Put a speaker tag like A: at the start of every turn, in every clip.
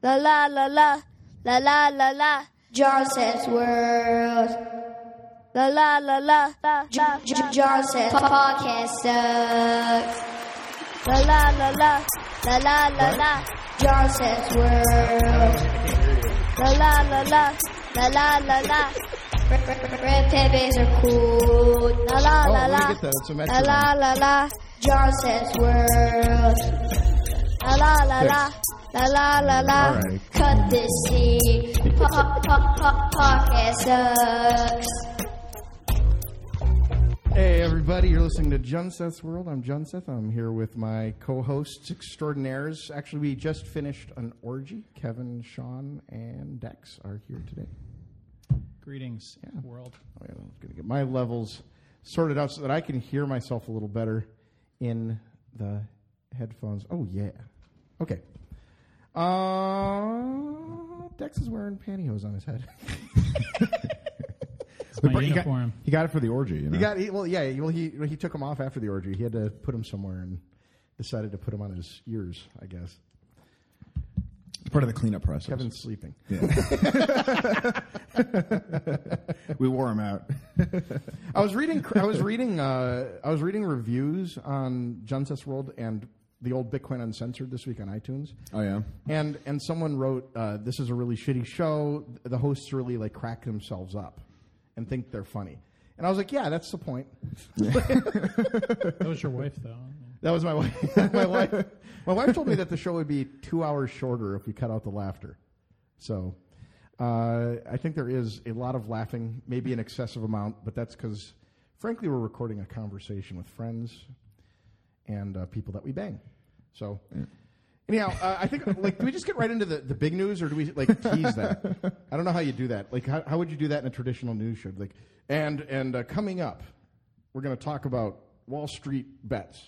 A: La la la la, la la la la, John says world. La la la la, John, John says podcast sucks. La la la la, la la la la, John says world. La la la la, la la la la. Red, red, red pebbles are cool. La la
B: Oh,
A: la
B: let me
A: la.
B: get that. It's a
A: La
B: Metro.
A: la la la, John says world. La la la la, la la la la.
B: All right.
A: Cut this scene. Pop pop pop pop podcast sucks.
B: Hey, everybody, you're listening to John Seth's World. I'm John Seth. I'm here with my co hosts extraordinaires. Actually, we just finished an orgy. Kevin, Sean, and Dex are here today.
C: Greetings, world.
B: Oh, yeah, I'm going to get my levels sorted out so that I can hear myself a little better in the headphones. Oh, yeah. Okay. Uh, Dex is wearing pantyhose on his head.
C: my
B: But he got-
C: uniform.
D: He got it for the orgy, you know.
B: He got he, well, yeah. Well, he well, he took them off after the orgy. He had to put them somewhere and decided to put them on his ears. I guess
D: part of the cleanup process.
B: Kevin's sleeping.
D: We wore him out.
B: I was reading. I was reading. Uh, I was reading reviews on Juncess World and the old Bitcoin Uncensored this week on iTunes.
D: Oh yeah.
B: And and someone wrote, uh, "This is a really shitty show. The hosts really like crack themselves up, and think they're funny." And I was like, "Yeah, that's the point."
C: That was your wife, though.
B: That was my wife. my wife. My wife told me that the show would be two hours shorter if we cut out the laughter. So, uh, I think there is a lot of laughing, maybe an excessive amount, but that's because, frankly, we're recording a conversation with friends and uh, people that we bang. So, anyhow, uh, I think like, do we just get right into the, the big news, or do we like tease that? I don't know how you do that. Like, how, how would you do that in a traditional news show? Like, and and uh, coming up, we're going to talk about Wall Street bets.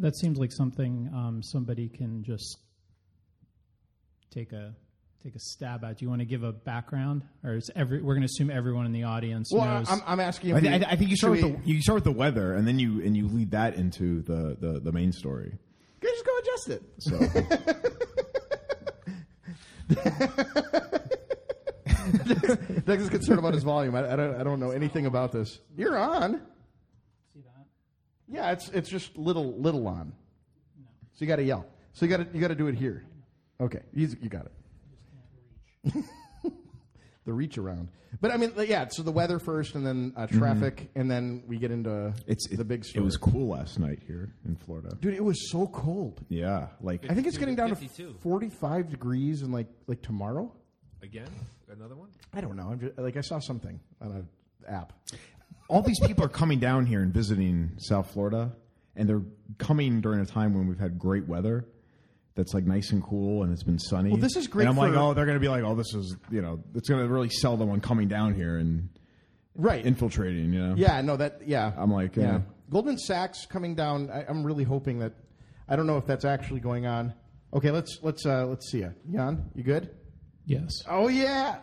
C: That seems like something um, somebody can just take a take a stab at. Do you want to give a background, or is every we're going to assume everyone in the audience
B: Well,
C: knows?
B: I'm, I'm asking. If we-
D: I, thi- I, thi- I think you
B: should
D: start with
B: we-
D: the you start with the weather, and then you and you lead that into the the, the main story.
B: Can you just go adjust it.
D: So
B: Doug is concerned about his volume. I, I don't. I don't know anything about this. You're on.
C: See that?
B: Yeah, it's it's just little little on. So you got to yell. So you got to you got to do it here. Okay, you, you got it. the reach around, but I mean, like, yeah. So the weather first, and then uh, traffic, and then we get into
D: it's
B: the
D: it-
B: big story.
D: It was cool last night here in Florida.
B: dude. It was so cold.
D: Yeah, like
B: I think it's getting down to
E: 52.
B: 45 degrees, and like like tomorrow.
E: Again? Another one?
B: I don't know. I'm just, like I saw something on an app.
D: all these people are coming down here and visiting South Florida, and they're coming during a time when we've had great weather. That's like nice and cool, and it's been sunny.
B: Well, this is great
D: And I'm like,
B: for-
D: oh, they're going to be like, oh, this is you know, it's going to really sell them on coming down here and
B: Right.
D: infiltrating. You know,
B: yeah, no, that, yeah. um,
D: I'm like,
B: yeah.
D: uh,
B: Goldman Sachs coming down. I, I'm really hoping that, I don't know if that's actually going on. Okay, let's, let's, uh, let's see ya. Jan, you good?
C: Yes.
B: Oh, yeah.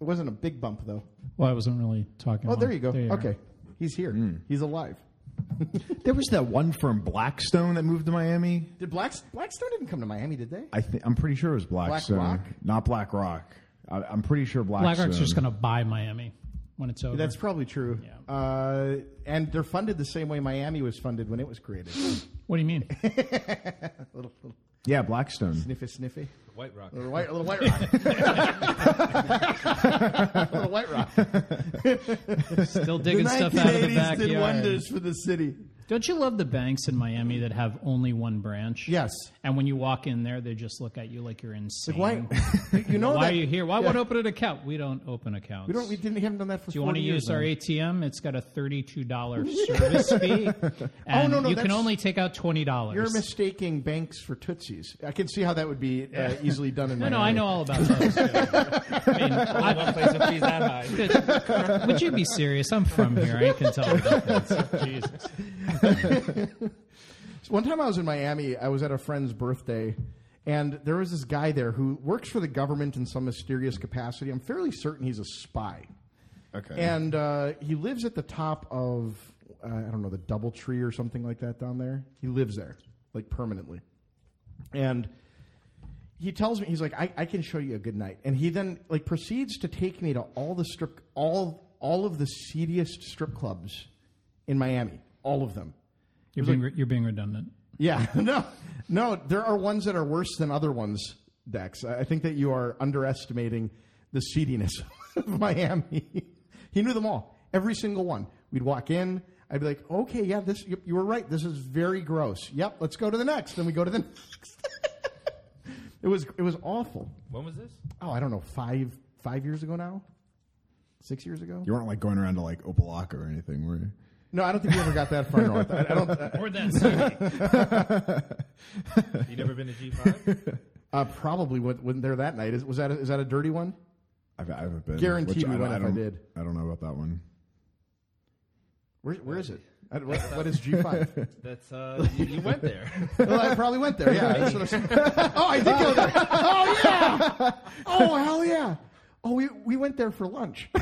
B: It wasn't a big bump, though.
C: Well, I wasn't really talking.
B: Oh,
C: uh, long.
B: there you Hmm. go.
C: are.
B: okay. He's here. He's alive.
D: There was that one firm, Blackstone, that moved to Miami.
B: Did Black, Blackstone didn't come to Miami, did they?
D: I think I'm pretty sure it was Blackstone,
B: Rock?
D: not Black Rock. I, I'm pretty sure Blackstone.
C: BlackRock's just going to buy Miami when it's over.
B: That's probably true.
C: Yeah.
B: Uh, and they're funded the same way Miami was funded when it was created.
C: what do you mean?
B: little, little
D: Yeah, Blackstone.
B: sniffy, sniffy.
E: White Rock.
B: Little white, little white rock. little white rock.
C: Still digging stuff out of the backyard.
B: for the city.
C: Don't you love the banks in Miami that have only one branch?
B: Yes.
C: And when you walk in there, they just look at you like you're insane.
B: Why? You know
C: Why
B: that-
C: are you here? Why
B: Yeah.
C: won't open an account? We don't open accounts.
B: We don't. We didn't. haven't done that for.
C: Do you want to use our ATM? It's got a thirty-two dollar service fee, and
B: Oh, no, no,
C: you can
B: that's-
C: only take out twenty
B: You're
C: dollars.
B: mistaking banks for tootsies. I can see how that would be uh, easily done in.
C: no, no, I
B: Miami.
C: know all about those. too. I mean, I- would you be serious? I'm from here. I can tell the difference. Jesus.
B: So one time I was in Miami. I was at a friend's birthday, and there was this guy there who works for the government in some mysterious capacity. I'm fairly certain he's a spy.
D: Okay.
B: And uh, he lives at the top of uh, I don't know the DoubleTree or something like that down there. He lives there like permanently. And he tells me he's like I, I can show you a good night and he then like proceeds to take me to all the strip all all of the seediest strip clubs in miami all of them
C: You're being re- you're being redundant.
B: yeah no no there are ones that are worse than other ones dex i I think that you are underestimating the seediness of miami he knew them all every single one we'd walk in i'd be like okay yeah this you, you were right this is very gross yep let's go to the next then we go to the next it was it was awful
E: When was this?
B: oh, I don't know, five five years ago now, six years ago.
D: You weren't like going around to like Opalaka or anything, were you?
B: No, I don't think we ever got that far north. I, I don't.
C: Or that CD.
E: You never been to G5?
B: Uh, probably wasn't wasn't there that night. Is, was that a, is that a dirty one?
D: I've, I haven't been.
B: Guaranteed
D: which
B: we
D: don't-
B: went if I
D: don't-
B: did.
D: I don't know about that one.
B: Where, where is it? I- what- what is G five?
E: That's uh, you, you went there.
B: well, I probably went there. Yeah. That's what I- oh, I did go there. Oh yeah. Oh hell yeah. Oh, we we went there for lunch.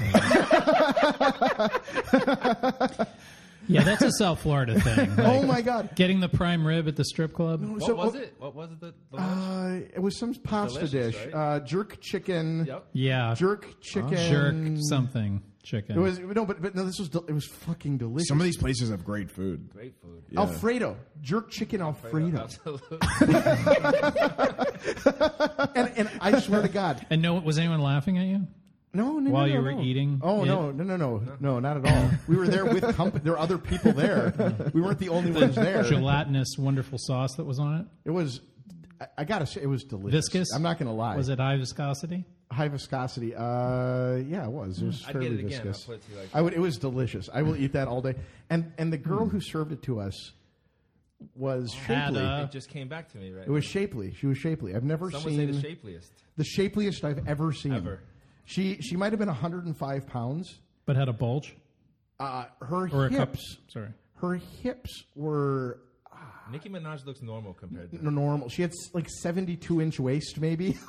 C: yeah, that's a South Florida thing.
B: oh
C: Like,
B: my god.
C: Getting the prime rib at the strip club.
E: What
B: So,
E: was
B: oh,
E: it? What was it? The, the
B: Uh, it was some pasta
E: Delicious,
B: dish,
E: right?
B: uh, jerk chicken,
E: yep.
C: Yeah,
B: jerk chicken,
C: jerk something chicken.
B: It was no, but but no, this was del- it was fucking delicious.
D: Some of these places have great food.
E: Great food.
D: Yeah.
B: Alfredo, jerk chicken Alfredo,
E: Absolutely.
B: and, and I swear to God,
C: and no, was anyone laughing at you?
B: no, no,
C: While
B: no, no,
C: you were
B: no.
C: eating
B: Oh no, no, no, no, no, not at all. We were there with company. There were other people there. We weren't the only ones there.
C: Gelatinous, wonderful sauce that was on it.
B: It was, I, I gotta say, it was delicious.
C: Viscous?
B: I'm not gonna lie.
C: Was it high viscosity?
B: high viscosity? Uh, yeah, it was. It was
E: I'd get
B: fairly
E: it again. I'll
B: viscous.
E: put it to you like-
B: I would. It was delicious. I will eat that all day. And and the girl who served it to us was
C: Hmm. Had
B: shapely.
C: a-
E: it just came back to me, right?
B: it was shapely. She was shapely. I've never
E: Some would
B: seen
E: say the shapeliest.
B: the shapeliest I've ever seen.
E: Ever.
B: She she might have been 105 pounds.
C: But had a bulge
B: Uh, her
C: or a cup?
B: hips,
C: Sorry.
B: her hips were
E: Nicki Minaj looks normal compared to.
B: normal. She had s- like 72 inch waist, maybe.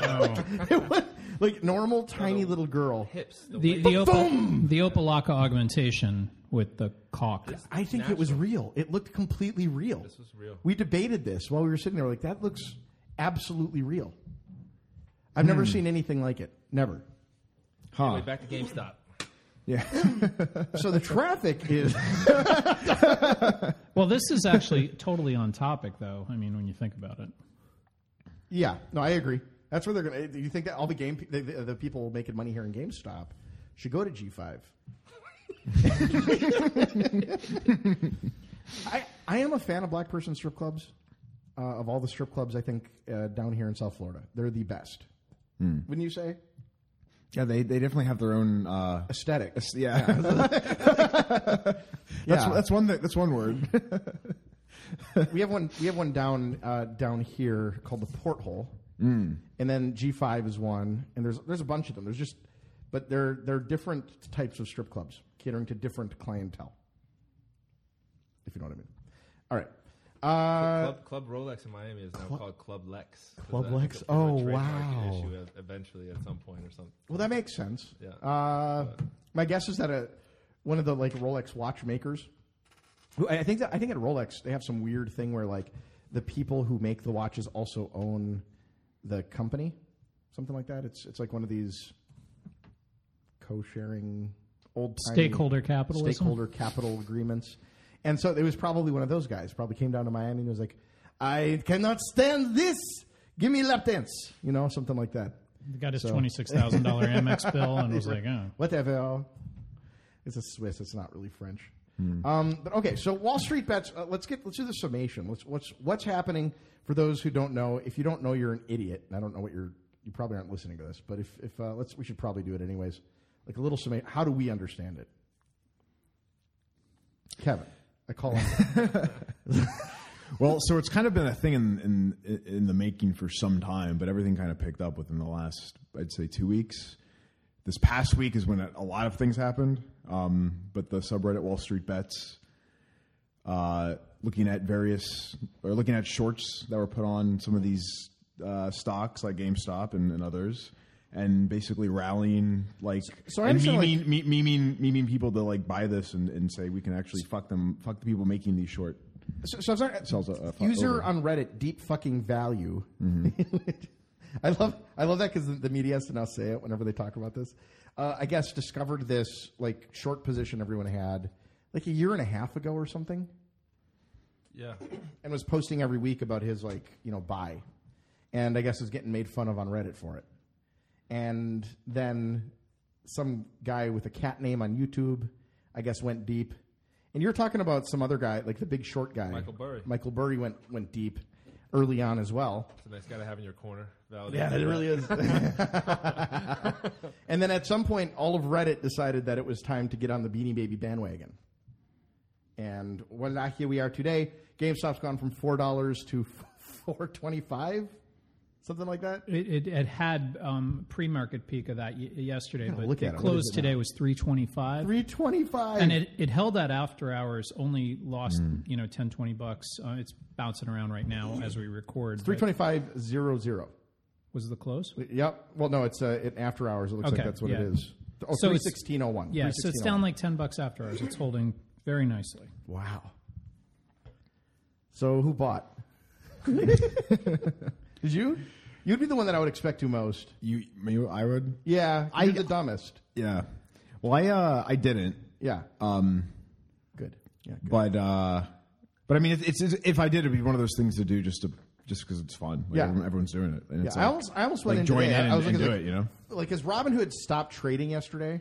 E: Oh.
B: It was, like normal, tiny little girl.
E: Hips.
C: The
E: weight.
C: the, opal, the opalaka augmentation with the caulk.
B: I think it was real. It looked completely real. This
E: was real.
B: We debated this while we were sitting there. Like that looks absolutely real. I've
E: Hmm.
B: never seen anything like it. Never.
D: Huh?
E: Wait, back to GameStop.
D: Yeah.
B: So the traffic is.
C: Well, this is actually totally on topic, though. I mean, when you think about it,
B: Yeah, no, I agree. That's where they're going to. You think that all the game, the, the, the people making money here in GameStop, should go to G5. I I am a fan of black person strip clubs. Uh, of all the strip clubs, I think uh, down here in South Florida, they're the best.
D: Hmm.
B: Wouldn't you say?
D: yeah. They they definitely have their own. Uh,
B: Aesthetic.
D: yeah. that's,
B: yeah,
D: that's one. Th- that's one word.
B: we have one. We have one down uh, down here called the Porthole, mm. and then G Five is one, and there's there's a bunch of them. There's just, but they're they're different types of strip clubs catering to different clientele. If you know what I mean. All right. Uh,
E: Club, Club Rolex in Miami is now called Club Lex. 'cause
B: Club
E: I think
B: Lex?
E: it was a
B: Oh,
E: trademark
B: wow.
E: Issue at- eventually, at some point or something.
B: well, that makes sense.
E: Yeah.
B: Uh, my guess is that a one of the like Rolex watchmakers. who- I I think that I think at Rolex they have some weird thing where like the people who make the watches also own the company, something like that. It's it's like one of these co-sharing old
C: Stakeholder capitalism?
B: stakeholder capital agreements. And so it was probably one of those guys. Probably came down to Miami and was like, "I cannot stand this. Give me lap dance," you know, something like that
C: he got his
B: So-
C: twenty six thousand dollar Amex bill and was like, oh,
B: whatever. It's a Swiss. It's not really French. Um, but okay, so Wall Street bets. Uh, let's get let's do the summation. What's what's what's happening for those who don't know? If you don't know, you're an idiot. And I don't know what you're. You probably aren't listening to this, but if if uh, let's we should probably do it anyways. Like a little summation. How do we understand it? Kevin, I call him.
D: well, so it's kind of been a thing in in in the making for some time, but everything kind of picked up within the last, I'd say, two weeks. This past week is when a lot of things happened. Um, but the subreddit Wall Street Bets, uh, looking at various or looking at shorts that were put on some of these uh, stocks like GameStop and, and others. And basically rallying, like,
B: so I
D: and
B: understand,
D: memeing, me, memeing, memeing people to like buy this and, and say we can actually fuck them, fuck the people making these short
B: so, so I'm sorry.
D: Sells a- a fu-
B: user
D: over.
B: on Reddit, deep fucking value. I love I love that because the, the media has to now say it whenever they talk about this. Uh, I guess discovered this like short position everyone had like a year and a half ago or something,
E: Yeah.
B: and was posting every week about his like you know buy, and I guess was getting made fun of on Reddit for it, and then some guy with a cat name on YouTube, I guess went deep, and you're talking about some other guy like the Big Short guy,
E: Michael Burry.
B: Michael Burry went went deep early on as well.
E: It's a nice guy to have in your corner. Validate
B: Yeah, it really is. and then at some point, all of Reddit decided that it was time to get on the Beanie Baby bandwagon. And what ah, here we are today. GameStop's gone from four dollars to four twenty-five, something like that.
C: It, it, it had um, pre-market peak of that y- yesterday, but
B: look
C: the
B: at it. What is
C: close
B: it
C: today was 325.
B: Three twenty-five.
D: Hmm.
C: and it, it held that after hours, only lost, you know, 10, 20 bucks. Uh, it's bouncing around right now as we record. but
B: three twenty-five zero zero.
C: Was the close?
B: Yep. Well, no, it's uh, in after hours. It looks like
C: Okay,
B: that's what
C: yeah.
B: it is. Oh,
C: So
B: three
C: it's-
B: sixteen oh one.
C: Yeah, so it's down like 10 bucks after hours. It's holding very nicely.
B: Wow. So who bought? Did you? You'd be the one that I would expect to most.
D: You, you, I would.
B: Yeah, you're the dumbest.
D: Yeah. Well, I, uh, I didn't.
B: Yeah.
D: Um,
B: good. Yeah. Good.
D: but, uh, but I mean, it's, it's if I did, it'd be one of those things to do just to just because it's fun. Like,
B: Yeah.
D: everyone- everyone's doing it. And
B: Yeah,
D: it's
B: I
D: like-
B: almost, I almost went
D: like,
B: in
D: join
B: today.
D: in
B: I was
D: and- and
B: looking,
D: do it, Mm-hmm. you know?
B: like as Robinhood stopped trading yesterday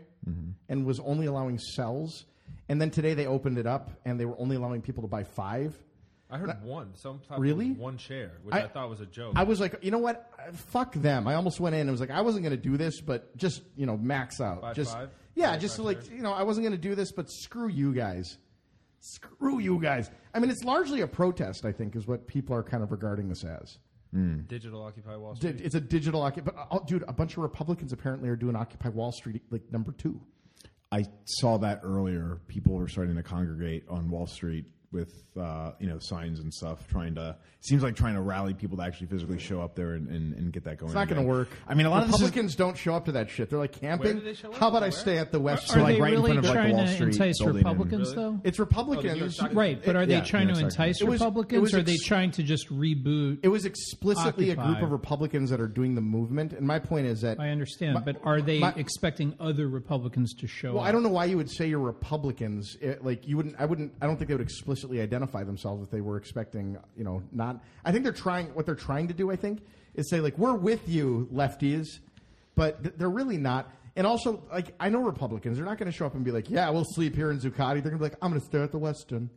B: and was only allowing sells, and then today they opened it up and they were only allowing people to buy five.
E: I heard one. Some platform
B: Really?
E: one share, which
B: I-
E: I, thought was a joke.
B: I was like, you know what? Uh, Fuck them. I almost went in and was like, I wasn't going to do this, but just, you know, max out.
E: Buy
B: just
E: five?
B: Yeah,
E: Buy
B: just
E: five
B: like,
E: shares?
B: you know, I wasn't going to do this, but screw you guys. Screw you guys. I mean, it's largely a protest, I think, is what people are kind of regarding this as.
E: Digital Occupy Wall Street.
B: Di- It's a digital occupy. But, uh, dude, a bunch of Republicans apparently are doing Occupy Wall Street like number two.
D: I saw that earlier. People were starting to congregate on Wall Street with uh, you know signs and stuff, trying to seems like trying to rally people to actually physically show up there and, and, and get that going.
B: It's not going to work.
D: I mean, a lot of this is,
B: Republicans don't show up to that shit. They're like
E: Where
B: camping.
E: do they show up?
B: How about I
E: Where?
B: stay at the West?
D: Are- So,
B: Side?
D: like, right in front of, like, the
C: trying
D: Wall
C: to
D: Street
C: entice
D: building and-
C: Republicans,
E: Really?
C: though?
B: It's
E: Oh, the
B: Republicans.
E: U.S. Occupy-
C: right, but are
D: yeah,
C: they trying
D: yeah,
C: to
D: exactly.
C: entice
B: It was- it
C: Republicans,
B: was
C: or are they
B: ex-
C: trying to just reboot?
B: It was explicitly a group
C: Occupy.
B: of Republicans that are doing the movement, and my point is that
C: I understand,
B: My-
C: but are they
B: my-
C: expecting other Republicans to show
B: Well,
C: up?
B: I don't know why you would say you're Republicans. It, like you wouldn't, I wouldn't, I don't think they would explicitly identify themselves if they were expecting, you know, not. I think they're trying. What they're trying to do, I think, is say like we're with you, lefties, but th- they're really not. And also, like I know Republicans, they're not going to show up and be like, yeah, we'll sleep here in Zuccotti. They're going to be like, I'm going to stay at the Westin,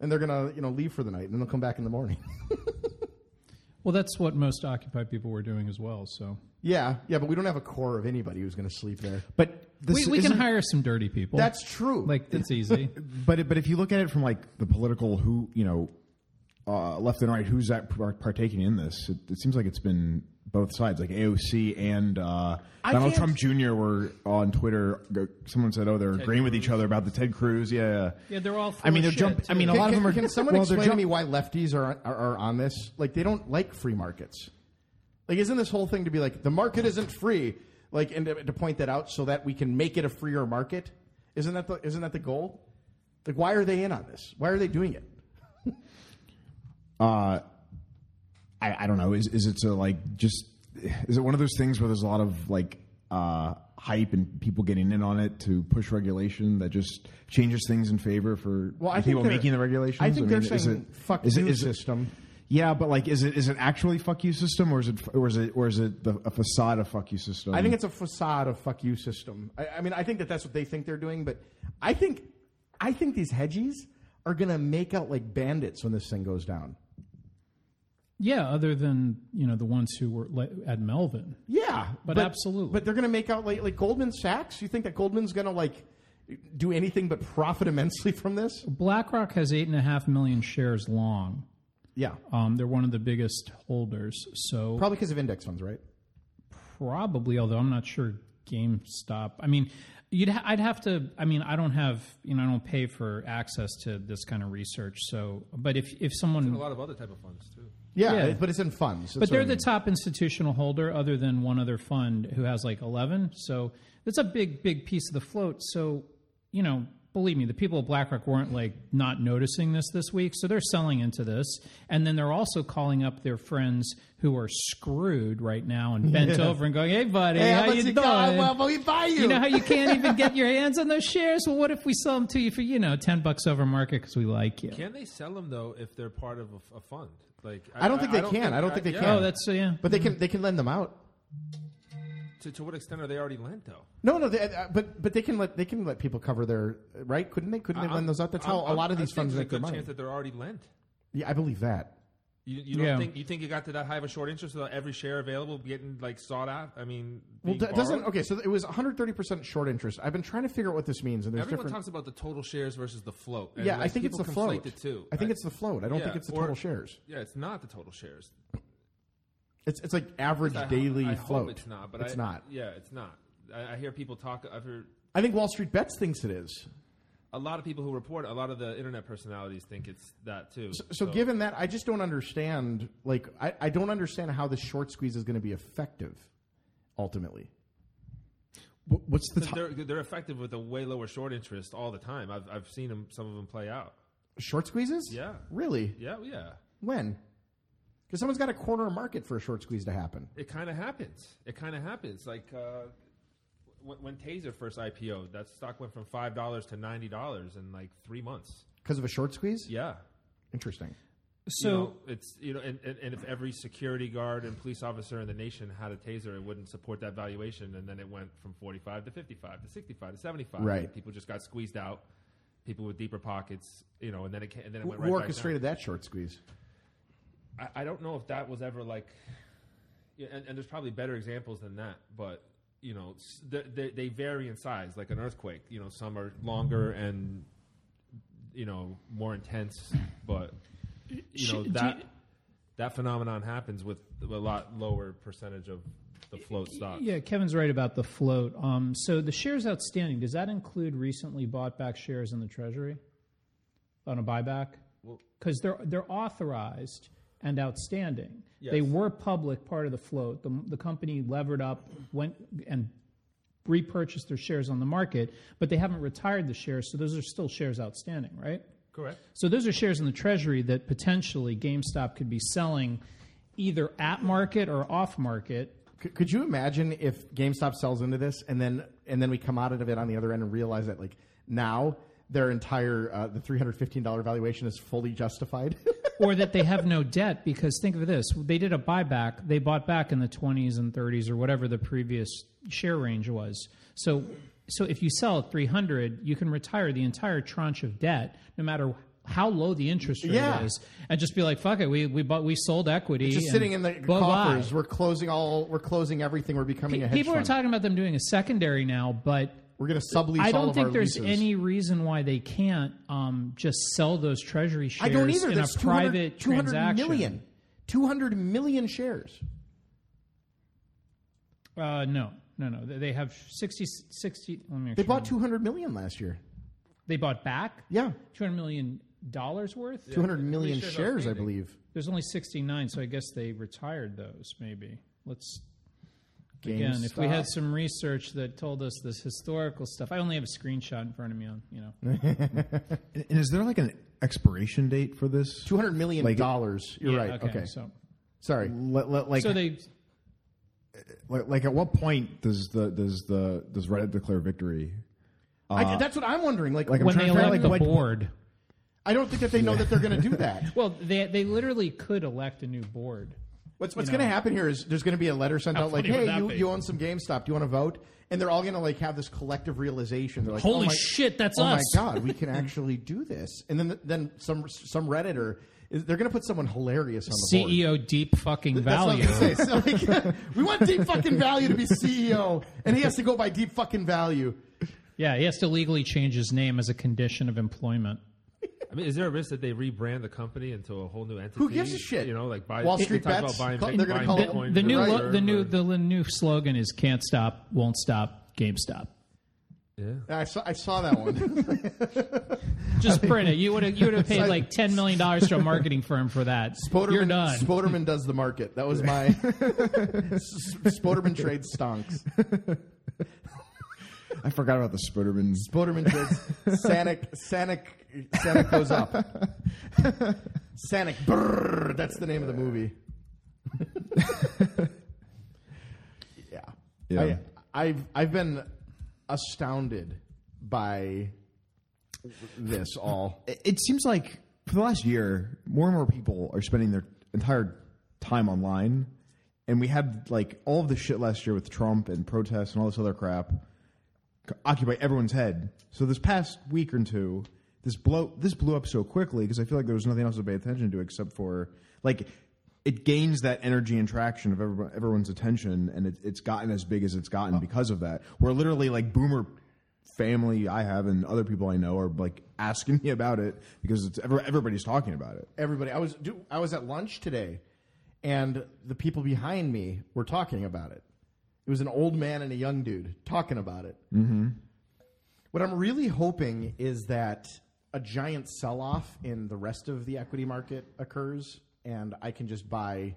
B: and they're going to, you know, leave for the night, and then they'll come back in the morning.
C: Well, that's what most Occupy people were doing as well. So
B: yeah, yeah, but we don't have a core of anybody who's going to sleep there.
D: but
C: we,
D: this
C: we can
D: isn't-
C: hire some dirty people.
B: That's true.
C: like that's easy.
D: But it- but if you look at it from like the political who you know uh, left and right, who's that par- partaking in this? It, it seems like it's been both sides, like AOC and uh,
B: I
D: Donald
B: can't-
D: Trump Jr. were on Twitter. go- Someone said, "Oh, they're agreeing with each other about the Ted Cruz." Yeah, yeah.
C: Yeah, they're all.
D: I mean, they're jump-
C: jumping.
D: I mean, a lot of them are.
B: Can someone
D: well, they're
B: explain to
D: jump-
B: me why lefties are, are are on this? Like they don't like free markets. Like isn't this whole thing to be like the market isn't free? Like and to, to point that out so that we can make it a freer market. Isn't that the isn't that the goal? Like why are they in on this? Why are they doing it?
D: uh, I, I don't know. Is is it to like just? Is it one of those things where there's a lot of like uh, hype and people getting in on it to push regulation that just changes things in favor for
B: Well, I
D: the
B: think
D: people
B: they're-
D: making the regulations?
B: I think they're
D: is
B: saying,
D: it-
B: "Fuck
D: is it-
B: you,
D: is it-
B: system."
D: yeah, but like, is it is it actually fuck you system, or is it or is it or is it the, a facade of fuck you system?
B: I
C: Mm-hmm.
B: think it's a facade of fuck you system. I, I mean, I think that that's what they think they're doing, but I think, I think these hedgies are gonna make out like bandits when this thing goes down.
C: Yeah, other than you know the ones who were le- at Melvin.
B: Yeah,
C: But absolutely.
B: But they're going to make out like, like Goldman Sachs. You think that Goldman's going to like do anything but profit immensely from this?
C: BlackRock has eight and a half million shares long.
B: Yeah,
C: Um, they're one of the biggest holders. So
B: probably because of index funds, right?
C: probably, although I'm not sure GameStop. I mean, you'd ha- I'd have to. I mean, I don't have you know I don't pay for access to this kind of research. So, but if if someone
E: a lot of other type of funds too.
B: Yeah,
C: Yeah.
B: it- but it's in funds.
C: But they're the top institutional holder, other than one other fund who has like eleven. So that's a big, big piece of the float. So you know, believe me, the people at BlackRock weren't like not noticing this this week, so they're selling into this, and then they're also calling up their friends who are screwed right now and bent over and going, "Hey, buddy, how, you doing?
B: we buy
C: you know how you can't even get your hands on those shares? Well, what if we sell them to you for you know ten bucks over market because we like you?
E: Can they sell them though if they're part of a, f- a fund? Like
B: I don't think they can. I don't think they
E: yeah.
C: oh, that's yeah.
B: but they can they can lend them out.
E: To, to what extent are they already lent though?
B: No, no, they, uh, but but they can let they can let people cover their uh, right. Couldn't they? Couldn't they
E: I'm-
B: lend those out? That's how
E: I'm-
B: a lot of
E: I
B: these
E: think
B: funds
E: there's
B: make their
E: a good
B: money.
E: chance that they're already lent.
B: yeah, I believe that.
E: You, you don't
C: Yeah.
E: think you think you got to that high of a short interest without every share available getting like sought out? I mean,
B: Well,
E: being
B: d- doesn't
E: borrowed?
B: okay. So it was 130 percent short interest. I've been trying to figure out what this means, and there's
E: Everyone
B: different.
E: talks about the total shares versus the float. and,
B: yeah, I
E: like,
B: think it's the
E: people
B: float.
E: conflate The two.
B: I think it's the float. I don't think
E: yeah,
B: it's the
E: or-
B: total shares.
E: yeah, it's not the total shares.
B: It's it's like average
E: I ho-
B: daily
E: I hope
B: float.
E: it's not, but
B: it's
E: I,
B: not.
E: Yeah, it's not. I, I hear people talk. I've heard
B: I think Wall Street Bets thinks it is.
E: a lot of people who report. A lot of the internet personalities think it's that too. So,
B: So, given that, I just don't understand. Like, I, I don't understand how this short squeeze is going to be effective. Ultimately,
D: Wh- What's the top?
E: they're they're effective with a way lower short interest all the time. I've I've seen them. Some of them play out.
B: short squeezes.
E: Yeah.
B: Really?
E: Yeah, oh, yeah.
B: When? Because someone's got to corner a market for a short squeeze to happen.
E: It kind of happens. It kind of happens. Like uh, when, when Taser first IPO, that stock went from five dollars to ninety dollars in like three months.
B: Because of a short squeeze?
E: Yeah.
B: Interesting.
E: You
C: So
E: know, it's you know, and, and, and if every security guard and police officer in the nation had a taser, it wouldn't support that valuation, and then it went from forty-five to fifty-five to sixty-five to seventy-five.
B: Right.
E: People just got squeezed out. People with deeper pockets, you know, and then it ca- and then it
B: Who
E: went right
B: orchestrated that short squeeze?
E: Back down. I, I don't know if that was ever like, yeah, and, and there's probably better examples than that, but you know, s- they, they, they vary in size, like an earthquake. You know, some are longer and you know more intense, but you know
C: Sh- do
E: that that phenomenon happens with a lot lower percentage of the float stock.
C: Yeah, Kevin's right about the float. Um, so the shares outstanding does that include recently bought back shares in the treasury on a buyback? Because they're they're authorized and outstanding. They
E: Yes.
C: were public, part of the float. The, the company levered up, went and repurchased their shares on the market, but they haven't retired the shares, so those are still shares outstanding, right?
E: Correct.
C: So those are shares in the treasury that potentially GameStop could be selling either at market or off market
B: C- could you imagine if GameStop sells into this and then and then we come out of it on the other end and realize that like now their entire uh, the three hundred fifteen dollar valuation is fully justified?
C: or that they have no debt because think of this they did a buyback they bought back in the 20s and 30s or whatever the previous share range was so so if you sell at 300 you can retire the entire tranche of debt no matter how low the interest rate
B: Yeah.
C: is and just be like fuck it we we bought we sold equity
B: Just
C: and
B: sitting in the
C: bye-bye.
B: coffers. We're closing all. We're closing everything. We're becoming a hedge
C: people are
B: fund.
C: talking about them doing a secondary now but
B: we're going to sublease.
C: I
B: all
C: don't
B: of
C: think
B: our
C: there's
B: leases.
C: any reason why they can't um, just sell those treasury shares
B: I don't either.
C: in
B: That's
C: a private
B: 200
C: transaction.
B: 200 million shares.
C: Uh, no, no, no. They- They have 60, 60 let me
B: They bought 200 million last year.
C: They bought back
B: Yeah,
C: two hundred million dollars worth.
B: 200 million
E: shares
B: shares, I
E: outstanding?
B: believe.
C: There's only sixty nine, so I guess they retired those. Maybe let's again.
B: GameStop.
C: If we had some research that told us this historical stuff, I only have a screenshot in front of me. On you know,
D: And is there like an expiration date for this?
B: 200 million
D: Like-
B: dollars. You're
C: Yeah,
B: right. Okay.
C: so
B: Sorry.
D: Let- let- like,
C: so they
D: like, like at what point does the does the does Reddit declare victory?
B: I, that's what I'm wondering. Like,
D: uh, Like I'm
C: when
D: trying
C: they
D: to figure
C: elect
D: out, like
C: the
D: what,
C: board.
B: I don't think that they know that they're going to do that.
C: Well, they they literally could elect a new board.
B: What's what's going to happen here is there's going to be a letter sent out like,
C: funny would
B: "Hey,
C: that
B: you,
C: be?
B: you own some GameStop. Do you want to vote?" And they're all going to like have this collective realization. They're like, oh
C: Holy
B: my,
C: shit, that's
B: oh
C: us."
B: my god, we can actually do this." And then then some some redditor is they're going to put someone hilarious on the board.
C: CEO E deep fucking value.
B: That's what I was gonna say. So, like, we want deep fucking value to be CEO, and he has to go by deep fucking value.
C: Yeah, he has to legally change his name as a condition of employment.
E: I mean, is there a risk that they rebrand the company into a whole new entity?
B: Who gives a shit?
E: You know, like buy,
B: Wall
E: they
B: Street
E: talk
B: Bets?
E: About buying,
B: Call-
E: Bit-
B: they're gonna
E: buying
B: call it-
E: Bitcoin
C: the
E: for
C: new
E: Reddit
C: lo-
E: or-
C: the new
E: or-
C: the li- new slogan is can't stop won't stop GameStop.
B: And I saw, I saw that one.
C: Just print it. You would have you would have paid like ten million dollars to a marketing firm for that. You're done.
B: Spoderman does the market. That was my S- Spoderman trades stonks.
D: I forgot about the Spoderman.
B: Spoderman kids. Sanic, Sanic, Sanic goes up. Sanic, brrr, that's the name of the movie. yeah.
D: Oh, Yeah.
B: I, I've I've been astounded by this all.
D: It- It seems like for the last year, more and more people are spending their entire time online, and we had like all of the shit last year with Trump and protests and all this other crap c- occupy everyone's head. So this past week or two, this blow this blew up so quickly because I feel like there was nothing else to pay attention to except for like it gains that energy and traction of everyone, everyone's attention, and it, it's gotten as big as it's gotten because of that. Where literally like boomer family I have and other people I know are like asking me about it because it's ever, everybody's talking about it.
B: Everybody, I was do I was at lunch today, and the people behind me were talking about it. It was an old man and a young dude talking about it. What I'm really hoping is that a giant sell off in the rest of the equity market occurs and I can just buy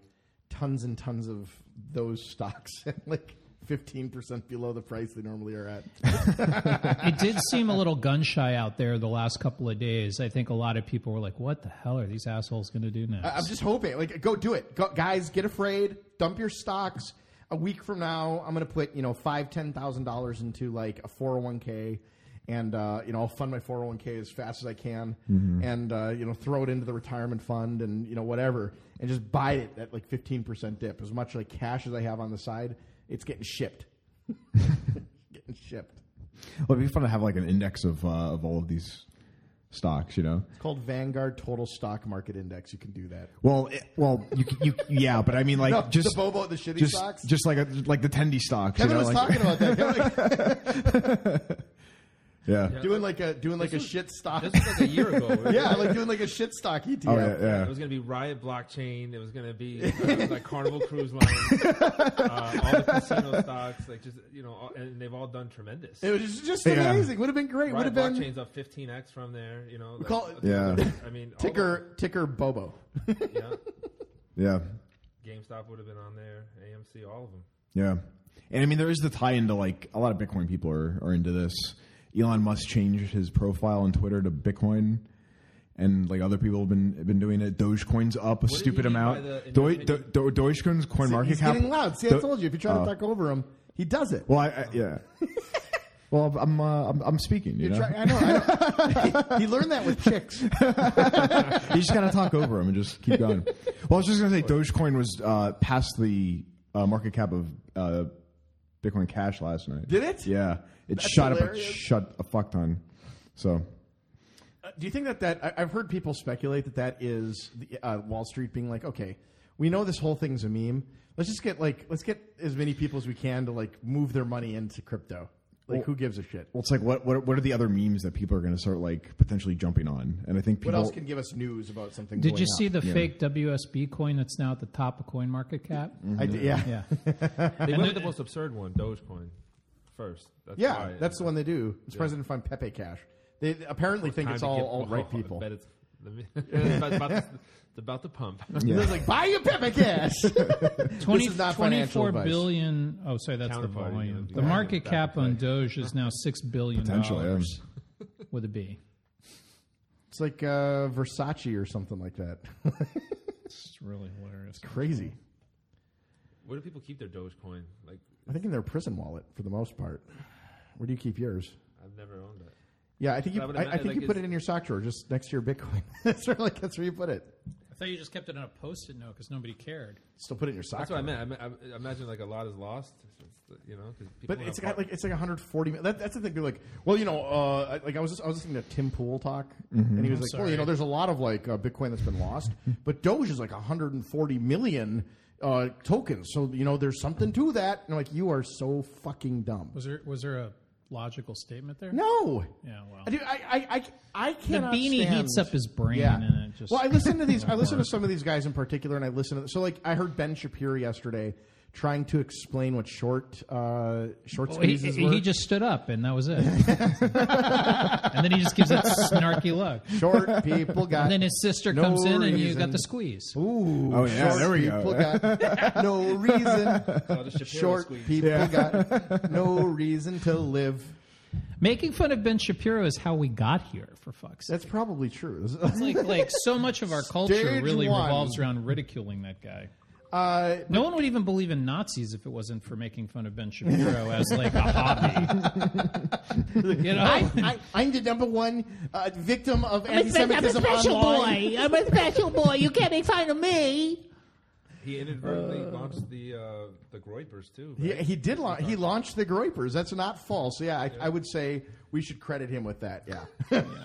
B: tons and tons of those stocks at like 15% below the price they normally are at.
C: it did seem a little gun shy out there the last couple of days. I think a lot of people were like, "What the hell are these assholes going to do next?"
B: I'm just hoping, like, go do it. Go, guys, get afraid, dump your stocks. A week from now, I'm going to put, you know, five, ten thousand dollars into like a 401k, and uh, you know, I'll fund my 401k as fast as I can, and uh, you know, throw it into the retirement fund, and you know, whatever, and just buy it at like 15 percent dip. As much like cash as I have on the side, it's getting shipped, getting shipped.
D: Well, it'd be fun to have like an index of uh, of all of these stocks, you know.
B: It's called Vanguard Total Stock Market Index. You can do that.
D: Well, it, well, you, c- you yeah, but I mean like
B: No,
D: just
B: the Bobo, the shitty
D: just,
B: stocks?
D: just like a, like the Tendy stocks.
B: Kevin
D: you know,
B: was
D: like-
B: talking about that. Kevin, like,
D: Yeah.
B: doing like a doing like a shit stock.
E: This was like a year ago.
B: yeah, like doing like a shit stock ETF.
D: Oh, yeah, yeah.
E: It was going to be Riot Blockchain. It was going to be uh, like Carnival Cruise Line. uh, all the casino stocks, like just you know, all, and they've all done tremendous.
B: It was just
D: Yeah.
B: amazing. Would have been great. Would
E: Riot
B: have been
E: Blockchain's up 15x from there. You know, like,
B: Call-
D: Yeah.
E: I mean, all
B: ticker ticker Bobo.
E: of them, yeah.
D: Yeah.
E: GameStop would have been on there. AMC, all of them.
D: Yeah. And I mean, there is the tie into like a lot of Bitcoin people are, are into this. Elon Musk changed his profile on Twitter to Bitcoin, and like other people have been have been doing it. Dogecoin's up a
E: he
D: stupid
E: mean by
D: amount.
E: the- in your
D: Doi- Do,
E: opinion?
D: Do, Dogecoin's coin market
B: He's
D: cap. Oh.
B: getting loud. See, I
D: Do-
B: told you. If you try to talk over him, he does it.
D: well, I, I, yeah. well, I'm uh, I'm, I'm speaking. You know,
B: Try- I know. I know. he learned that with chicks.
D: you just gotta talk over them and just keep going. Well, I was just gonna say Dogecoin was uh, past the uh, market cap of uh, Bitcoin Cash last night.
B: Did it?
D: Yeah, it shot
B: hilarious.
D: up, a, shut a fuck ton. So
B: Uh, Do you think that that I, I've heard people speculate that that is the, uh, Wall Street being like, okay, we know this whole thing's a meme. Let's just get like let's get as many people as we can to like move their money into crypto. Like, who gives a shit?
D: well, it's like what what what are the other memes that people are gonna start like potentially jumping on? And I think people
B: What else can give us news about something?
C: Did
B: going
C: you
B: on?
C: see the fake WSB coin that's now at the top of coin market cap?
B: I did, Mm-hmm. yeah.
C: Yeah.
E: They went with the most absurd one, Dogecoin, first. That's
B: Yeah,
E: why- uh,
B: that's the one they do. It's President Fund Pepe Cash. They they apparently think
E: Time
B: it's
E: to
B: all
E: get-
B: alt right
E: oh, I
B: people.
E: bet it's, let me- it's about, about, the, it's about the pump.
B: They're like, buy your Pepe Cash.
C: 20,
B: This is not financial
C: 24
B: advice.
C: billion Oh, sorry, that's the
E: Counterparty, you
C: volume.
E: know,
C: The
E: yeah,
C: market
E: that
C: cap
E: play.
C: on Doge is now six billion
D: potentially.
C: dollars
D: yeah.
C: with a B.
B: it's like uh, Versace or something like that.
C: It's really hilarious.
B: Crazy.
E: Where do people keep their Dogecoin? Like,
B: I think in their prison wallet for the most part. Where do you keep yours?
E: I've never owned that.
B: Yeah, I think you.
E: I would
B: I, I
E: imagine,
B: think you
E: like,
B: put
E: it's-
B: it in your sock drawer, just next to your Bitcoin. that's where, like that's where you put it.
C: I thought you just kept it on a post-it note because nobody cared.
B: Still put it in your sock.
E: That's
B: drawer.
E: what I meant. I, me- I imagine like a lot is lost, It's- you know, because people.
B: But
E: have
B: it's
E: har-
B: got like it's like 140. mi- That, that's the thing. They're like, well, you know, uh, I- like I was just, I was listening to Tim Pool talk, and he was like, well, you know, there's a lot of like uh, Bitcoin that's been lost, but Doge is like 140 million uh, tokens. So you know, there's something to that. And I'm like, you are so fucking dumb.
C: Was there was there a logical statement there?
B: No.
C: Yeah, well.
B: Dude, I, I, I, I
C: The
B: cannot
C: beanie
B: stand-
C: heats up his brain
B: Yeah.
C: and it just
B: well, I listen to these. I listen to some of these guys in particular, and I listen to. So, like, I heard Ben Shapiro yesterday trying to explain what short uh, short
C: Well, Oh, he,
B: squeezes
C: he-
B: were.
C: he just stood up and that was it. and then he just gives that snarky look.
B: Short people got.
C: And then his sister
B: no
C: comes in and you
B: reason.
C: got the squeeze.
B: Ooh,
D: Oh, yeah,
B: short
D: there we go.
B: people got no reason.
E: Oh, the Shapiro
B: short
E: squeeze.
B: people got no reason to live.
C: Making fun of Ben Shapiro is how we got here, for fuck's sake.
B: That's probably true.
C: Like, like so much of our culture
B: Stage
C: really
B: one.
C: revolves around ridiculing that guy.
B: Uh,
C: No one would even believe in Nazis if it wasn't for making fun of Ben Shapiro as like a hobby. you know,
B: I, I'm the number one uh, victim of
F: I'm a spe- I'm a
B: anti-Semitism
F: special
B: online.
F: boy. I'm a special boy. You can't make fun of me.
E: He inadvertently launched the uh, the Groypers too.
B: He,
E: right?
B: he did. Launch, he launched the Groypers. That's not false. Yeah, I, I would say we should credit him with that. Yeah.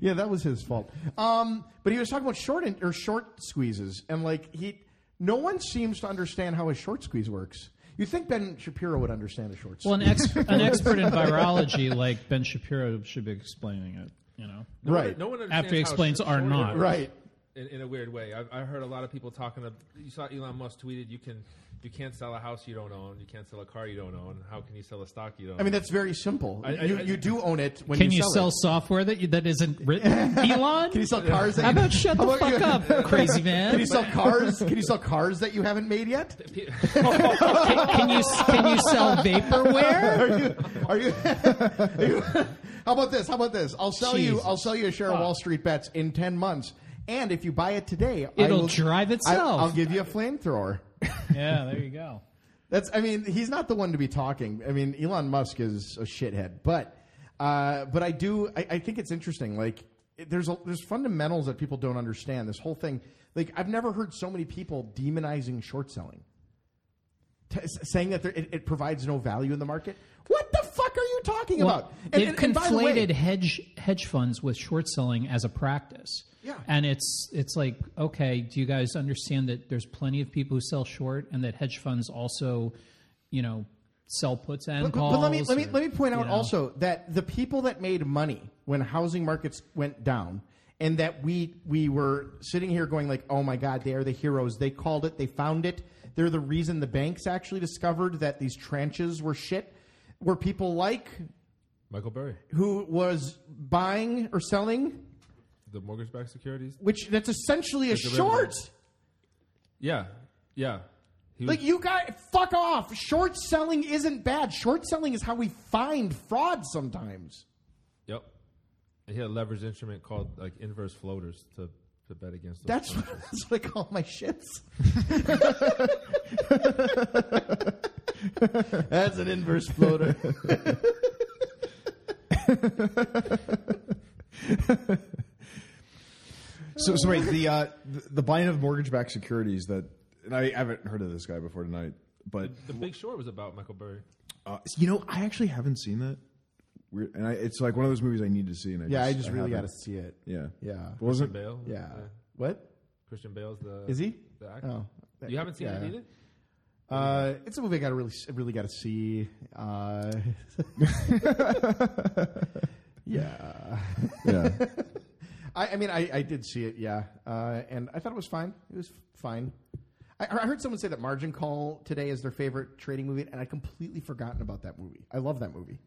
B: yeah, that was his fault. Um, but he was talking about short in, or short squeezes, and like he, no one seems to understand how a short squeeze works. You think Ben Shapiro would understand a short squeeze?
C: well, an, ex- an expert in virology like Ben Shapiro should be explaining it. You know,
E: No one-
B: right.
E: No one
C: After he
E: understands how
C: explains
E: short-
C: are
E: short
C: not.
E: it-
B: right.
E: In, in a weird way, I've, I heard a lot of people talking. Of, you saw Elon Musk tweeted, "You can, you can't sell a house you don't own. You can't sell a car you don't own. How can you sell a stock you don't?"
B: I mean, that's very simple.
E: I- I-
B: you,
E: I-
B: you do own it when
C: can
B: you
C: you
B: sell,
C: sell
B: it.
C: software that you, that isn't written? Elon,
B: Can you sell cars? That
C: how
B: you-
C: about shut the
B: How about
C: fuck
B: you-
C: up, crazy man?
B: Can you sell cars? Can you sell cars that you haven't made yet?
E: mean,
C: can you can you sell vaporware?
B: Are you? Are you? are you- how about this? How about this? I'll sell you. I'll
C: Jesus.
B: sell you a share of Wall Street bets in ten months, and if you buy it today,
C: It'll
B: I will,
C: drive itself.
B: I, will give you a flamethrower.
C: Yeah, there you go.
B: That's. I mean, he's not the one to be talking. I mean, Elon Musk is a shithead, but uh, but I do. I, I think it's interesting. Like, it- there's a, there's fundamentals that people don't understand. This whole thing. Like, I've never heard so many people demonizing short selling. T- s- saying that there- it, it provides no value in the market. What the fuck are you talking about? And-
C: They've
B: and- and by the way-
C: conflated hedge hedge funds with short selling as a practice.
B: Yeah.
C: And it's it's like, okay, do you guys understand that there's plenty of people who sell short and that hedge funds also, you know, sell puts and
B: But- but,
C: calls?
B: but let me let me
C: or,
B: let me point out
C: you know.
B: also that the people that made money when housing markets went down and that we we were sitting here going like oh my god they are the heroes they called it they found it they're the reason the banks actually discovered that these tranches were shit were people like
E: Michael Burry,
B: who was buying or selling
E: the mortgage-backed securities.
B: which that's essentially a
E: The
B: short
E: derivative. Yeah, yeah. He was,
B: like you guys fuck off short selling isn't bad short selling is how we find fraud sometimes
E: yep. He had a leverage instrument called like inverse floaters to to bet against. those
B: That's,
E: funds.
B: that's what I call my shits. that's an inverse floater.
D: So, so wait, the uh, the, the buying of mortgage-backed securities that, and I haven't heard of this guy before tonight, but
E: The Big Short was about Michael Burry.
D: uh, you know, I actually haven't seen that. Weird, and I, it's like one of those movies I need to see. And I
B: Yeah, I
D: just,
B: just really got to
D: haven't.
B: see it.
D: Yeah,
B: Yeah.
D: Wasn't
E: Bale.
B: Yeah. What?
E: Christian Bale's the
B: Is he?
E: the actor.
B: Oh.
E: You haven't seen
B: Yeah.
E: it either.
B: Uh, it's a movie I gotta really, really gotta see. Uh, yeah,
D: yeah.
B: I, I mean, I, I did see it. Yeah, uh, and I thought it was fine. It was fine. I, I heard someone say that Margin Call today is their favorite trading movie, and I completely forgotten about that movie. I love that movie.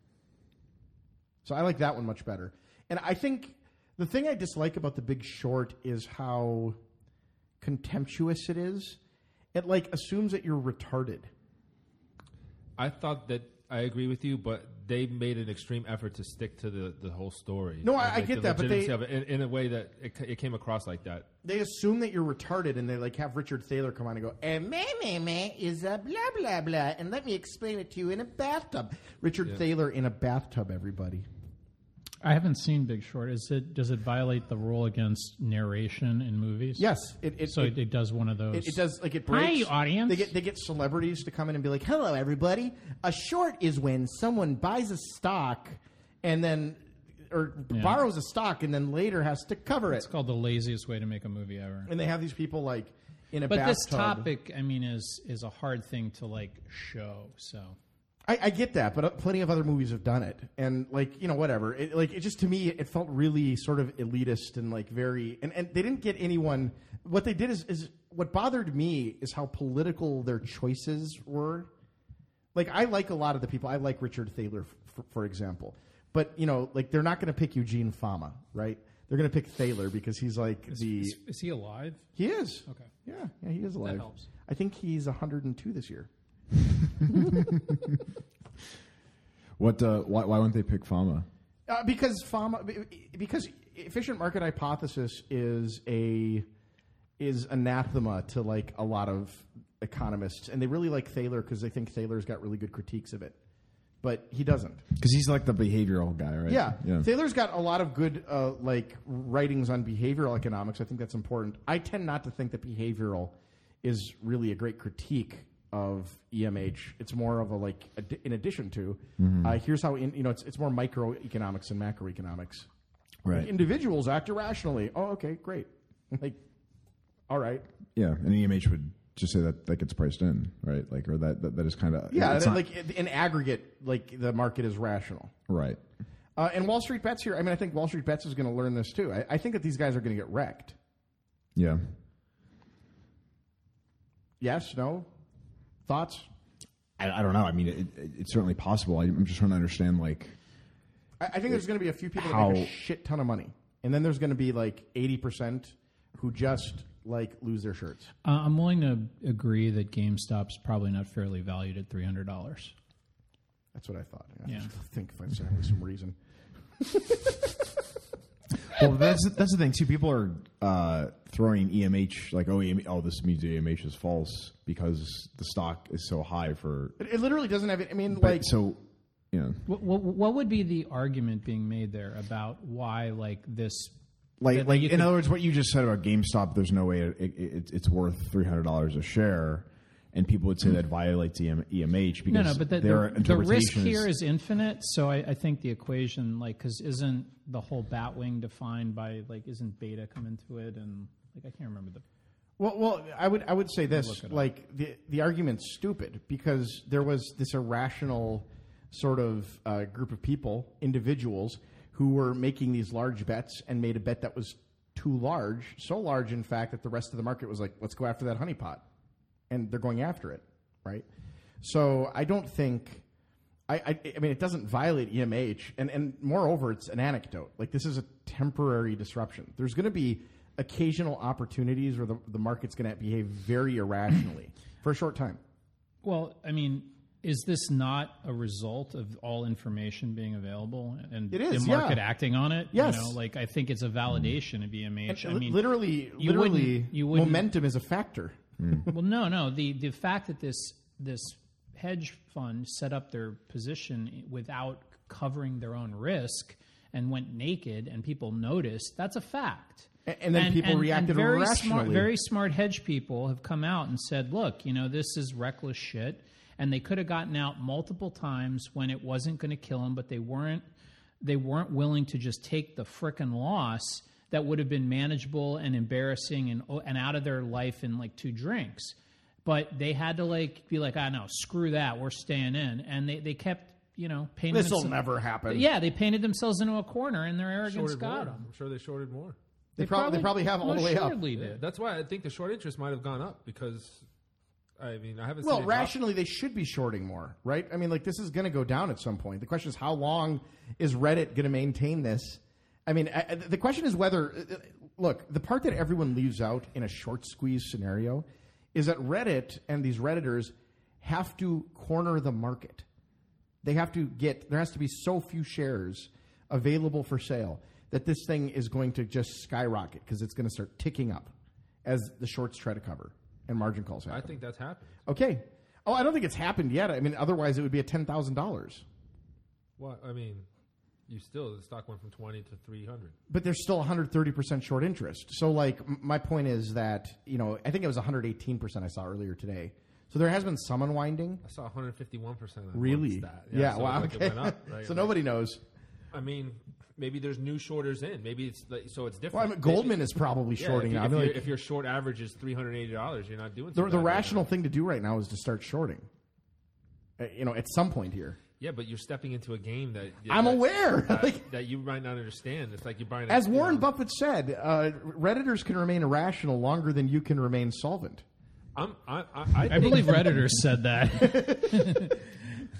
B: So I like that one much better. And I think the thing I dislike about The Big Short is how contemptuous it is. It like assumes that you're retarded.
E: I thought that I agree with you, but they made an extreme effort to stick to the, the whole story.
B: No, I-
E: And,
B: I
E: like,
B: get
E: the
B: that, but they-
E: legitimacy of it in, in a way that it, ca- it came across like that.
B: They assume that you're retarded, and they like have Richard Thaler come on and go, "And me me me is a blah blah blah," and let me explain it to you in a bathtub. Richard Thaler in a bathtub, everybody.
C: I haven't seen Big Short. Is it does it violate the rule against narration in movies?
B: Yes, it it,
C: So
B: it,
C: it, it does one of those.
B: it- it does like it
C: Hi,
B: breaks.
C: audience.
B: They get they get celebrities to come in and be like, "Hello, everybody." A short is when someone buys a stock, and then or borrows a stock, and then later has to cover it.
C: It's called the laziest way to make a movie ever.
B: And they have these people like in a
C: But
B: bathtub.
C: this topic, I mean, is is a hard thing to like show. So
B: I, I get that, but uh, plenty of other movies have done it, and like you know, whatever. It, like it just to me, it felt really sort of elitist and like very, and, and they didn't get anyone. What they did is, is what bothered me is how political their choices were. Like I like a lot of the people. I like Richard Thaler, for, for example, but you know, like they're not going to pick Eugene Fama, right? They're going to pick Thaler because he's like the
C: is, is he alive?
B: he is.
C: Okay.
B: Yeah, yeah, he is alive.
C: helps.
B: I think he's 102 this year.
D: What? Uh, why, why wouldn't they pick Fama?
B: Uh, because FAMA, be- because efficient market hypothesis is a is anathema to like a lot of economists, and they really like Thaler because they think Thaler's got really good critiques of it, but he doesn't.
D: Because he's like the behavioral guy, right?
B: Yeah,
D: Yeah.
B: Thaler's got a lot of good uh, like writings on behavioral economics. I think that's important. I tend not to think that behavioral is really a great critique of EMH. It's more of a like ad- in addition to uh, here's how in, you know it's it's more microeconomics and macroeconomics.
D: right.
B: Individuals act irrationally. Oh, okay, great. Like, all right.
D: yeah. And EMH would just say that that gets priced in, right? Like, or that that, that is kind of
B: Yeah,
D: it's
B: that-
D: not-
B: like in aggregate, like the market is rational.
D: right.
B: Uh, and Wall Street Bets here. I mean, I think Wall Street Bets is going to learn this too. I, I think that these guys are going to get wrecked.
D: Yeah.
B: Yes, no, thoughts.
D: I, I don't know. I mean, it, it, it's certainly possible. I, I'm just trying to understand, like,
B: I, I think there's going to be a few people that
D: How-
B: make a shit ton of money, and then there's going to be like eighty percent who just like lose their shirts.
C: Uh, I'm willing to agree that GameStop's probably not fairly valued at three hundred dollars.
B: That's what I thought.
C: Yeah.
B: I think if I'm saying with some reason.
D: well, that's that's the thing too. People are uh, throwing EMH like oh, EM, oh, this means EMH is false because the stock is so high for
B: It, it literally doesn't have. it- I mean,
D: but
B: like
D: so you know
C: What, what, what would be the argument being made there about why like this?
D: like
C: that
D: like
C: you
D: in
C: could-
D: other words, what you just said about GameStop, there's no way it, it, it, it's worth three hundred dollars a share, and people would say that violates E EM, EMH because
C: No, no, but the,
D: their
C: the, the risk
D: interpretation
C: here is infinite. So I, I think the equation, like, because isn't the whole Batwing defined by like isn't beta come into it and like I can't remember the
B: Well, well, I would I would say this like the the argument's stupid because there was this irrational sort of uh, group of people, individuals who were making these large bets and made a bet that was too large, so large in fact that the rest of the market was like, let's go after that honeypot, and they're going after it, right? So I don't think. I, I, I mean, it doesn't violate EMH, and, and moreover, it's an anecdote. Like this is a temporary disruption. There's going to be occasional opportunities where the, the market's going to behave very irrationally for a short time.
C: Well, I mean, is this not a result of all information being available and
B: It is,
C: the market
B: yeah.
C: acting on it?
B: Yes.
C: You know, like I think it's a validation of EMH. I
B: Li-
C: mean,
B: literally,
C: you
B: literally,
C: wouldn't- you wouldn't-
B: momentum is a factor.
C: well, no, no. The the fact that this this hedge fund set up their position without covering their own risk and went naked, and people noticed that's a fact.
B: A- and then people reacted
C: very Smart,
B: irrationally.
C: very smart hedge people have come out and said, "Look, you know, this is reckless shit." And they could have gotten out multiple times when it wasn't going to kill them, but they weren't. They weren't willing to just take the frickin' loss that would have been manageable and embarrassing and oh, and out of their life in like two drinks. But they had to like be like, "I know, screw that, we're staying in." And they they kept, you know, painting
B: This will
C: themselves-
B: never happen.
C: Yeah, they painted themselves into a corner, and their arrogance
E: Shorted more.
C: got them.
E: I'm sure they shorted more.
B: they, probably, they probably have all the way up.
C: Assuredly
E: Yeah,
C: did.
E: that's why I think the short interest might have gone up because, I mean, I haven't
B: Well,
E: seen it drop.
B: rationally, they should be shorting more, right? I mean, like this is going to go down at some point. The question is, how long is Reddit going to maintain this? I mean, I, I- the question is whether uh, uh, look the part that everyone leaves out in a short squeeze scenario is that Reddit and these redditors have to corner the market. They have to get there has to be so few shares available for sale that this thing is going to just skyrocket because it's going to start ticking up as the shorts try to cover and margin calls happen.
E: I think that's happened.
B: Okay. Oh, I don't think it's happened yet. I mean, otherwise it would be a ten thousand dollars.
E: Well, I mean, you still the stock went from twenty to three hundred.
B: But there's still 130 percent short interest. So, like, m- my point is that you know, I think it was 118 percent I saw earlier today. So there has been some unwinding.
E: I saw one hundred fifty one percent.
B: Really?
E: Stat.
B: Yeah.
E: so
B: wow.
E: like, it
B: okay.
E: went up, right?
B: so
E: Like,
B: nobody knows.
E: I mean, maybe there's new shorters in. Maybe it's like, so it's different.
B: Well, I mean,
E: Maybe-
B: Goldman is probably
E: Yeah,
B: shorting.
E: If, you,
B: I
E: if,
B: mean,
E: your-
B: like,
E: if your short average is three hundred eighty dollars, you're not doing. so
B: the,
E: bad
B: the
E: right now.
B: rational thing to do right now is to start shorting. Uh, you know, at some point here.
E: Yeah, but you're stepping into a game that
B: I'm
E: that-
B: aware.
E: that,
B: Like-
E: that you might not understand. It's like you're buying. A,
B: As Warren
E: you know,
B: Buffett said, uh, redditors can remain irrational longer than you can remain solvent.
E: I'm, I, I, I,
C: I
E: think-
C: believe Redditor said that.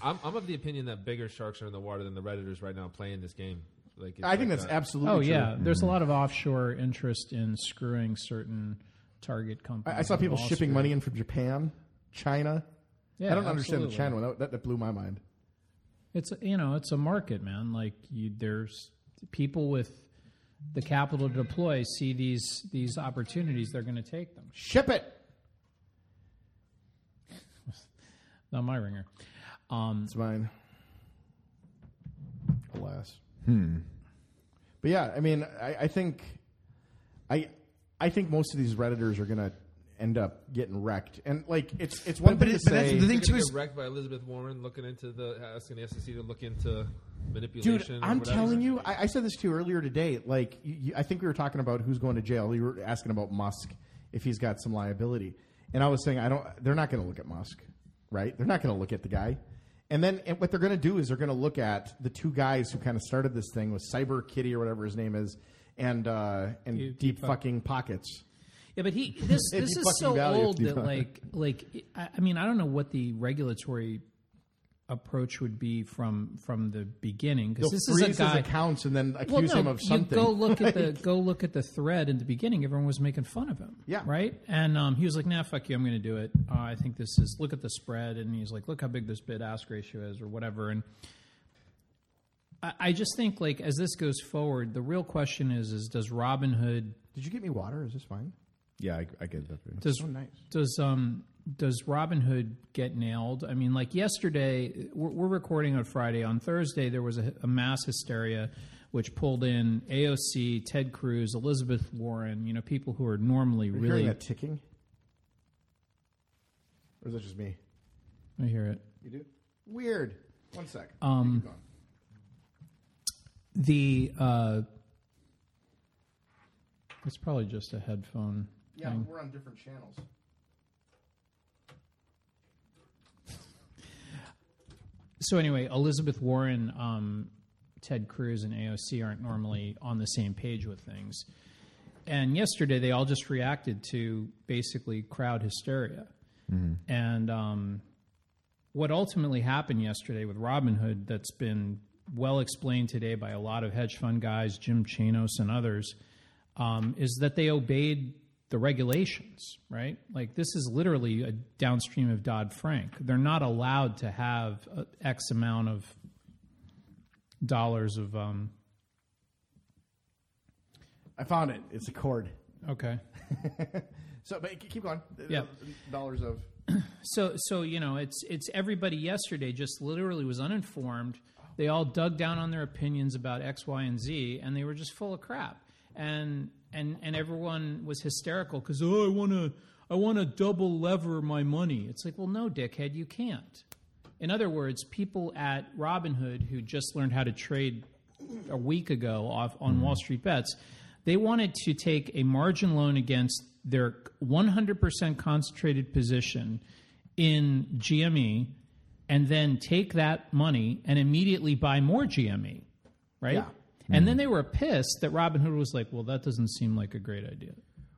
E: I'm, I'm of the opinion that bigger sharks are in the water than the redditors right now playing this game. Like it's
B: I think
E: like
B: that's
E: a-
B: absolutely.
C: oh
B: true.
C: yeah, there's a lot of offshore interest in screwing certain target companies.
B: I, I saw
C: on
B: people
C: Wall
B: shipping
C: Street.
B: money in from Japan, China.
C: Yeah,
B: I don't understand the
C: absolutely.
B: China one. That, that blew my mind.
C: It's you know, it's a market, man. Like you, there's people with the capital to deploy see these these opportunities. They're going to take them.
B: Ship it.
C: Not my ringer. Um,
B: It's mine. Alas. Hmm. But yeah, I mean, I, I think, I, I think most of these redditors are gonna end up getting wrecked, and like it's it's one
D: But- but
B: thing
D: it-
B: to
D: but that's
B: say.
D: the thing-
E: You're
D: too
E: gonna
D: is-
E: get wrecked by Elizabeth Warren looking into the asking the SEC to look into manipulation.
B: Dude,
E: or
B: I'm
E: whatever.
B: telling you, I, I said this to you earlier today. Like, you, you, I think we were talking about who's going to jail. You were asking about Musk if he's got some liability, and I was saying I don't. They're not going to look at Musk, right? They're not going to look at the guy. And then and what they're going to do is they're going to look at the two guys who kind of started this thing with Cyber Kitty or whatever his name is, and uh, and deep, fucking pockets.
C: Yeah, but he this
B: It'd
C: this
B: be
C: is
B: fucking
C: so
B: value if
C: old
B: you
C: that
B: don't.
C: like like I, I mean I don't know what the regulatory approach would be from from the beginning because
B: They'll
C: this is
B: freeze
C: a guy.
B: his accounts and then accuse him of something.
C: You go look at the go look at the thread in the beginning. Everyone was making fun of him.
B: Yeah.
C: Right. And um, he was like, "Nah, fuck you. I'm going to do it. Uh, I think this is. Look at the spread." And he's like, "Look how big this bid ask ratio is, or whatever." And I, I just think like as this goes forward, the real question is: is does Robinhood
B: Did you get me water? Is this fine?
D: Yeah, I, I get that. Thing.
C: does
B: Oh, nice.
C: does um does Robin Hood get nailed? I mean, like yesterday, we're, we're recording on Friday. On Thursday, there was a, a mass hysteria, which pulled in AOC, Ted Cruz, Elizabeth Warren. You know, people who are normally
B: Really? Hearing
C: really.
B: that ticking? Or is that just me?
C: I hear it.
B: You do? Weird. One sec. Keep going.
C: The uh, it's probably just a headphone.
B: yeah,
C: thing.
B: we're on different channels.
C: so anyway, Elizabeth Warren, um, Ted Cruz, and AOC aren't normally on the same page with things. And yesterday, they all just reacted to basically crowd hysteria. And um, what ultimately happened yesterday with Robinhood, that's been well explained today by a lot of hedge fund guys, Jim Chanos and others, um, is that they obeyed the regulations, right? Like this is literally a downstream of Dodd Frank. They're not allowed to have uh, X amount of dollars of. Um,
B: I found it. It's a cord.
C: okay.
B: So, but keep going.
C: Yeah.
B: Dollars of.
C: So so you know it's it's everybody yesterday just literally was uninformed. They all dug down on their opinions about X, Y, and Z, and they were just full of crap. And and and everyone was hysterical because oh I want to I want to double lever my money. It's like well no dickhead you can't. In other words, people at Robinhood who just learned how to trade a week ago off on Wall Street Bets, they wanted to take a margin loan against their 100% concentrated position in GME and then take that money and immediately buy more GME, right?
B: Yeah.
C: And then they were pissed that Robinhood was like, well, that doesn't seem like a great idea.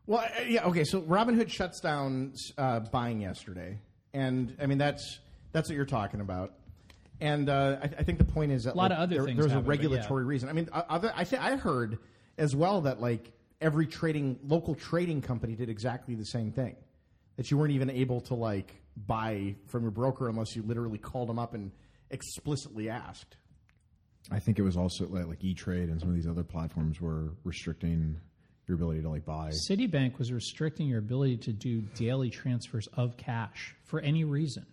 B: Well, I- yeah, okay. So Robinhood shuts down uh, buying yesterday, and I mean that's that's what you're talking about. And uh, I, I think the point is that a
C: Lot of other
B: there,
C: things
B: there's a
C: happened, but yeah.
B: regulatory reason. I mean, o- other, I th- I heard as well that like every trading local trading company did exactly the same thing. That you weren't even able to like buy from your broker unless you literally called them up and explicitly asked.
D: I think it was also like, like E Trade and some of these other platforms were restricting your ability to like buy.
C: Citibank was restricting your ability to do daily transfers of cash for any reason,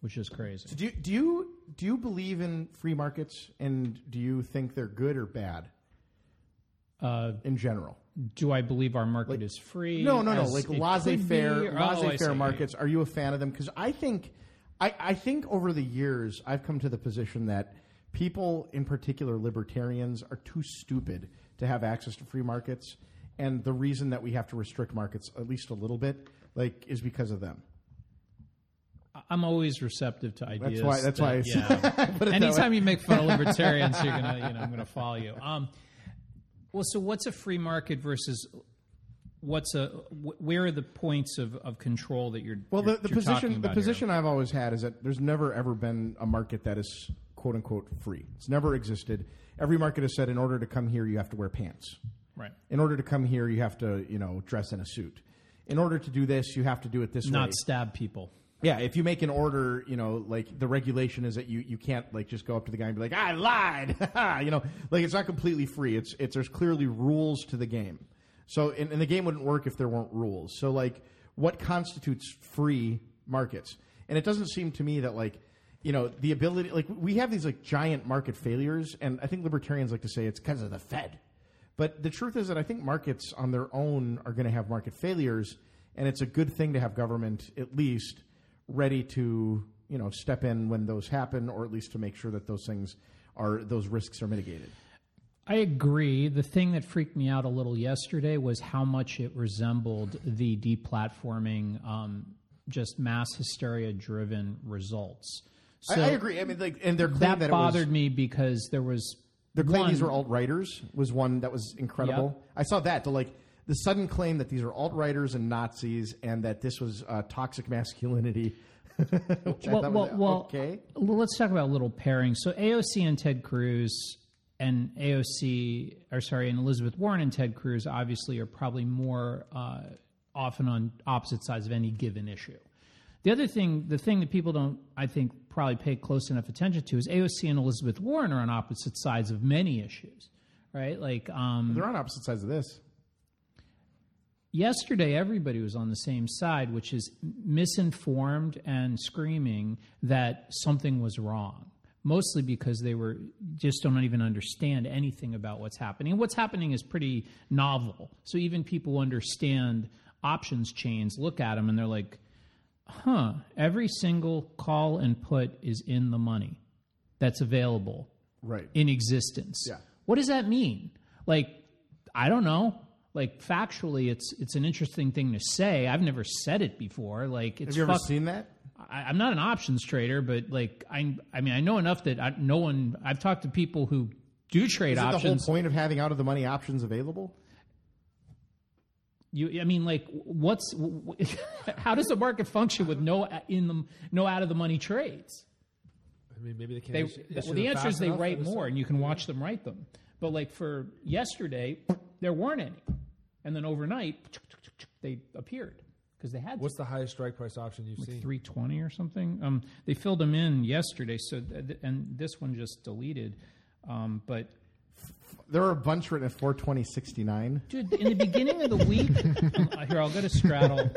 C: which is crazy.
B: Do you, do you do you believe in free markets and do you think they're good or bad? Uh, in general,
C: do I believe our market is free?
B: no, no, no.
C: as it
B: Like
C: could be?
B: laissez-faire,
C: Oh, I
B: laissez-faire
C: see.
B: markets. Are you a fan of them? Because I think, I, I think over the years I've come to the position that people, in particular libertarians, are too stupid to have access to free markets, and the reason that we have to restrict markets at least a little bit, like, is because of them.
C: I'm always receptive to ideas.
B: why- that's why I
C: that- yeah.
B: But
C: Anytime you make fun of libertarians, you're gonna, you know, I'm gonna follow you. Um, well, so what's a free market versus what's a? wh- Where are the points of, of control that you're?
B: Well,
C: you're-
B: the, the
C: you're talking
B: position the
C: about here?
B: position I've always had is that there's never ever been a market that is quote unquote free. It's never existed. Every market has said, in order to come here, you have to wear pants.
C: right?
B: In order to come here, you have to you know dress in a suit. In order to do this, you have to do it this
C: Not
B: way.
C: stab people.
B: Yeah, if you make an order, you know, like the regulation is that you, you can't like just go up to the guy and be like, "I lied," you know, like it's not completely free. It's it's there's clearly rules to the game. So and, and the game wouldn't work if there weren't rules. So like, what constitutes free markets? And it doesn't seem to me that like, you know, the ability like we have these like giant market failures, and I think libertarians like to say it's because of the Fed. But the truth is that I think markets on their own are going to have market failures, and it's a good thing to have government at least ready to you know step in when those happen, or at least to make sure that those things are those risks are mitigated.
C: I agree. The thing that freaked me out a little yesterday was how much it resembled the deplatforming, um, just mass hysteria driven results. So
B: I, I agree. I mean, like, and they're claiming
C: That,
B: that, it was-
C: bothered me because there was
B: Their claim
C: one-
B: these were alt writers was one that was incredible. I saw that the like the sudden claim that these are alt writers and Nazis and that this was uh, toxic masculinity. Which I thought was, okay.
C: Well, let's talk about little pairings. So AOC and Ted Cruz and AOC, or sorry, and Elizabeth Warren and Ted Cruz obviously are probably more uh, often on opposite sides of any given issue. The other thing, the thing that people don't, I think, probably pay close enough attention to is AOC and Elizabeth Warren are on opposite sides of many issues, right? Like, um,
B: They're on opposite sides of this.
C: yesterday everybody was on the same side which is misinformed and screaming that something was wrong mostly because they were just don't even understand anything about what's happening what's happening is pretty novel so even people who understand options chains look at them and they're like huh every single call and put is in the money that's available
B: Right.
C: in existence.
B: Yeah.
C: What does that mean? Like, I don't know. Like factually, it's it's an interesting thing to say. I've never said it before. Like, it's
B: Have you ever
C: fuck-
B: seen that?
C: I, I'm not an options trader, but like I I mean I know enough that I, no one. I've talked to people who do trade
B: Is it the whole
C: options.
B: point of having out of the money options available?
C: You, I mean, like, what's w- w- how does the market function with no a- in the no out of the money trades?
E: I mean, maybe they can't.
C: They,
E: issue- issue
C: well, the
E: them
C: answer is
E: fast
C: they
E: enough for
C: write
E: this-
C: more, and you can watch them write them. But like for yesterday, there weren't any, and then overnight they appeared because they had
E: What's the highest strike price option you've seen?
C: three twenty or something. Um, they filled them in yesterday, so th- th- and this one just deleted. Um, but
B: There were a bunch written at four twenty sixty nine.
C: dude, in the beginning of the week, um, here I'll go to Straddle.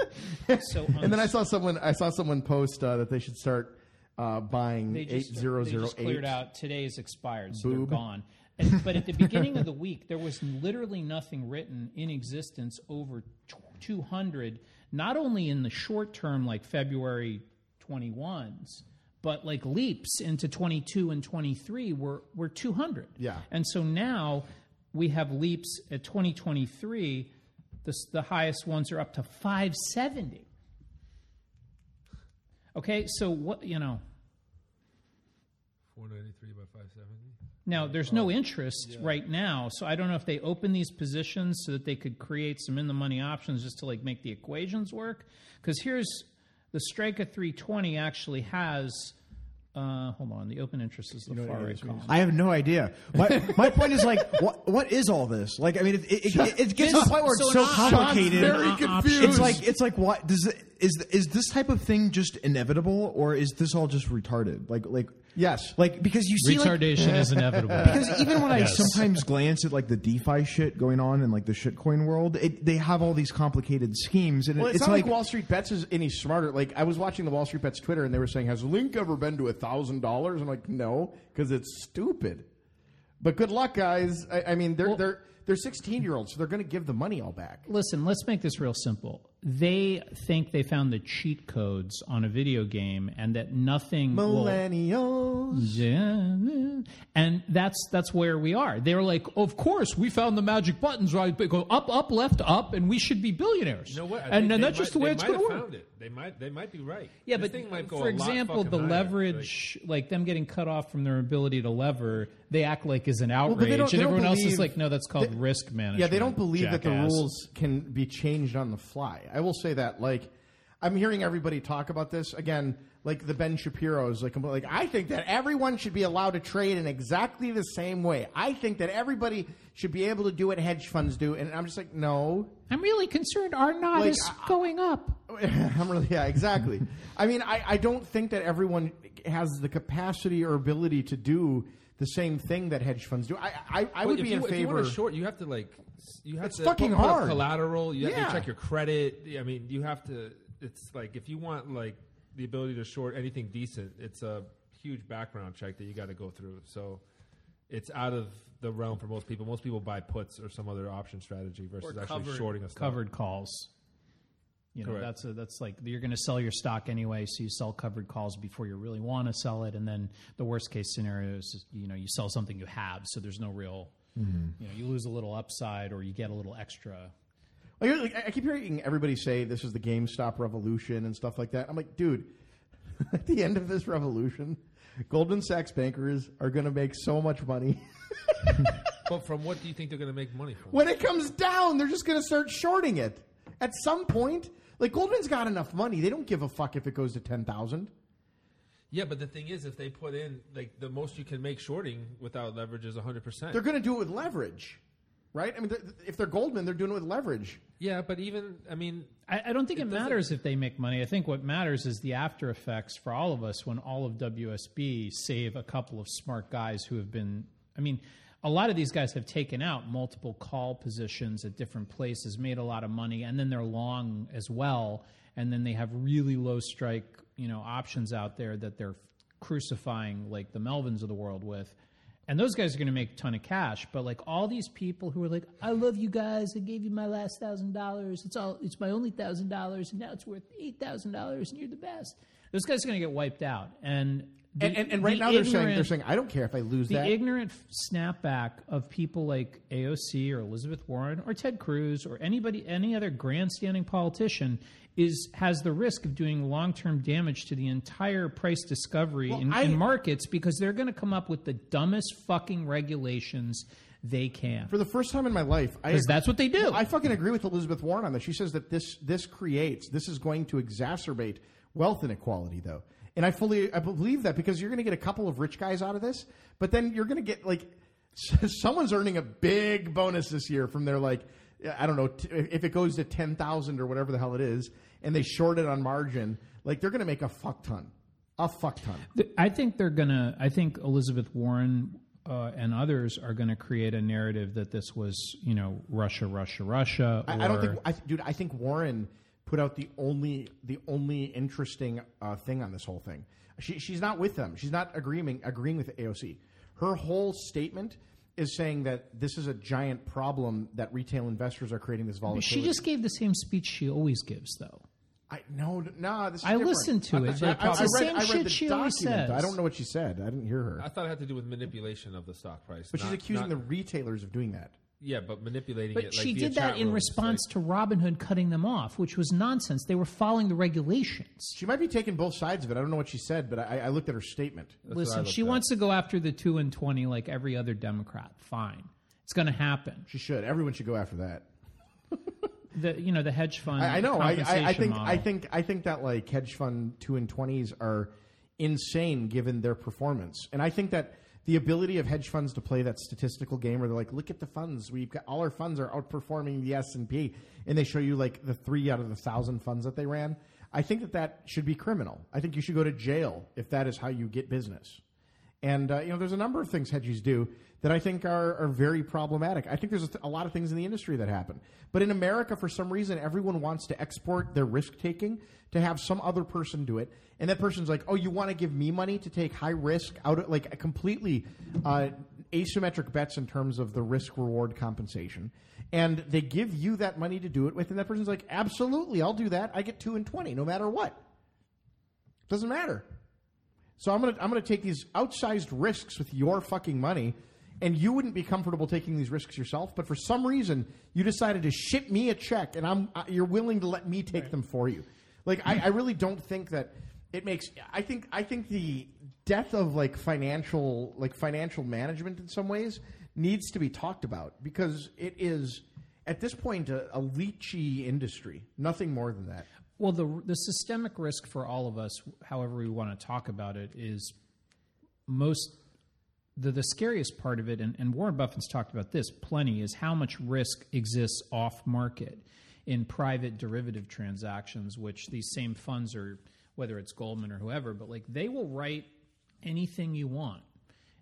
C: So on
B: And then I saw someone. I saw someone post uh, that they should start uh, buying
C: They
B: eight
C: just,
B: zero
C: they
B: zero
C: just
B: eight.
C: cleared out. Today's expired, so
B: Boob.
C: they're gone. And, but at the beginning of the week, there was literally nothing written in existence over tw- 200, not only in the short term, like February 21s, but like leaps into 22 and 23 were, were 200.
B: Yeah.
C: And so now we have leaps at 2023. The, s- the highest ones are up to 570. Okay, so what, you know,
E: Four ninety three by five seventy.
C: Now, there's no interest right now, so I don't know if they open these positions so that they could create some in the money options just to like make the equations work. Because here's the strike of 320 actually has. Uh, hold on, the open interest is the far right column.
D: I have no idea. My, my point is like, what, what is all this? Like, I mean, it, it, it, it gets to the point where it's
C: so
D: so
C: an option-
D: complicated.
B: Uh,
C: very An confused.
D: It's like, it's like, what does it, is is this type of thing just inevitable, or is this all just retarded? Like, like
B: Yes.
D: like because you see, like,
C: is inevitable.
D: because even when
C: Yes.
D: I sometimes glance at like the DeFi shit going on in like the shitcoin world, it, they have all these complicated schemes, and
B: Well,
D: it-
B: it's,
D: it's
B: not like, Wall Street Bets is any smarter. Like I was watching the Wall Street Bets Twitter, and they were saying, "Has Link ever been to a thousand dollars?" I'm like, "No, because it's stupid." But good luck, guys. I, I mean, they're they're they're 16 year olds, so they're going to give the money all back.
C: Listen, let's make this real simple. They think they found the cheat codes on a video game and that nothing will
B: Millennials.
C: Yeah. And that's that's where we are. They're like, of course, we found the magic buttons right. They Go up, up, left, up, and we should be billionaires.
E: You know what? I think
C: And then
E: they
C: that's just the
E: might-
C: way
E: they
C: it's
E: might
C: going to
E: have
C: work.
E: Found it. They might. They might be right.
C: Yeah, but
E: This thing might go
C: for
E: a lot
C: example,
E: fucking
C: the
E: higher.
C: leverage, like, them getting cut off from their ability to lever, they act like is an
B: but they
C: outrage,
B: don't- they
C: and
B: don't
C: everyone else is
B: believe-
C: like, no, that's called risk management.
B: Yeah, they don't believe that the
C: jackass.
B: rules can be changed on the fly. I will say that, like, I'm hearing everybody talk about this again, like the Ben Shapiro's, like compl- like I think that everyone should be allowed to trade in exactly the same way. I think that everybody should be able to do what hedge funds do, and I'm just like, no,
C: I'm really concerned our knot
B: Like,
C: is
B: I-
C: going up.
B: I'm really yeah, exactly. I mean, I, I don't think that everyone has the capacity or ability to do the same thing that hedge funds do. I I, I would
E: if
B: be
E: you,
B: in
E: if you
B: favor.
E: want to short, you have to like s- you have
B: It's
E: to
B: fucking
E: put up
B: hard.
E: collateral. You have
B: Yeah.
E: to check your credit. I mean, you have to. It's like if you want like the ability to short anything decent, it's a huge background check that you got to go through. So it's out of the realm for most people. Most people buy puts or some other option strategy versus actually
C: covered-
E: shorting a stock.
C: covered calls. You know,
E: Correct.
C: that's a, that's like you're going to sell your stock anyway, so you sell covered calls before you really want to sell it, and then the worst case scenario is you know you sell something you have, so there's no real,
E: Mm-hmm.
C: you know, you lose a little upside or you get a little extra.
B: Like, you're- like, I I keep hearing everybody say this is the GameStop revolution and stuff like that. I'm like, dude, at the end of this revolution, Goldman Sachs bankers are going to make so much money.
E: But from what do you think they're going to make money from?
B: when it comes down, they're just going to start shorting it. At some point, like Goldman's got enough money, they don't give a fuck if it goes to ten thousand.
E: Yeah, but the thing is, if they put in like the most you can make shorting without leverage is hundred percent.
B: They're going to do it with leverage, right? I mean, they're- if they're Goldman, they're doing it with leverage.
E: Yeah, but even I mean,
C: I, I don't think it,
E: doesn't-
C: matters if they make money. I think what matters is the after effects for all of us when all of WSB, save a couple of smart guys who have been. I mean, a lot of these guys have taken out multiple call positions at different places, made a lot of money, and then they're long as well. And then they have really low strike, you know, options out there that they're crucifying like the Melvins of the world with. And those guys are going to make a ton of cash. But like all these people who are like, I love you guys. I gave you my last thousand dollars. It's all, it's my only thousand dollars. And now it's worth eight thousand dollars and you're the best. Those guys are going to get wiped out. And, the-
B: And, and, and right
C: the
B: now they're saying they're
C: ignorant-
B: saying I don't care if I lose
C: the
B: that.
C: ignorant f- snapback of people like AOC or Elizabeth Warren or Ted Cruz or anybody any other grandstanding politician is has the risk of doing long-term damage to the entire price discovery in,
B: I-
C: in markets because they're going to come up with the dumbest fucking regulations they can.
B: For the first time in my life, I
C: Because that's what they do.
B: I fucking agree with Elizabeth Warren on this. She says that this this creates this is going to exacerbate wealth inequality, though, and I fully I believe that because you're going to get a couple of rich guys out of this, but then you're going to get like someone's earning a big bonus this year from their like I don't know t- if it goes to ten thousand or whatever the hell it is, and they short it on margin, like they're going to make a fuck ton, a fuck ton.
C: Th- I think they're gonna. I think Elizabeth Warren uh, and others are gonna create a narrative that this was, you know, Russia, Russia, Russia.
B: I, I don't
C: or-
B: think, I, dude. I think Warren put out the only the only interesting uh, thing on this whole thing. She, she's not with them. She's not agreeing agreeing with AOC. Her whole statement is saying that this is a giant problem that retail investors are creating this volatility.
C: She just gave the same speech she always gives, though.
B: I, no, no. This is
C: I
B: different.
C: listened to it. Like, it's the same shit she always says.
B: I don't know what she said. I didn't hear her.
E: I thought it had to do with manipulation of the stock price.
B: but she's
E: not-
B: accusing the
E: not-
B: retailers of doing that.
E: yeah, but manipulating
C: But
E: it. Like
C: she
E: via
C: did that
E: chat
C: in
E: rooms,
C: response to Robinhood cutting them off, which was nonsense. They were following the regulations.
B: She might be taking both sides of it. I don't know what she said, but I, I looked at her statement.
C: Listen,
E: looked
C: she
E: at.
C: wants to go after the two and twenty like every other Democrat. Fine, it's going to happen.
B: She should. Everyone should go after that.
C: The you know the hedge fund.
B: I, I know. I, I, I
C: compensation
B: think. I
C: model.
B: think. I think that like hedge fund two and twenties are insane given their performance, and I think that the ability of hedge funds to play that statistical game where they're like, look at the funds we've got, all our funds are outperforming the S and P, and they show you like the three out of the thousand funds that they ran. I think that that should be criminal. I think you should go to jail if that is how you get business. And uh, you know, there's a number of things hedgies do that I think are, are very problematic. I think there's a, th- a lot of things in the industry that happen, but in America, for some reason, everyone wants to export their risk taking to have some other person do it, and that person's like, "Oh, you want to give me money to take high risk out of like a completely uh, asymmetric bets in terms of the risk reward compensation," and they give you that money to do it with, and that person's like, "Absolutely, I'll do that. I get two and twenty, no matter what. Doesn't matter." So I'm gonna I'm gonna take these outsized risks with your fucking money, and you wouldn't be comfortable taking these risks yourself. But for some reason, you decided to ship me a check, and I'm uh, you're willing to let me take them for you. Like I, I really don't think that it makes. I think I think the death of like financial like financial management in some ways needs to be talked about because it is at this point a, a leechy industry, nothing more than that.
C: Well, the the systemic risk for all of us, however we want to talk about it, is most the the scariest part of it, and, and Warren Buffett's talked about this plenty, is how much risk exists off market in private derivative transactions, which these same funds are, whether it's Goldman or whoever, but like they will write anything you want,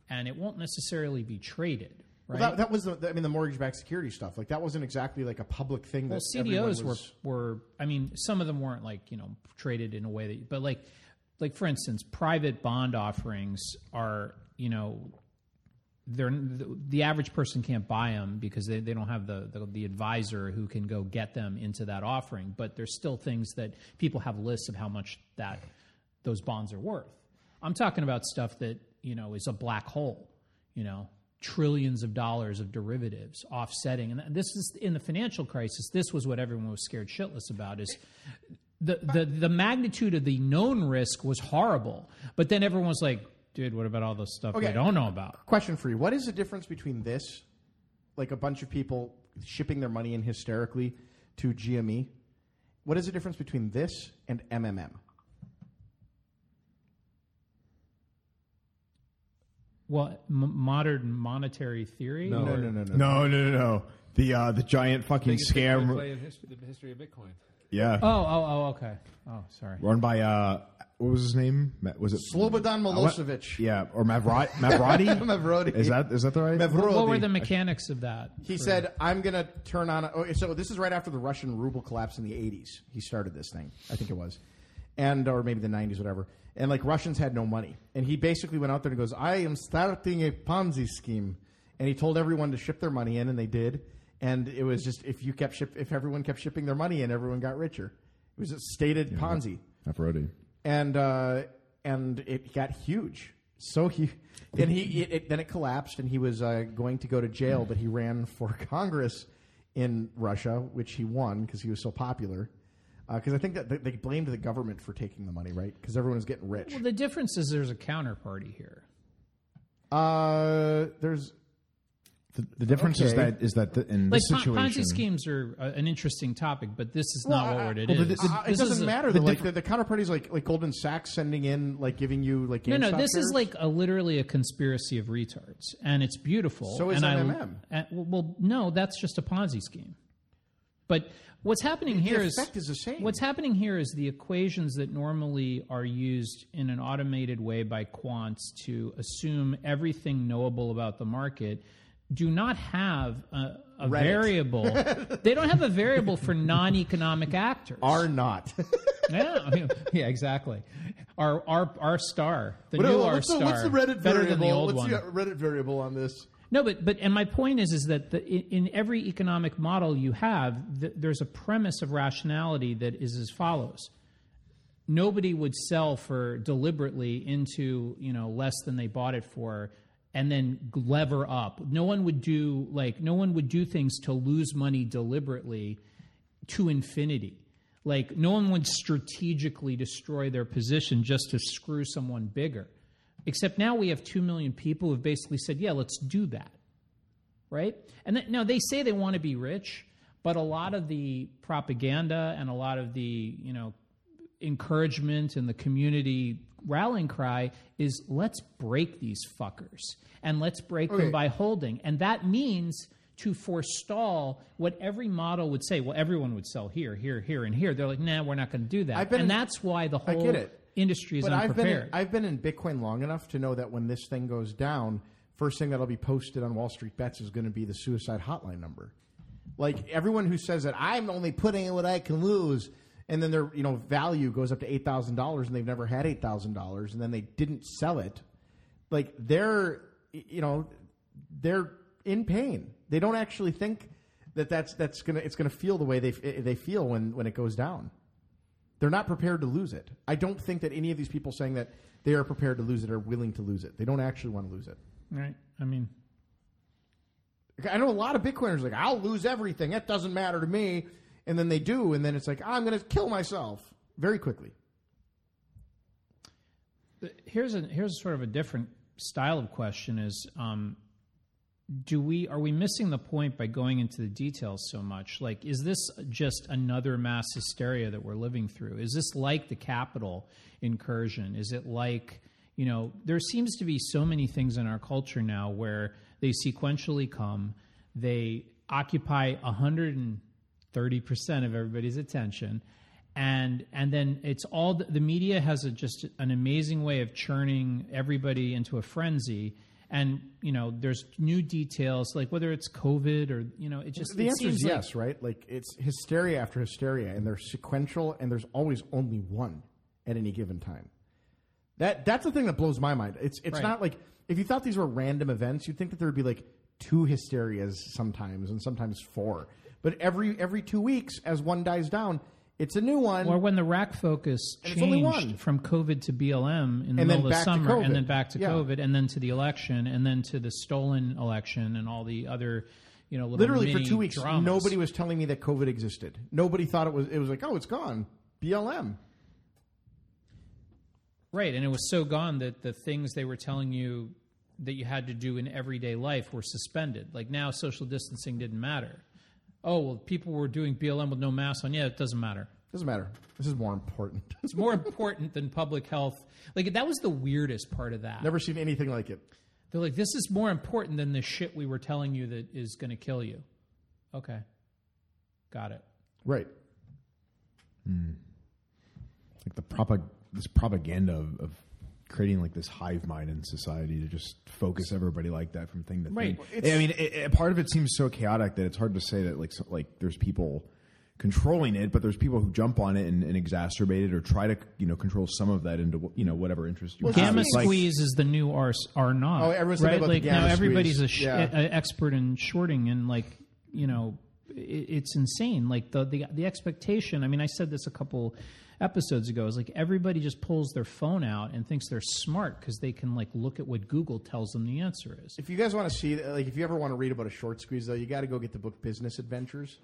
C: and it won't necessarily be traded. Right?
B: Well, that, that was the, I mean the mortgage backed security stuff. Like that wasn't exactly like a public thing.
C: Well,
B: that everyone
C: CDOs
B: was-
C: were were. I mean, some of them weren't like you know traded in a way that, but like like for instance, private bond offerings are you know they're the, the average person can't buy them because they, they don't have the, the the advisor who can go get them into that offering. But there's still things that people have lists of how much that those bonds are worth. I'm talking about stuff that you know is a black hole. You know, trillions of dollars of derivatives offsetting, and this is in the financial crisis. This was what everyone was scared shitless about. Is the, the the magnitude of the known risk was horrible, but then everyone was like, "Dude, what about all the stuff we
B: Okay.
C: don't know about?"
B: Question for you: What is the difference between this, like a bunch of people shipping their money in hysterically to GME? What is the difference between this and MMM?
C: Well, m- modern monetary theory.
B: No, no, no, no.
D: No, no, no, no. The uh, the giant fucking
E: Biggest Bitcoin play
D: scam.
E: in history, the history of Bitcoin.
D: Yeah,
C: Oh, oh, oh, okay. Oh, sorry.
D: run by uh, what was his name? Ma- Was it
B: Slobodan Milosevic.
D: Yeah, or Mavrati. Mavrati.
B: Mavrodi.
D: is that is that the right?
B: Mavrodi.
C: What were the mechanics of that?
B: He said, "I'm going to turn on." A, oh, so this is right after the Russian ruble collapse in the '80s. He started this thing, I think it was, and or maybe the '90s, whatever. And like Russians had no money, and he basically went out there and goes, "I am starting a Ponzi scheme," and he told everyone to ship their money in, and they did. And it was just if you kept ship, if everyone kept shipping their money in, everyone got richer. It was a stated Ponzi,
D: Mavroti.
B: and uh, and it got huge, so huge. And he it, it, then it collapsed, and he was uh, going to go to jail, but he ran for Congress in Russia, which he won because he was so popular. Because I think that they, they blamed the government for taking the money, right? Because everyone was getting rich.
C: Well, the difference is there's a counterparty here.
B: Uh, there's
D: The, the difference is
B: Okay.
D: that is that the, in
C: Like
D: this
C: Pon-
D: situation,
C: Ponzi schemes are uh, an interesting topic, but this is not
B: I-
C: what it
D: well,
C: is.
D: the- the-
B: uh, it
C: This is
B: doesn't
C: a-
B: matter. though. like the, the counterparties, like like Goldman Sachs, sending in like giving you like
C: No, no,
B: GameStop
C: this
B: shares.
C: is like a literally a conspiracy of retards, and it's beautiful.
B: So is
C: and I-
B: MMM.
C: and- well, no, that's just a Ponzi scheme. But what's happening here is
B: effect is the same.
C: What's happening here is the equations that normally are used in an automated way by quants to assume everything knowable about the market do not have a, a
B: Reddit.
C: variable. they don't have a variable for non-economic actors.
B: are not.
C: Yeah, I mean, yeah, exactly. Our our our star, the
B: What-
C: new
B: what's
C: R
B: the-
C: star,
B: what's the Reddit
C: better
B: variable?
C: than the old
B: what's
C: one.
B: the Reddit variable on this?
C: No, but but and my point is is that the, in, in every economic model you have, th- there's a premise of rationality that is as follows: nobody would sell for deliberately into you know less than they bought it for and then lever up no one would do like no one would do things to lose money deliberately to infinity like no one would strategically destroy their position just to screw someone bigger except now we have 2 million people who've basically said yeah let's do that right? And that, now they say they want to be rich, but a lot of the propaganda and a lot of the you know encouragement and the community rallying cry is let's break these fuckers and let's break them by holding, and that means. To forestall what every model would say, well, everyone would sell here, here, here, and here. They're like, nah, we're not going to do that.
B: I've been-
C: and that's why the
B: I
C: whole
B: get it.
C: industry is
B: but I've
C: unprepared.
B: been I've been in Bitcoin long enough to know that when this thing goes down, first thing that'll be posted on Wall Street Bets is going to be the suicide hotline number. Like everyone who says that I'm only putting in what I can lose, and then their you know value goes up to eight thousand dollars, and they've never had eight thousand dollars, and then they didn't sell it. Like they're y- you know they're in pain. They don't actually think that that's that's gonna it's gonna feel the way they f- they feel when when it goes down. They're not prepared to lose it. I don't think that any of these people saying that they are prepared to lose it are willing to lose it. They don't actually want to lose it.
C: right? I mean,
B: Like, I know a lot of Bitcoiners are like, I'll lose everything. That doesn't matter to me. And then they do. And then it's like, I'm going to kill myself very quickly.
C: here's a here's sort of a different style of question is um, do we are we missing the point by going into the details so much like is this just another mass hysteria that we're living through is this like the capitol incursion is it like you know there seems to be so many things in our culture now where they sequentially come they occupy 130% of everybody's attention and and then it's all the, the media has a, just an amazing way of churning everybody into a frenzy and you know there's new details like whether it's covid or you know it just
B: The
C: it
B: answer
C: seems
B: is
C: like-
B: yes, right? Like it's hysteria after hysteria, and they're sequential, and there's always only one at any given time. That that's the thing that blows my mind. It's it's
C: Right.
B: not like if you thought these were random events, you'd think that there would be like two hysterias sometimes, and sometimes four. But every every two weeks, as one dies down, it's a new one.
C: or when the rack focus
B: it's only one.
C: changed from COVID to BLM in the
B: And then
C: middle of
B: back to
C: summer,
B: COVID.
C: and then back to
B: Yeah.
C: COVID, and then to the election, and then to the stolen election, and all the other, you know, little
B: Literally for
C: mini
B: two weeks,
C: dramas.
B: nobody was telling me that COVID existed. Nobody thought it was. It was like, oh, it's gone. BLM.
C: right, and it was so gone that the things they were telling you that you had to do in everyday life were suspended. Like now, social distancing didn't matter. Oh well, people were doing BLM with no mask on. Yeah, it doesn't matter.
B: Doesn't matter. This is more important.
C: It's more important than public health. Like that was the weirdest part of that.
B: Never seen anything like it.
C: They're like, this is more important than the shit we were telling you that is going to kill you. Okay. Got it.
B: Right.
D: like the propag- this propaganda of, of creating like this hive mind in society to just focus everybody like that from thing to
C: Right.
D: thing. I mean, it, it, part of it seems so chaotic that it's hard to say that like so, like there's people controlling it, but there's people who jump on it and, and exacerbate it or try to you know control some of that into you know whatever interest you
B: Well,
D: have.
C: Gamma
D: It's like-
C: squeeze is the new R, R not.
B: Um, Oh, everyone's
C: right?
B: thinking about the
C: like,
B: gamma
C: now everybody's a
B: squeeze.
C: sh-
B: Yeah.
C: a- a expert in shorting and like, you know, i it's insane. Like the, the, the expectation, I mean, I said this a couple episodes ago, is like everybody just pulls their phone out and thinks they're smart because they can like look at what Google tells them the answer is.
B: If you guys want to see, like, if you ever want to read about a short squeeze, though, you got to go get the book Business Adventures,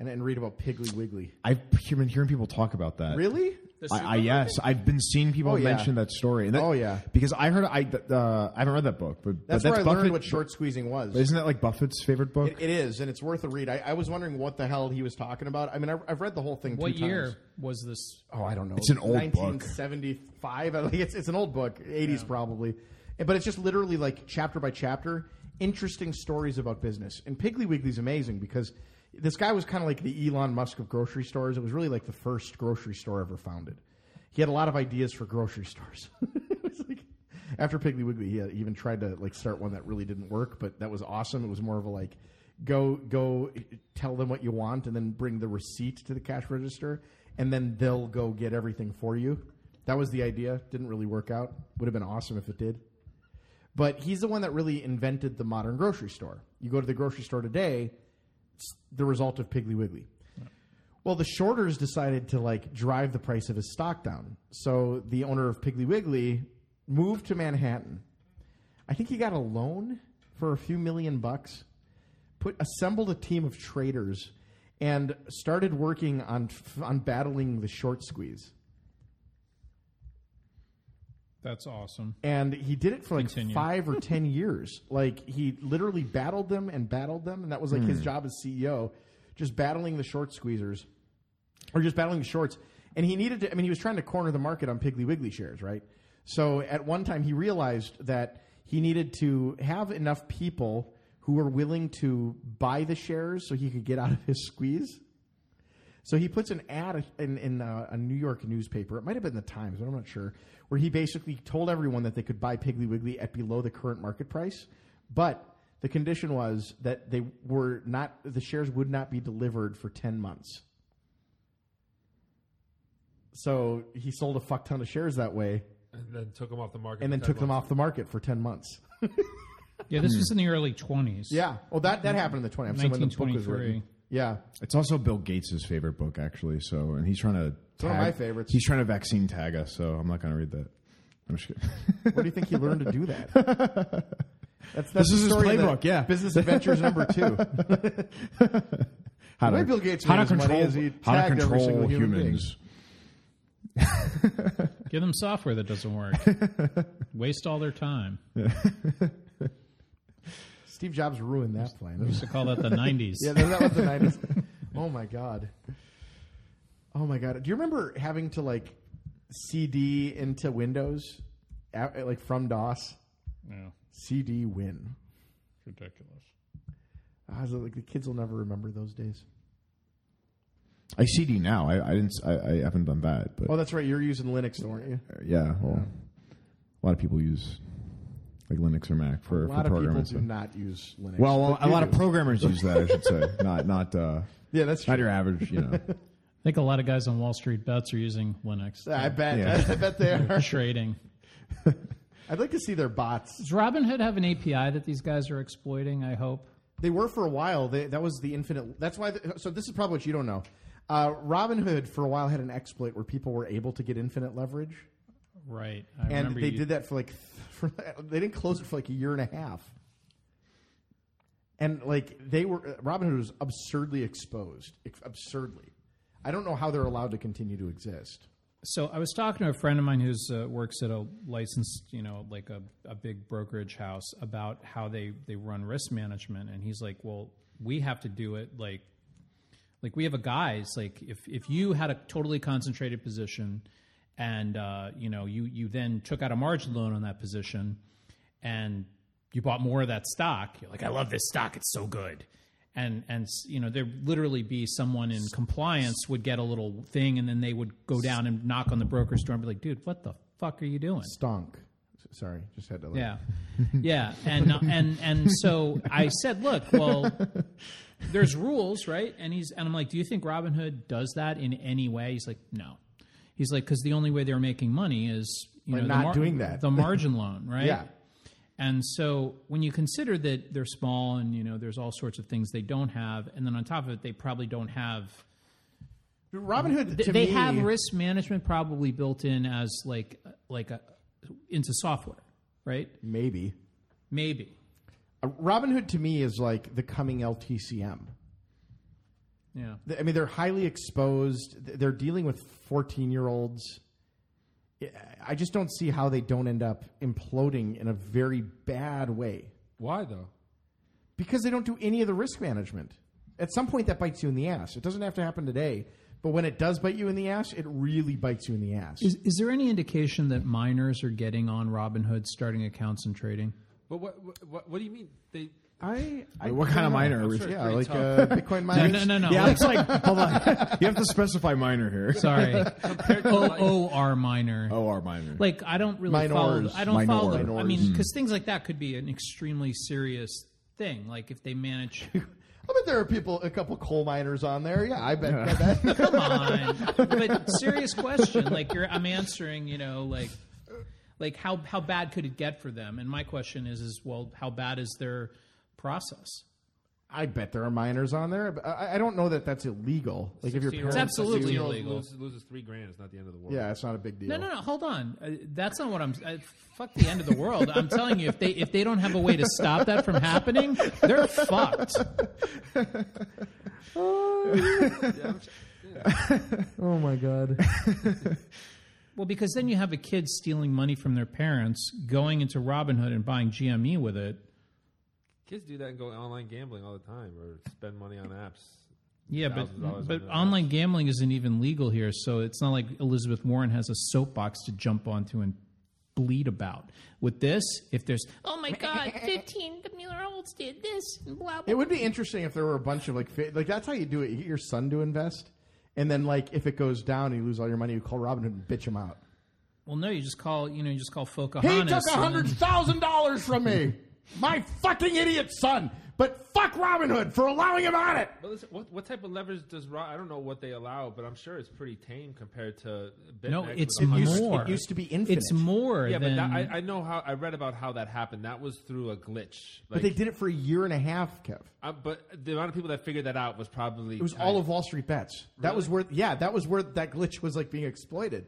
B: and then read about Piggly Wiggly.
D: I've been hearing people talk about that.
B: Really?
D: I, I yes, I've been seeing people
B: Oh, yeah.
D: mention that story. And that-
B: Oh, yeah.
D: because I heard I uh, I haven't read that book, but
B: That's,
D: but
B: where I learned
D: that's Buffett-
B: what short squeezing was.
D: Isn't that like Buffett's favorite book?
B: It- it is, and it's worth a read. I, I was wondering what the hell he was talking about. I mean, I, I've read the whole thing.
C: What
B: two
C: year
B: Times.
C: was this?
B: Oh, I don't know.
D: It's an old book.
B: 1975. I think it's it's an old book, 80s probably. And- But it's just literally like chapter by chapter, interesting stories about business. And Piggly Wiggly's amazing because this guy was kind of like the Elon Musk of grocery stores. It was really like the first grocery store ever founded. He had a lot of ideas for grocery stores. It was like- after Piggly Wiggly, he had even tried to like start one that really didn't work, but that was awesome. It was more of a like go go tell them what you want and then bring the receipt to the cash register and then they'll go get everything for you. That was the idea. Didn't really work out. Would have been awesome if it did. But he's the one that really invented the modern grocery store. You go to the grocery store today, it's the result of Piggly Wiggly. Well, the shorters decided to like drive the price of his stock down. So the owner of Piggly Wiggly moved to Manhattan. I think he got a loan for a few million bucks, put assembled a team of traders, and started working on on battling the short squeeze.
C: That's awesome.
B: and he did it for like
C: Continue.
B: five or ten years. Like he literally battled them and battled them, and that was like his job as CEO, just battling the short squeezers, or just battling the shorts. And he needed to. I mean, he was trying to corner the market on Piggly Wiggly shares, right? So at one time, he realized that he needed to have enough people who were willing to buy the shares so he could get out of his squeeze. So he puts an ad in, in uh, a New York newspaper. It might have been the Times, but I'm not sure. Where he basically told everyone that they could buy Piggly Wiggly at below the current market price, but the condition was that they were not the shares would not be delivered for ten months. So he sold a fuck ton of shares that way,
E: and then took them off the market,
B: and
E: for
B: then
E: 10
B: took them
E: bucks.
B: off the market for ten months.
C: Yeah, this was in the early 20s.
B: Yeah. Well, that that happened in the 20s. So when the book was
C: 1923.
B: written. Yeah.
D: It's also Bill Gates' favorite book, actually. So, and he's trying to. It's
B: one of my favorites.
D: He's trying to vaccine tag us, so I'm not going to read that. I'm just kidding.
B: Where do you think he learned to do that? That's, that's
D: This
B: the
D: is his
B: story of the
D: playbook, yeah.
B: Business Adventures number two.
D: How
B: way
D: to,
B: Bill Gates
D: how to
B: made his money
D: control,
B: is he
D: how to
B: tagged every
D: control
B: single human being.
D: humans.
C: Give them software that doesn't work. Waste all their time.
B: Steve Jobs ruined that plane. It was-
C: used to call that the 90s.
B: yeah, that was the nineties. Oh my god. Oh my god. Do you remember having to like CD into Windows, A- like from DOS?
C: Yeah,
B: CD Win.
C: it's ridiculous.
B: I was like, the kids will never remember those days.
D: I CD now. I, I didn't. s- I, I haven't done that, but
B: Oh, that's right. You're using Linux, though, aren't you?
D: uh, yeah. Well, a lot of people use like Linux or Mac for,
B: A lot
D: for
B: of people
D: programming.
B: do not use Linux.
D: well,
B: but
D: a
B: you
D: lot of
B: do.
D: programmers use that. I should say, not not uh,
B: yeah, that's
D: not
B: true.
D: your average. You know,
C: I think a lot of guys on Wall Street bets are using Linux.
B: I bet.
D: Yeah.
B: I bet they are.
C: trading.
B: I'd like to see their bots.
C: Does Robinhood have an API that these guys are exploiting? I hope.
B: They were for a while. They, that was the infinite. That's why. The, so this is probably what you don't know. Uh, Robinhood for a while had an exploit where people were able to get infinite leverage,
C: Right. I
B: and
C: remember
B: they
C: you-
B: did that for like for, they didn't close it for like a year and a half. And like they were, uh, Robinhood was absurdly exposed, ex- absurdly. I don't know how they're allowed to continue to exist.
C: So I was talking to a friend of mine who's uh, works at a licensed, you know, like a, a big brokerage house about how they they run risk management, and he's like, "Well, we have to do it like, like we have a guys like if if you had a totally concentrated position, and uh, you know you you then took out a margin loan on that position, and you bought more of that stock, you're like, I love this stock, it's so good. And and you know there'd literally be someone in compliance would get a little thing, and then they would go down and knock on the broker's door and be like, "Dude, what the fuck are you doing?"
B: Stonk. S- Sorry, just had to. Like,
C: Yeah, yeah, and uh, and and so I said, "Look, well, there's rules, right?" And he's and I'm like, "Do you think Robinhood does that in any way?" He's like, "No." He's like, "Because the only way they're making money is you
B: By
C: know the
B: not doing that.
C: the margin loan, right?"
B: Yeah.
C: And so when you consider that they're small and you know there's all sorts of things they don't have, and then on top of it, they probably don't have
B: Robinhood.
C: Th-
B: to
C: they
B: me-
C: have risk management probably built in as like like a, into software, right?
B: maybe.
C: Maybe.
B: Uh, Robinhood to me is like the coming LTCM.
C: Yeah.
B: Th- I mean, they're highly exposed. Th- They're dealing with fourteen-year-olds. I just don't see how they don't end up imploding in a very bad way
E: Why though?
B: because they don't do any of the risk management. At some point, that bites you in the ass. It doesn't have to happen today, but when it does bite you in the ass, it really bites you in the ass.
C: Is, is there any indication that minors are getting on Robinhood starting accounts and trading?
E: But what what- what, what do you mean they?
B: I, I
D: what kind of miner? Are we,
E: sure it's
B: Yeah,
E: pretty
B: like
E: tough.
B: uh, Bitcoin
C: No,
B: miners.
C: no, no, no.
D: yeah, it's like hold on. You have to specify minor here.
C: Sorry.
E: Compared to like,
C: OR minor.
D: Oh, our minor.
C: Like I don't really
B: Minors.
C: follow. I don't follow.
D: Minor.
C: I mean, because things like that could be an extremely serious thing. Like if they manage.
B: I bet there are people, a couple coal miners on there. Yeah, I bet. I bet.
C: Come on. But serious question. Like you're, I'm answering. You know, like, like how how bad could it get for them? And my question is, is well, how bad is their process?
B: I bet there are minors on there. but I, I don't know that that's illegal. Like if your
E: 16-year-old
B: parents,
C: It's absolutely
E: loses-
C: illegal.
E: Loses, loses three grand. It's not the end of the world.
B: yeah, it's not a big deal.
C: No, no, no. Hold on. Uh, that's not what I'm. Uh, fuck the end of the world. I'm telling you, if they if they don't have a way to stop that from happening, they're fucked.
B: Oh my god.
C: Well, because then you have a kid stealing money from their parents, going into Robinhood and buying GME with it.
E: Kids do that and go online gambling all the time, or spend money on apps.
C: Yeah,
E: Thousands of dollars
C: but but
E: on that.
C: online gambling isn't even legal here, so it's not like Elizabeth Warren has a soapbox to jump onto and bleed about. With this, if there's
F: Oh my God, 15 year olds did this and blah, blah.
B: It would be interesting if there were a bunch of like fa- like that's how you do it. You get your son to invest, and then like if it goes down and you lose all your money, you call Robinhood and bitch him out.
C: well, no, you just call you know you just call Pocahontas.
B: He took
C: and then-
B: hundred thousand dollars from me, my fucking idiot son. But fuck Robinhood for allowing him on it.
E: But listen, what, what type of leverage does Ro- I don't know what they allow, but I'm sure it's pretty tame compared to BitMEX
C: No,
E: with
C: it's
E: a hundred-
B: used-
C: more.
B: it used to be infinite.
C: It's more
E: Yeah, but
C: than
E: that, I, I know how I read about how that happened. That was through a glitch. Like,
B: But they did it for a year and a half, Kev.
E: uh, but the amount of people that figured that out was probably
B: It was all of Wall Street bets. That was where, yeah, that was where that glitch was like being exploited.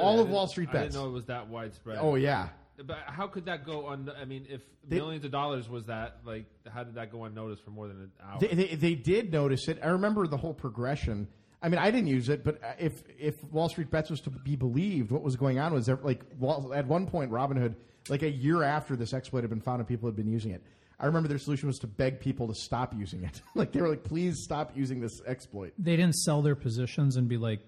B: all of Wall Street
E: I didn't
B: bets.
E: know it was that widespread.
B: Oh yeah,
E: but how could that go on? I mean, if millions of dollars was that, like, how did that go unnoticed for more than an hour?
B: they, they, they did notice it. I remember the whole progression. I mean, I didn't use it, but if if Wall Street bets was to be believed, what was going on was that, like Wall, at one point Robinhood, like a year after this exploit had been found and people had been using it, I remember their solution was to beg people to stop using it. like they were like, please stop using this exploit.
C: They didn't sell their positions and be like,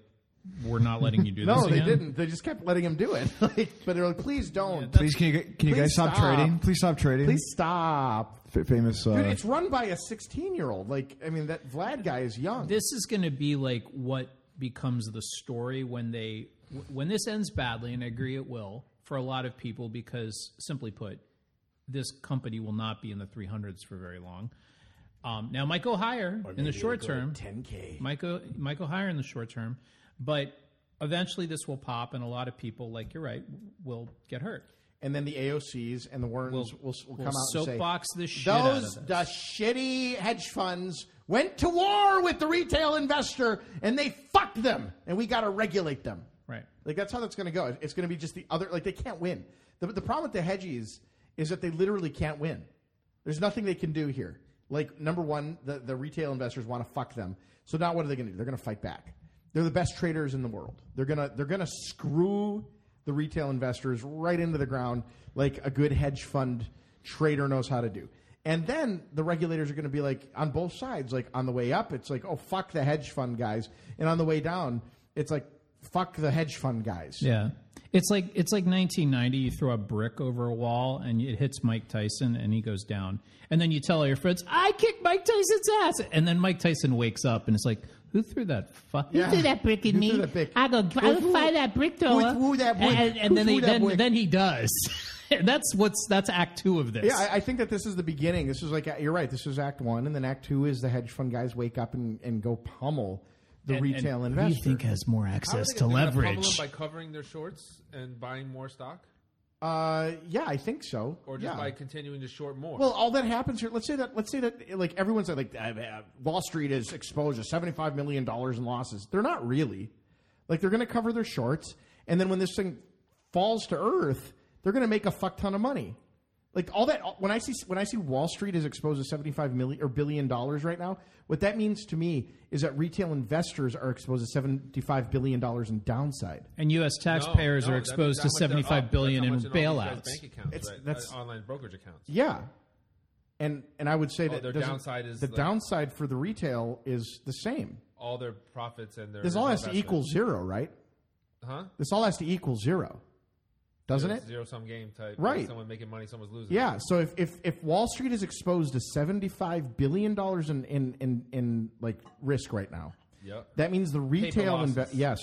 C: "We're not letting you do this."
B: No, they
C: again."
B: didn't. They just kept letting them do it. like, but they were like, please don't.
D: Please, can you, can you
B: Please
D: guys stop,
B: stop.
D: trading? Please stop trading.
B: please stop.
D: F- famous. Uh,
B: Dude, it's run by a 16 year old. Like, I mean, that Vlad guy is young.
C: This is going to be like what becomes the story when they when this ends badly, and I agree it will for a lot of people because, simply put, this company will not be in the 300s for very long. Um, now, it might go higher in the short term.
B: 10K.
C: might go might go higher in the short term, but eventually this will pop, and a lot of people, like you're right, will get hurt.
B: And then the AOCs and the Warrens will, will,
C: we'll
B: come out
C: soapbox
B: and
C: the
B: say,
C: shit out of
B: those
C: this."
B: the shitty hedge funds went to war with the retail investor and they fucked them and we got to regulate them.
C: Right.
B: Like that's how that's going to go. It's going to be just the other. Like they can't win. The, the problem with the hedgies is that they literally can't win. There's nothing they can do here. Like number one, the, the retail investors want to fuck them. So now what are they going to do? They're going to fight back. They're the best traders in the world. They're gonna they're gonna screw the retail investors right into the ground like a good hedge fund trader knows how to do. And then the regulators are going to be like on both sides. Like on the way up, it's like oh fuck the hedge fund guys, and on the way down, it's like fuck the hedge fund guys.
C: Yeah. It's like it's like 1990. You throw a brick over a wall and it hits Mike Tyson and he goes down. And then you tell all your friends, "I kicked Mike Tyson's ass." And then Mike Tyson wakes up and it's like, "Who threw that fuck?"
B: Yeah.
F: Threw that brick at
B: You
F: me.
B: threw that brick.
F: I go. I
B: Who-
F: go find that brick thrower.
B: who threw that brick?
C: And, and
B: Who
C: then they,
B: threw that
C: then,
B: brick?
C: then he does. that's what's that's Act Two of this.
B: Yeah, I, I think that this is the beginning. This is like uh, you're right. This is Act One, and then Act Two is the hedge fund guys wake up and, and go pummel the retail
C: and
B: investor.
C: Who you think has more
E: How are
C: access to
E: they gonna- they're gonna pummel
C: leverage?
E: them by covering their shorts and buying more stock,
B: uh, yeah, I think so.
E: or just
B: yeah.
E: by continuing to short more.
B: Well, all that happens here. Let's say that. Let's say that. Like everyone's like, uh, uh, Wall Street is exposed to seventy-five million dollars in losses. They're not really. Like they're going to cover their shorts, and then when this thing falls to earth, they're going to make a fuck ton of money. Like all that. When I see when I see Wall Street is exposed to seventy-five million or billion dollars right now, what that means to me is that retail investors are exposed to seventy-five billion dollars in downside.
C: and U.S. taxpayers
E: No, no,
C: are
E: that means
C: exposed to
E: how much they're
C: seventy-five
E: up. That's
C: billion
E: how
C: in
E: much all these guys'
C: bailouts.
E: bank accounts,
B: It's-
E: right?
B: that's-
E: Uh, online brokerage accounts.
B: Yeah. And and I would say that
E: Oh, their
B: doesn't-
E: downside is
B: the
E: like-
B: downside for the retail is the same.
E: All their profits and their
B: This all has to
E: investment.
B: equal zero, right?
E: huh?
B: This all has to equal zero, doesn't it?
E: Zero sum game type.
B: Right.
E: Someone making money, someone's losing.
B: Yeah. So if, if, if Wall Street is exposed to seventy five billion dollars in, in, in, in like risk right now,
E: Yep.
B: that means the retail
E: losses.
B: inve- yes,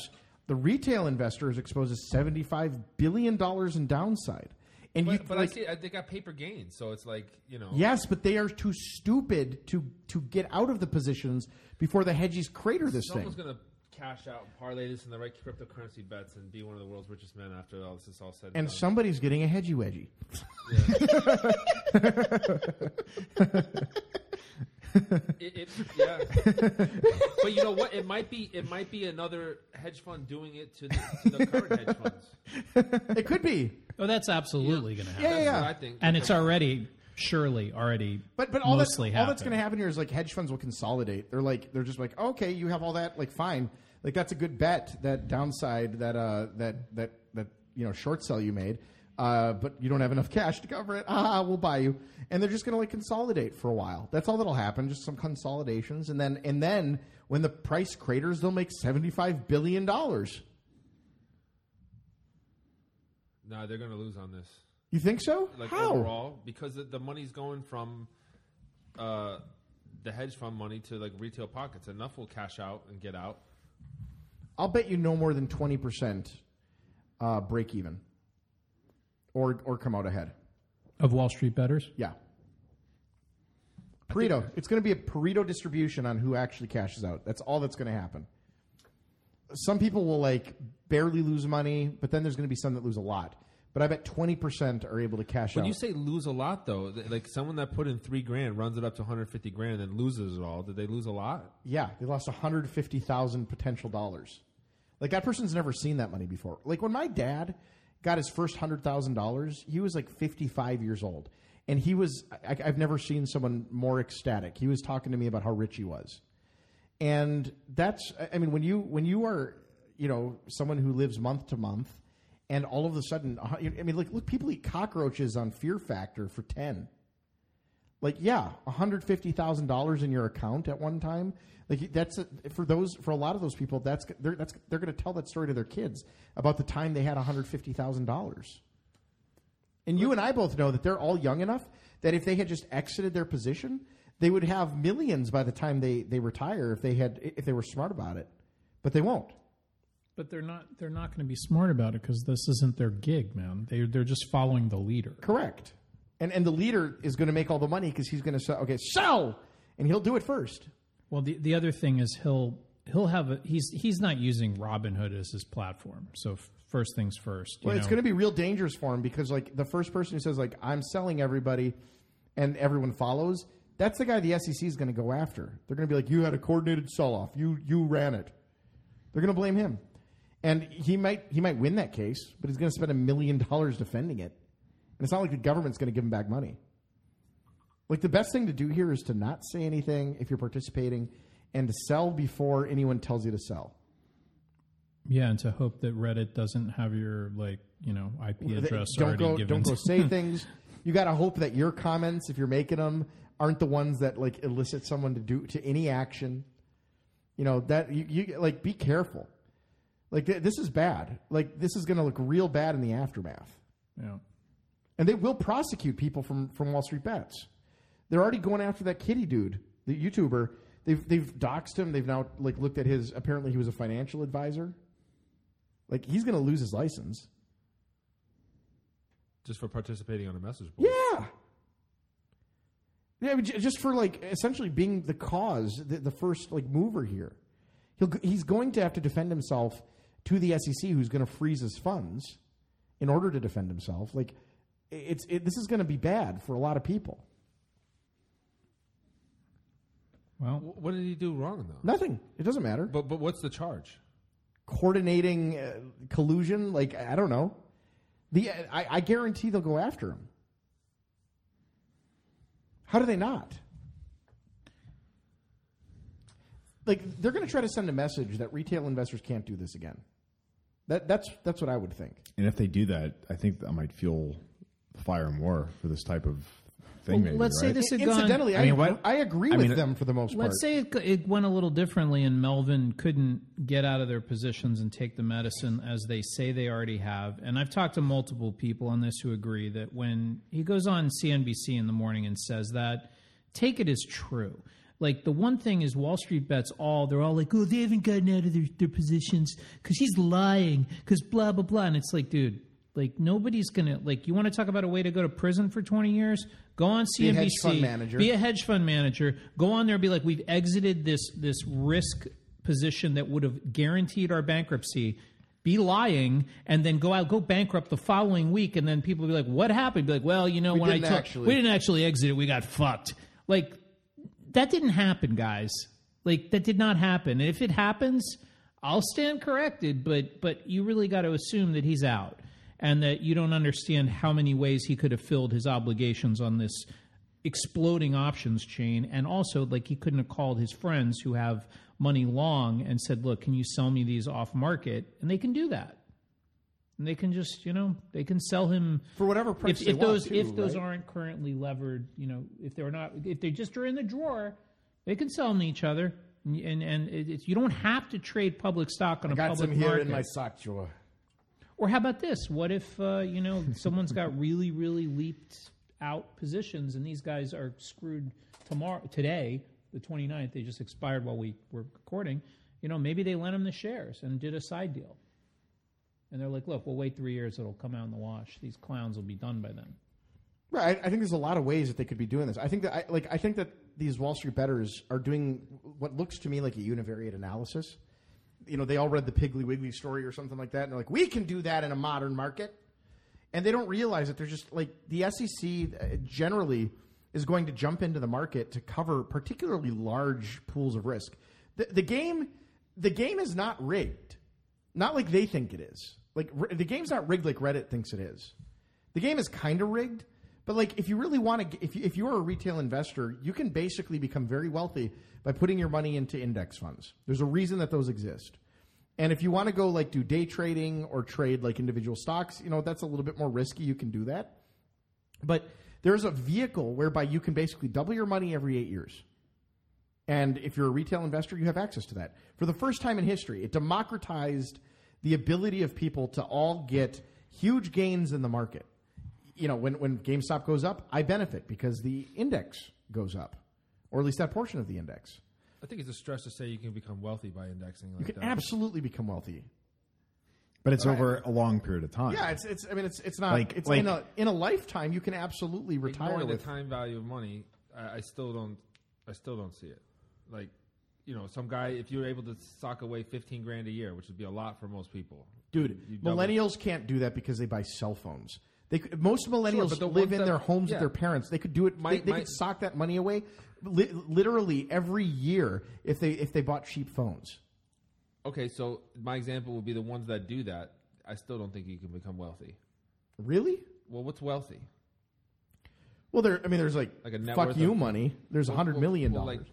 B: the retail investor is exposed to seventy five billion dollars in downside, and you
E: But, but
B: like,
E: I see I, they got paper gains, so it's like you know.
B: yes, but they are too stupid to to get out of the positions before the hedgies crater this thing.
E: Someone's gonna cash out and parlay this in the right cryptocurrency bets and be one of the world's richest men after all this is all said and,
B: and
E: done.
B: somebody's getting a hedgy wedgie.
E: It, it, yeah. but you know what? It might be it might be another hedge fund doing it to the, to the current hedge funds.
B: it could be.
C: Oh, that's absolutely going to happen.
B: Yeah,
E: That's
B: yeah.
E: what I think.
C: And it's already surely already.
B: But but all that's
C: mostly
B: all that's
C: happened.
B: going to happen here is like hedge funds will consolidate. They're like they're just like okay, you have all that like fine, like that's a good bet that downside that uh that that that you know short sell you made, uh but you don't have enough cash to cover it. Ah, we'll buy you, and they're just going to like consolidate for a while. That's all that'll happen, just some consolidations, and then and then when the price craters, they'll make seventy five billion dollars.
E: No, they're gonna lose on this.
B: You think so?
E: Like
B: How?
E: overall, because the, the money's going from uh, the hedge fund money to like retail pockets. Enough will cash out and get out.
B: I'll bet you no more than twenty percent uh, break even, or or come out ahead.
C: of Wall Street betters.
B: Yeah. Pareto. It's going to be a Pareto distribution on who actually cashes out. That's all that's going to happen. Some people will like barely lose money, but then there's going to be some that lose a lot. But I bet twenty percent are able to cash
E: When
B: out.
E: you say lose a lot, though, th- like someone that put in three grand runs it up to 150 grand and loses it all. Did they lose a lot?
B: yeah, they lost one hundred fifty thousand potential dollars. Like that person's never seen that money before. Like when my dad got his first hundred thousand dollars, he was like fifty five years old, and he was. I, I've never seen someone more ecstatic. He was talking to me about how rich he was. and that's I- i mean when you when you are you know someone who lives month to month and all of a sudden uh, you- i mean like look people eat cockroaches on fear factor for 10 Like, yeah, one hundred fifty thousand dollars in your account at one time. Like that's for those for a lot of those people. That's they're that's they're going to tell that story to their kids about the time they had one hundred fifty thousand dollars. And you and I both know that they're all young enough that if they had just exited their position, they would have millions by the time they, they retire if they had if they were smart about it. But they won't.
C: But they're not. They're not going to be smart about it because this isn't their gig, man. They they're just following the leader.
B: Correct. And and the leader is going to make all the money because he's going to sell. Okay, sell, and he'll do it first.
C: Well, the the other thing is he'll he'll have a, he's he's not using Robinhood as his platform. So f- first things first. you
B: Well, it's
C: know.
B: going to be real dangerous for him because like the first person who says like I'm selling everybody, and everyone follows, that's the guy the SEC is going to go after. They're going to be like, you had a coordinated sell off. You you ran it. They're going to blame him, and he might he might win that case, but he's going to spend a million dollars defending it, and it's not like the government's going to give him back money. Like the best thing to do here is to not say anything if you're participating, and to sell before anyone tells you to sell.
C: yeah, and to hope that Reddit doesn't have your like you know IP
B: Th-
C: address
B: don't
C: already
B: go
C: given.
B: don't go say things you got to hope that your comments if you're making them aren't the ones that like elicit someone to do to any action you know that you, you like be careful like th- this is bad like this is going to look real bad in the aftermath
C: yeah.
B: and they will prosecute people from from wall street bets they're already going after that kitty dude the youtuber they've they've doxed him they've now like looked at his apparently he was a financial advisor like he's going to lose his license
E: just for participating on a message board.
B: Yeah. Yeah, I mean, ju- just for like essentially being the cause, the, the first like mover here. He'll g- he's going to have to defend himself to the SEC, who's going to freeze his funds in order to defend himself. Like i- it's it, this is going to be bad for a lot of people.
C: Well,
E: Wh- What did he do wrong though?
B: Nothing. It doesn't matter.
E: But but what's the charge?
B: Coordinating uh, collusion, like I I don't know. The I, I guarantee they'll go after him. How do they not? Like they're going to try to send a message that retail investors can't do this again. That that's that's what I would think.
D: And if they do that, I think I might fuel fire more for this type of thing. maybe,
C: let's say
D: right?
C: this had gone.
B: Incidentally, I,
D: I mean, what-
B: I agree
D: I
B: with
D: mean,
B: them for the most part.
C: Let's say it, it went a little differently and Melvin couldn't get out of their positions and take the medicine as they say they already have. And I've talked to multiple people on this who agree that when he goes on CNBC in the morning and says that, take it as true. Like the one thing is Wall Street bets all they're all like, oh, they haven't gotten out of their, their positions because he's lying because blah blah blah. And it's like, dude, like nobody's gonna like. You want to talk about a way to go to prison for twenty years? Go on CNBC,
B: a hedge fund manager.
C: be a hedge fund manager, go on there and be like, we've exited this this risk position that would have guaranteed our bankruptcy. Be lying, and then go out, go bankrupt the following week, and then people will be like, "What happened?" Be like, "Well, you know, when I
B: didn't
C: took-
B: actually."
C: we didn't actually exit it, we got fucked." Like that didn't happen, guys. Like that did not happen. And if it happens, I'll stand corrected, but but you really got to assume that he's out and that you don't understand how many ways he could have filled his obligations on this exploding options chain and also like he couldn't have called his friends who have money long and said, "Look, can you sell me these off market?" And they can do that. And they can just, you know, they can sell him
B: for whatever price
C: if,
B: they
C: if
B: want
C: those
B: to,
C: if those
B: right?
C: aren't currently levered, you know, if they're not, if they just are in the drawer, they can sell them to each other, and and, and it, it's you don't have to trade public stock on a
B: got
C: public
B: some here
C: market.
B: in my sock drawer.
C: or how about this? What if uh, you know someone's got really really leaped out positions, and these guys are screwed tomorrow today, the 29th, They just expired while we were recording. You know, maybe they lent them the shares and did a side deal. And they're like, look, we'll wait three years. It'll come out in the wash. These clowns will be done by then.
B: Right. I, I think there's a lot of ways that they could be doing this. I think that I, like I think that these Wall Street betters are doing what looks to me like a univariate analysis. You know, they all read the Piggly Wiggly story or something like that, and they're like, "We can do that in a modern market," and they don't realize that they're just like the SEC uh, generally is going to jump into the market to cover particularly large pools of risk. The, the game, the game is not rigged, not like they think it is. Like r- the game's not rigged like Reddit thinks it is the game is kind of rigged but like if you really want to if, you, if you're a retail investor you can basically become very wealthy by putting your money into index funds there's a reason that those exist and if you want to go like do day trading or trade like individual stocks you know that's a little bit more risky you can do that but There's a vehicle whereby you can basically double your money every eight years. And if you're a retail investor, you have access to that. For the first time in history, it democratized the ability of people to all get huge gains in the market. You know, when, when GameStop goes up, I benefit because the index goes up, or at least that portion of the index.
E: I think it's a stretch to say you can become wealthy by indexing like
B: You can
E: that.
B: absolutely become wealthy.
D: But it's over a long period of time.
B: Yeah, it's, it's I mean it's it's not
D: Like-
B: it's
D: like-
B: in a in a lifetime you can absolutely retire
E: Ignoring the
B: with
E: time value of money, I, I still don't. I still don't see it. Like, you know, some guy if you're able to sock away fifteen grand a year, which would be a lot for most people. You
B: Dude,
E: double-
B: millennials can't do that because they buy cell phones. They could, most
E: Sure,
B: millennials
E: but the
B: live
E: ones
B: in
E: that-
B: their homes
E: yeah.
B: with their parents. They could do it.
E: My-
B: they, they
E: my-
B: could sock that money away, li- literally every year if they if they bought cheap phones.
E: Okay, so my example would be the ones that do that. I still don't think you can become wealthy.
B: Really?
E: Well, what's wealthy?
B: Well, there. I mean, there's like,
E: Like a net
B: fuck
E: worth
B: you
E: of-
B: money. There's a
E: Well,
B: hundred
E: well,
B: million
E: well,
B: dollars.
E: like,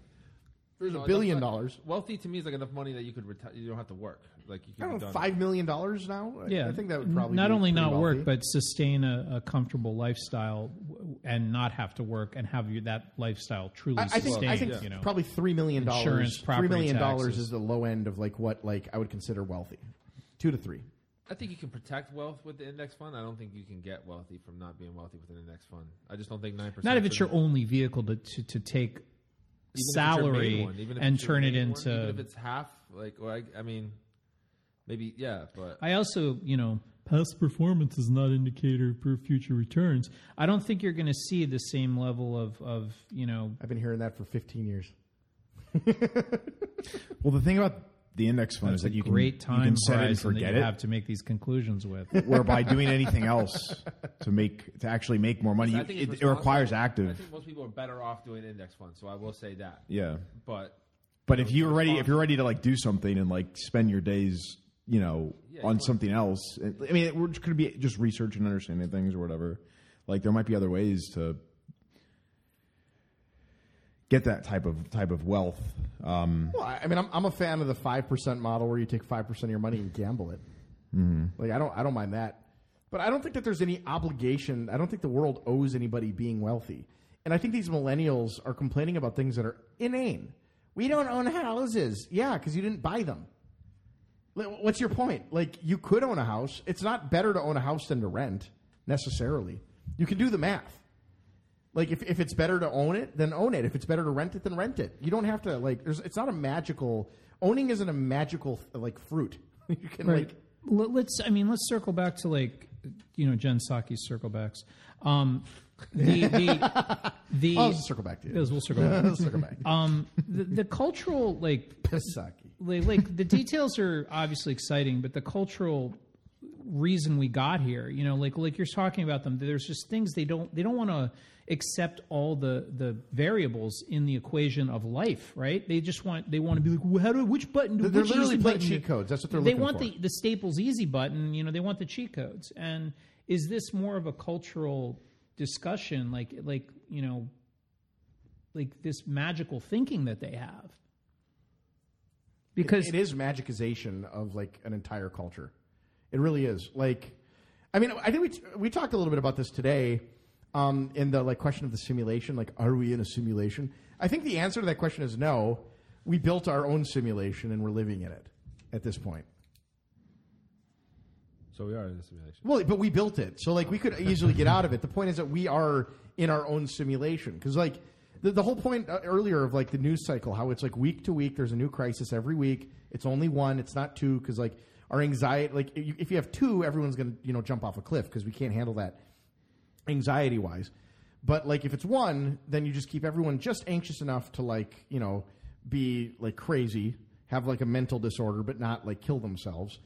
B: there's
E: you
B: a
E: know,
B: billion
E: enough-
B: dollars.
E: Wealthy to me is like enough money that you could retire. You don't have to work. Like you
B: I
E: can
B: don't
E: be
B: know,
E: done.
B: five million dollars now. I-
C: Yeah,
B: I think that would probably
C: not
B: be
C: only
B: pretty
C: not
B: wealthy.
C: work, but sustain a, a comfortable lifestyle w- and not have to work and have you, that lifestyle truly
B: I, I think
C: sustained.
B: I think
C: you know,
B: probably three million
C: Insurance,
B: dollars. Three
C: property
B: million dollars
C: taxes.
B: is the low end of like what like I would consider wealthy. Two to three.
E: I think you can protect wealth with the index fund. I don't think you can get wealthy from not being wealthy with an index fund. I just don't think nine percent.
C: not if it's your only vehicle to to, to take salary and turn it into.
E: even if it's half. Like, or I, I mean, maybe yeah, but
C: I also, you know, past performance is not indicator for future returns. I don't think you're going to see the same level of of you know.
B: I've been hearing that for 15 years.
D: Well, the thing about the index fund is
C: It's a
D: that you can,
C: great time
D: you can set it and
C: horizon that
D: forget
C: you
D: it.
C: have to make these conclusions with.
D: where by doing anything else to make to actually make more money,
E: I
D: you,
E: think it's
D: it, it requires
E: responsible. I
D: active.
E: think most people are better off doing index funds, so I will say that.
D: Yeah,
E: But
D: but if you're ready, if you're ready to like do something and like spend your days, you know,
E: Yeah,
D: on
E: you
D: something else. eh, I mean, we're just going to be just research and understanding things or whatever. Like there might be other ways to get that type of type of wealth. Um,
B: Well, I I mean, I'm, I'm a fan of the five percent model where you take five percent of your money and gamble it. Like, I don't, I don't mind that, but I don't think that there's any obligation. I don't think the world owes anybody being wealthy, and I think these millennials are complaining about things that are inane. We don't own houses, yeah, because you didn't buy them. Like, wh- What's your point? Like, you could own a house. It's not better to own a house than to rent necessarily. You can do the math. Like if, if it's better to own it, then own it. If it's better to rent it, then rent it. You don't have to like. There's, it's not a magical. Owning isn't a magical like fruit. you can like.
C: Let- let's i mean let's circle back to like you know jen saki's circle backs um the the, the
B: I'll circle back to you.
C: Yes, we'll circle back
B: Let's circle back.
C: um the, the cultural like Uh,
B: Pisaki.
C: like, like the details are obviously exciting, but the cultural reason we got here, you know, like like you're talking about them, there's just things they don't they don't want to accept all the the variables in the equation of life, right? They just want they want to be like, well, how do which button do
B: They're
C: which
B: literally
C: easy
B: playing
C: button
B: cheat
C: do-"
B: codes. That's what they're
C: They
B: looking
C: want
B: for.
C: the the Staples easy button, you know, they want the cheat codes. And is this more of a cultural discussion like like, you know, like this magical thinking that they have? Because
B: it is magicization of like an entire culture. It really is. Like, I mean, I think we t- we talked a little bit about this today, um, in the like question of the simulation. Like, are we in a simulation? I think the answer to that question is no. We built our own simulation and we're living in it at this point.
E: so we are in a simulation.
B: Well, but we built it, so like we could easily get out of it. The point is that we are in our own simulation because like the, the whole point uh, earlier of like the news cycle, how it's like week to week, there's a new crisis every week. It's only one, it's not two, because like our anxiety, like if you- if you have two, everyone's gonna you know jump off a cliff because we can't handle that anxiety wise. But like if it's one, then you just keep everyone just anxious enough to like, you know, be like crazy, have like a mental disorder, but not like kill themselves.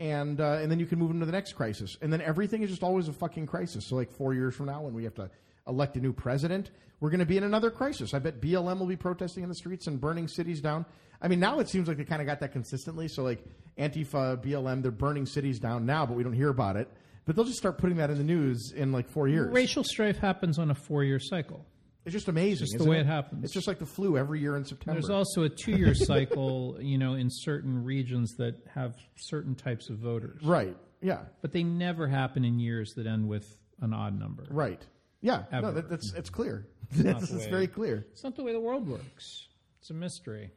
B: And uh, and then you can move into the next crisis. And then everything is just always a fucking crisis. So like 4 years from now when we have to elect a new president, we're going to be in another crisis. I bet BLM will be protesting in the streets and burning cities down. I mean, now it seems like they kind of got that consistently. So like Antifa, BLM, they're burning cities down now, but we don't hear about it. But they'll just start putting that in the news in like 4 years.
C: racial strife happens on a four-year cycle.
B: It's just amazing.
C: Just the
B: isn't
C: way it happens.
B: It's just like the flu every year in September.
C: There's also a two-year cycle, you know, in certain regions that have certain types of voters,
B: right. Yeah.
C: but they never happen in years that end with an odd number.
B: Right. Yeah, no,
C: Ever.
B: that, that's it's clear. It's,
C: the
B: it's
C: way-
B: very clear.
C: It's not the way the world works. It's a mystery.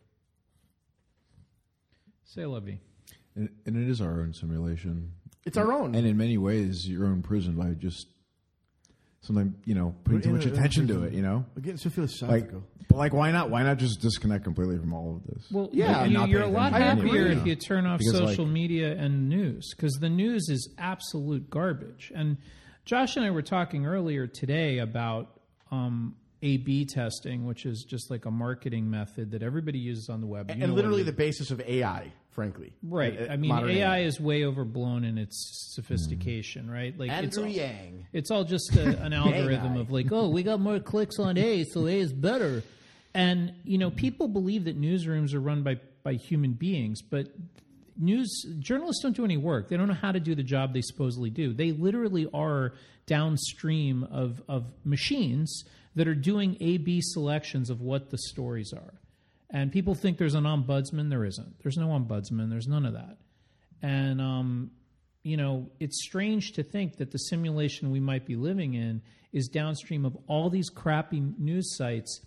C: Say, Levy.
D: And, and it is our own simulation.
B: It's our own.
D: And in many ways, your own prison by just sometimes, you know, putting too
B: in
D: much
B: our own
D: attention to
B: prison.
D: it, you know?
B: We're getting so
D: Like,
B: philosophical.
D: but like, why not? Why not just disconnect completely from all of this?
C: Well,
B: Yeah,
C: yeah,
B: and
C: you,
D: not
C: you're a
D: pay
C: lot
D: attention
B: to it.
C: happier
B: I
C: if
D: agree.
C: you turn off
D: Because, like-
C: social media and news because the news is absolute garbage. And Josh and I were talking earlier today about um, A/B testing, which is just like a marketing method that everybody uses on the web. You know
B: and
C: what
B: literally
C: it
B: the basis of AI, frankly.
C: Right.
B: Uh,
C: I mean,
B: modern
C: AI is way overblown in its sophistication, right? Like it's
B: Andrew
C: all,
B: Yang.
C: it's all just a, an algorithm
B: AI.
C: of like, oh, we got more clicks on A, so A is better. And you know, people believe that newsrooms are run by by human beings, but news journalists don't do any work. They don't know how to do the job they supposedly do. They literally are downstream of of machines that are doing A B selections of what the stories are. And people think there's an ombudsman. There isn't. There's no ombudsman. There's none of that. And um, you know, it's strange to think that the simulation we might be living in is downstream of all these crappy news sites.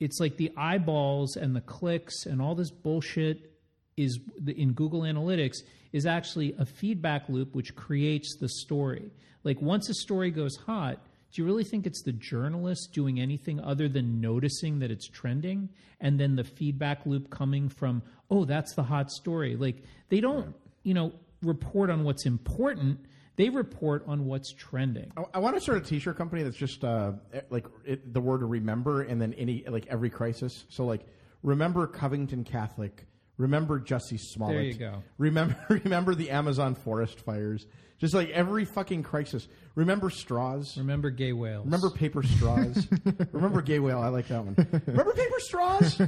C: It's like the eyeballs and the clicks and all this bullshit is the, in Google Analytics is actually a feedback loop which creates the story. Like once a story goes hot, do you really think it's the journalist doing anything other than noticing that it's trending and then the feedback loop coming from, oh, that's the hot story? Like they don't, you know, report on what's important, they report on what's trending.
B: I, I want to start a T-shirt company that's just uh, eh, like it, the word "remember" and then any like every crisis. So like, remember Covington Catholic. Remember Jussie Smollett.
C: There you go.
B: Remember, remember the Amazon forest fires. Just like every fucking crisis. Remember straws.
C: Remember gay whales.
B: Remember paper straws. remember gay whale. I like that one. Remember paper straws.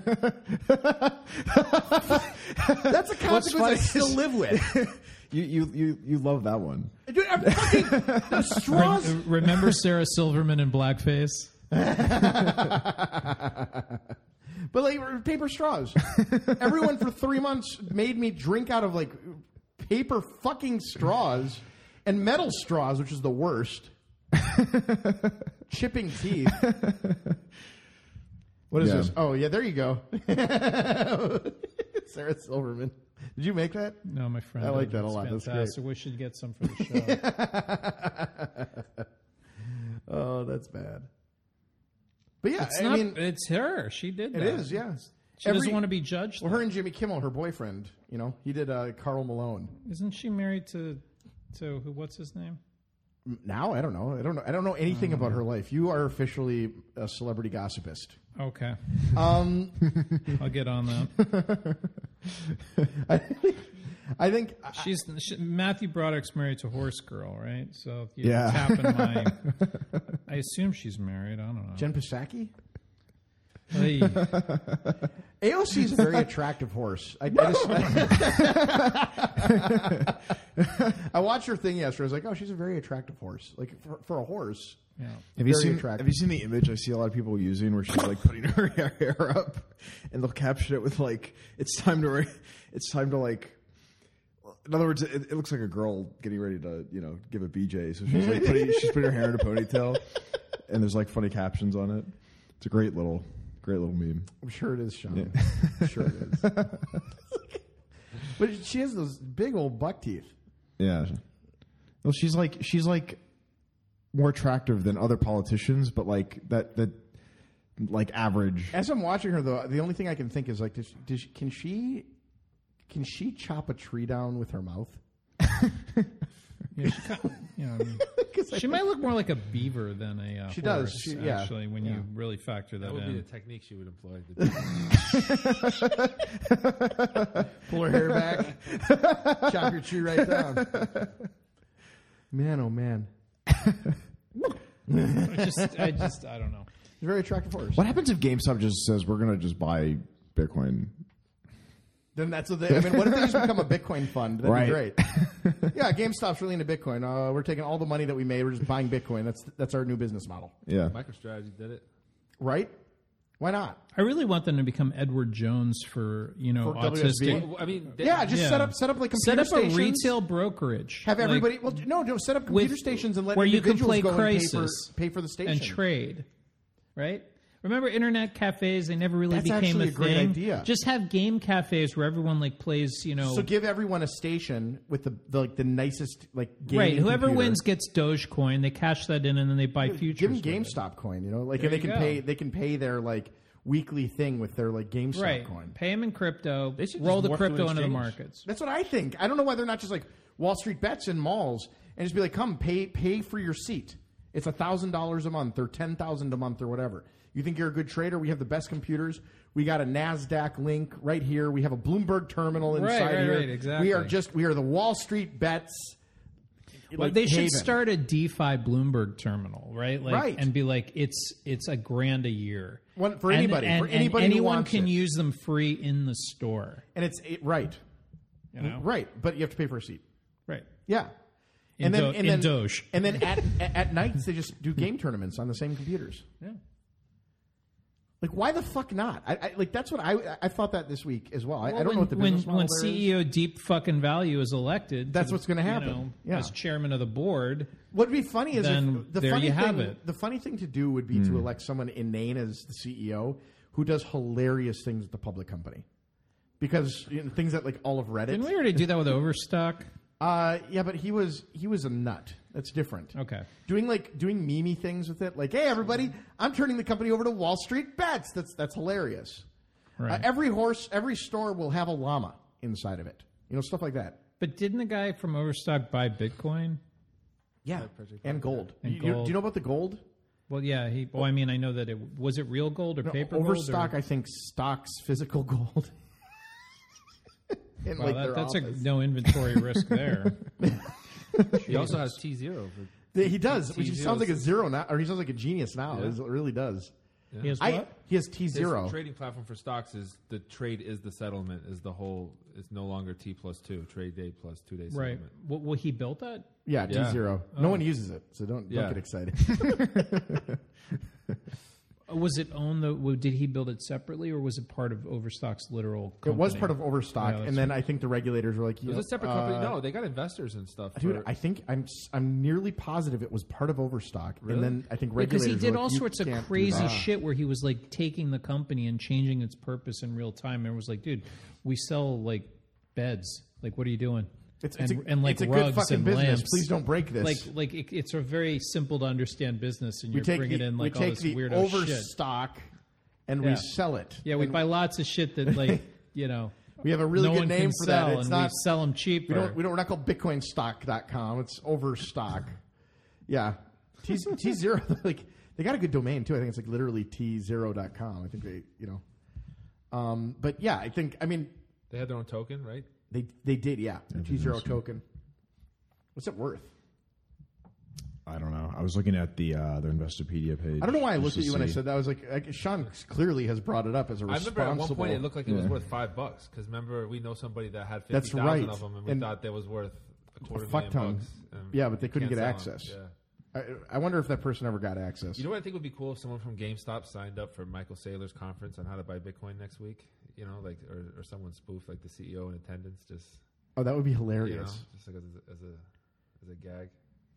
B: That's a consequence I
D: funny
B: still
D: is-
B: live with.
D: you, you, you, you love that one.
B: Dude, I'm fucking the straws.
C: Rem- remember Sarah Silverman in blackface?
B: But like paper straws. Everyone for three months made me drink out of like paper fucking straws and metal straws, which is the worst. Chipping teeth. What is
D: Yeah.
B: this? Oh yeah, there you go. Sarah Silverman. Did you make that?
C: No, my friend.
B: I like that a
C: it's
B: lot. That's great.
C: fantastic. We should get some for the show.
B: Oh, that's bad. But yeah,
C: It's
B: I
C: not.
B: mean,
C: it's her. She did.
B: it
C: that.
B: is. Yeah,
C: She doesn't want to be judged.
B: Well, her and Jimmy Kimmel, her boyfriend. You know, he did uh, Carl Malone.
C: Isn't she married to to who? What's his name?
B: Now I don't know. I don't know. I don't know anything about her life. You are officially a celebrity gossipist.
C: Okay,
B: Um,
C: I'll get on that.
B: I think
C: She's she, Matthew Broderick's married to Horse Girl, right? So if you
D: Yeah.
C: tap in my, I assume she's married. I don't know.
B: Jen Psaki.
C: Hey,
B: AOC is a very attractive horse. I, I, just, I watched her thing yesterday. I was like, oh, she's a very attractive horse. Like for, for a horse.
C: yeah.
D: Have you
B: Very
D: seen?
B: attractive.
D: Have you seen the image I see a lot of people using where she's like putting her hair up, and they'll caption it with like, "It's time to, re- it's time to like." In other words, it, it looks like a girl getting ready to, you know, give a BJ. So she's like putting, she's putting her hair in a ponytail, and there's like funny captions on it. It's a great little, great little meme.
B: I'm sure it is, Sean. I'm sure it is. but she has those big old buck teeth.
D: Yeah. Well, she's like she's like more attractive than other politicians, but like that that like average.
B: As I'm watching her, though, the only thing I can think is like, does, does she, can she can she chop a tree down with her mouth?
C: yeah, she, kind yeah, I mean, she might look more like a beaver than a. Uh,
B: She does.
C: horse,
B: She- yeah.
C: Actually, when you really factor that,
E: That would
C: in,
E: be the technique she would employ. The-
B: Pull her hair back, chop your tree right down. Man, oh man,
C: I just, I just, I don't know.
B: very attractive horse.
D: What happens if GameStop just says we're gonna just buy Bitcoin?
B: Then that's what they. I mean, what if they just become a Bitcoin fund? That'd
D: Right.
B: be great. yeah, GameStop's really into Bitcoin. Uh, we're taking all the money that we made. We're just buying Bitcoin. That's that's our new business model,
D: Yeah,
E: MicroStrategy did it.
B: right? Why not?
C: I really want them to become Edward Jones for you know
B: For WSB.
C: autistic.
E: Well, I mean, they,
B: Yeah, just
C: Yeah.
B: set up set up like
C: Set
B: computer
C: up a
B: stations.
C: retail brokerage.
B: Have
C: like,
B: everybody? well, no, no. Set up computer
C: with-
B: stations and let
C: where you can
B: individuals
C: play
B: go
C: Crisis
B: and pay for, pay for the station
C: and trade, right? Remember internet cafes? They never really
B: That's
C: became
B: actually
C: a,
B: a great
C: thing.
B: idea.
C: Just have game cafes where everyone like plays, you know,
B: So give everyone a station with the, the like the nicest like game
C: right. Whoever
B: computer.
C: wins gets Dogecoin. They cash that in and then they buy futures.
B: Give them
C: with it.
B: GameStop coin, you know, like and they
C: you
B: can
C: go.
B: pay they can pay their like weekly thing with their like GameStop
C: Right.
B: coin.
C: Pay them in crypto.
E: They should
C: roll the
E: just morph to an
C: crypto into the
E: exchange.
C: markets.
B: That's what I think. I don't know why they're not just like Wall Street bets in malls and just be like, come pay pay for your seat. It's a thousand dollars a month or ten thousand a month or whatever. You think you're a good trader? We have the best computers. We got a Nasdaq link right here. We have a Bloomberg terminal inside
C: right,
B: here.
C: right, exactly.
B: We are just we are the Wall Street bets.
C: Well,
B: like,
C: they should
B: haven.
C: start a DeFi Bloomberg terminal, right? Like,
B: Right.
C: And be like, it's it's a grand a year
B: One- for
C: And-
B: anybody,
C: and,
B: for
C: and
B: anybody who
C: anyone
B: wants
C: can
B: it.
C: use them free in the store.
B: and it's it, right,
C: You know?
B: right. But you have to pay for a seat.
C: Right.
B: Yeah.
C: In Do- in Doge.
B: and then at, at, at nights they just do game tournaments on the same computers.
C: Yeah.
B: Like why the fuck not? I, I like that's what I I thought that this week as well. I, I don't
C: when,
B: know what the
C: when,
B: business model
C: when E
B: there is.
C: CEO Deep fucking Value is elected.
B: That's what's gonna
C: you
B: happen.
C: know,
B: Yeah.
C: As chairman of the board,
B: What'd be funny is
C: Then
B: if the
C: there
B: funny
C: you
B: thing,
C: have it. Hmm.
B: the funny thing to do would be to elect someone inane as the CEO who does hilarious things at the public company. Because you know, things that like all of Reddit.
C: didn't we already do that with Overstock?
B: Uh yeah, but he was he was a nut. That's different.
C: Okay.
B: Doing like doing memey things with it, like, hey everybody, I'm turning the company over to Wall Street Bets. That's that's hilarious.
C: Right.
B: Uh, every horse, every store will have a llama inside of it. You know, stuff like that.
C: but didn't the guy from Overstock buy Bitcoin?
B: Yeah, and gold.
C: And
B: You- you-
C: gold.
B: do you know about the gold?
C: Well, yeah. He. Well, I mean, I know that it was it real gold or paper gold or-
B: Overstock, I think, stocks physical gold. In,
C: Wow,
B: like,
C: that-
B: their
C: that's
B: office.
C: a no inventory risk there.
E: he also has T zero.
B: He does, which he
E: T0
B: sounds like a
E: is-
B: zero now, or he sounds like a genius now. It really does.
C: He has
B: I
C: what?
B: he has T
E: Zero
B: zero.
E: trading platform for stocks is the trade is the settlement is the whole. It's no longer T plus two trade day plus two days
C: Right.
E: settlement.
C: Well, well, he built that.
B: Yeah,
E: Yeah.
B: T zero.
C: Oh.
B: No one uses it, so don't,
E: Yeah.
B: don't get excited.
C: Uh, Was it owned though? well, Did he build it separately, or was it part of Overstock's literal?
B: it
C: Company?
B: was part of Overstock,
C: Yeah, that's
B: and then I think the regulators were like, you
E: It
B: know,
E: was a separate
B: uh,
E: company. No, they got investors and stuff.
B: Dude,
E: for-
B: I think I'm s- I'm nearly positive it was part of Overstock,
E: Really?
B: and then I think regulators
C: because he
B: were
C: did
B: like,
C: all
B: "You
C: sorts of
B: can't do
C: crazy
B: that."
C: shit where he was like taking the company and changing its purpose in real time. And was like, dude, we sell like beds. Like, what are you doing?
B: It's,
C: and,
B: it's a,
C: and like
B: it's a
C: rugs
B: good fucking
C: and
B: business.
C: lamps.
B: Please don't break this.
C: Like, like it, it's a very simple to understand business, and
B: we
C: you're
B: take
C: bringing
B: the,
C: in like
B: we
C: all
B: take
C: this
B: the
C: weirdo shit.
B: Overstock and
C: Yeah.
B: we sell it.
C: Yeah, we
B: And
C: buy lots of shit that like you know.
B: We have a really
C: no
B: good
C: one
B: name
C: can
B: for
C: sell,
B: that. It's
C: and we
B: not
C: sell them
B: we
C: cheaper.
B: don't we don't we're not called bitcoinstock.com. It's Overstock. yeah. T T zero like they got a good domain too. I think it's like literally T zero.com. I think they, you know. Um, but yeah, I think I mean
E: they had their own token, right?
B: They they did, yeah. T zero token. What's it worth?
D: I don't know. I was looking at the uh, their Investopedia page.
B: I don't know why I looked at you when I
D: that.
B: said that. I was like, I, Sean clearly has brought it up as a
E: I remember
B: responsible.
E: at one point it looked like it was
D: Yeah.
E: worth five bucks because remember we know somebody that had fifty
B: That's
E: thousand
B: right.
E: of them and we
B: And-
E: thought that was worth a quarter
B: A
E: million
B: fuck ton.
E: bucks. and
B: Yeah, but they couldn't
E: can't
B: get
E: sell 'em.
B: access.
E: Yeah.
B: I, I wonder if that person ever got access.
E: You know what I think would be cool if someone from GameStop signed up for Michael Saylor's conference on how to buy Bitcoin next week. You know, like or, or someone spoofed like the CEO in attendance, just
B: oh, that would be
E: you know,
B: hilarious.
E: just like as a as a, as a gag.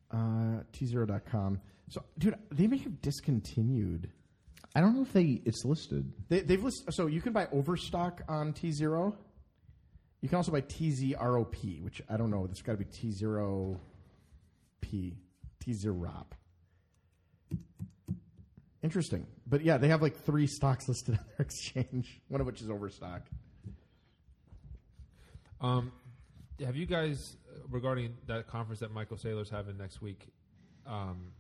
B: Uh, T0.com. So, dude, they may have discontinued.
D: I don't know if they it's listed.
B: They, they've list, so you can buy Overstock on T0. You can also buy TZROP, which I don't know. That's got to be T0P, T0ROP. Interesting, but yeah, they have like three stocks listed on their exchange. One of which is Overstock.
E: Um, have you guys uh, regarding that conference that Michael Saylor's having next week? Um,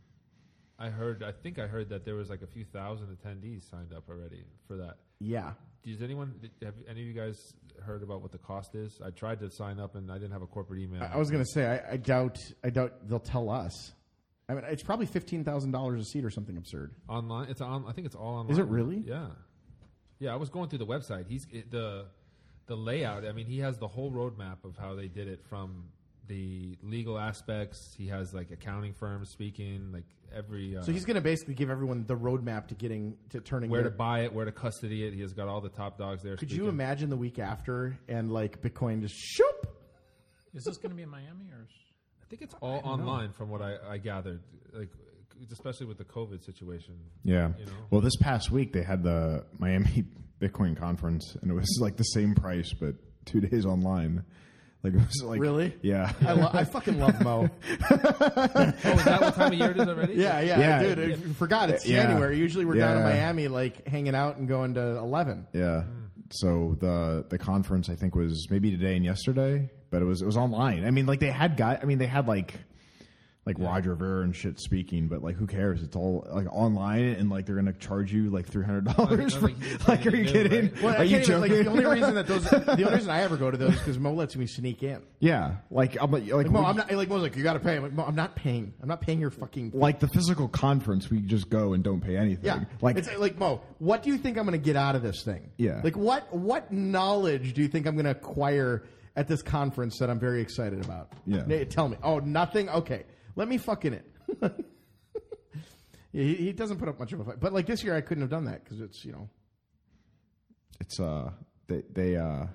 E: I heard, I think I heard that there was like a few thousand attendees signed up already for that.
B: Yeah,
E: Does anyone have any of you guys heard about what the cost is? I tried to sign up and I didn't have a corporate email.
B: I, I was gonna say I, I doubt I doubt they'll tell us. I mean, it's probably fifteen thousand dollars a seat or something absurd.
E: online. It's on. I think it's all online.
B: Is it really?
E: Yeah, yeah. I was going through the website. He's it, the the layout. I mean, he has the whole roadmap of how they did it from the legal aspects. He has like accounting firms speaking, like every uh,
B: So he's going to basically give everyone the roadmap to getting to turning.
E: where to
B: their-
E: buy it, where to custody it. He has got all the top dogs there.
B: Could
E: speaking.
B: you imagine the week after and like Bitcoin just shoop?
C: Is this going to be in Miami or?
E: I think it's all online, from what I, I gathered. Like, especially with the COVID situation.
D: Yeah.
E: You know?
D: Well, this past week they had the Miami Bitcoin conference, and it was like the same price, but two days online. Like it was like
B: Really?
D: Yeah.
B: I, lo- I fucking love Mo.
E: Oh, is that what time of year it is already?
B: Yeah, yeah,
D: Yeah.
B: dude. I forgot it's
D: Yeah.
B: January. Usually we're down in
D: Yeah.
B: Miami, like hanging out and going to eleven.
D: Yeah.
E: Mm.
D: So the the conference I think was maybe today and yesterday, but it was it was online. I mean, like they had guy. I mean, they had like like Roger Ver and shit speaking, but like who cares? It's all like online, and like they're gonna charge you like three hundred dollars.
E: I
D: for
E: think he's
D: Like, are
E: trying
D: you
E: to get in,
D: kidding?
E: right?
B: Well,
D: are
B: I
D: you
B: can't even, like,
D: joking?
B: the only reason that those, the only reason I ever go to those is because Mo lets me sneak in.
D: yeah, like I'm like, like,
B: Like, Mo,
D: we-
B: I'm not like Mo's like you got to pay. I'm like Mo, I'm not paying. I'm not paying your fucking.
D: like the physical conference, we just go and don't pay anything.
B: Yeah,
D: like
B: it's like Mo. What do you think I'm going to get out of this thing?
D: Yeah.
B: like what what knowledge do you think I'm going to acquire at this conference that I'm very excited about?
D: Yeah.
B: Nay, tell me. Oh, nothing. Okay, let me fuck in it. Yeah, he, he doesn't put up much of a fight, but like this year I couldn't have done that because it's you know
D: it's uh they they uh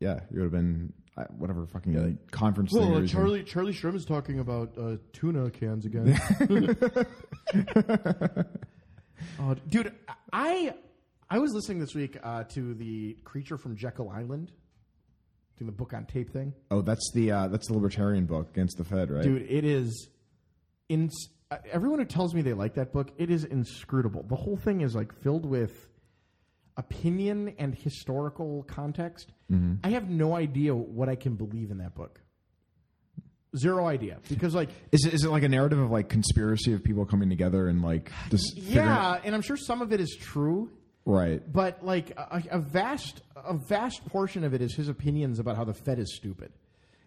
D: yeah, it would have been uh, whatever fucking conference. thing or something.
B: uh, Charlie Shrim is talking about uh, tuna cans again. oh, dude, I I was listening this week uh, to the creature from Jekyll Island, doing the book on tape thing.
D: Oh, that's the uh, that's the libertarian book against the Fed, right?
B: Dude, it is. In uh, everyone who tells me they like that book, it is inscrutable. The whole thing is like filled with opinion and historical context. I have no idea what I can believe in that book. Zero idea because like
D: Is it, is it like a narrative of like conspiracy of people coming together and like just figuring out-
B: Yeah, and I'm sure some of it is true,
D: right?
B: but like a, a vast a vast portion of it is his opinions about how the Fed is stupid.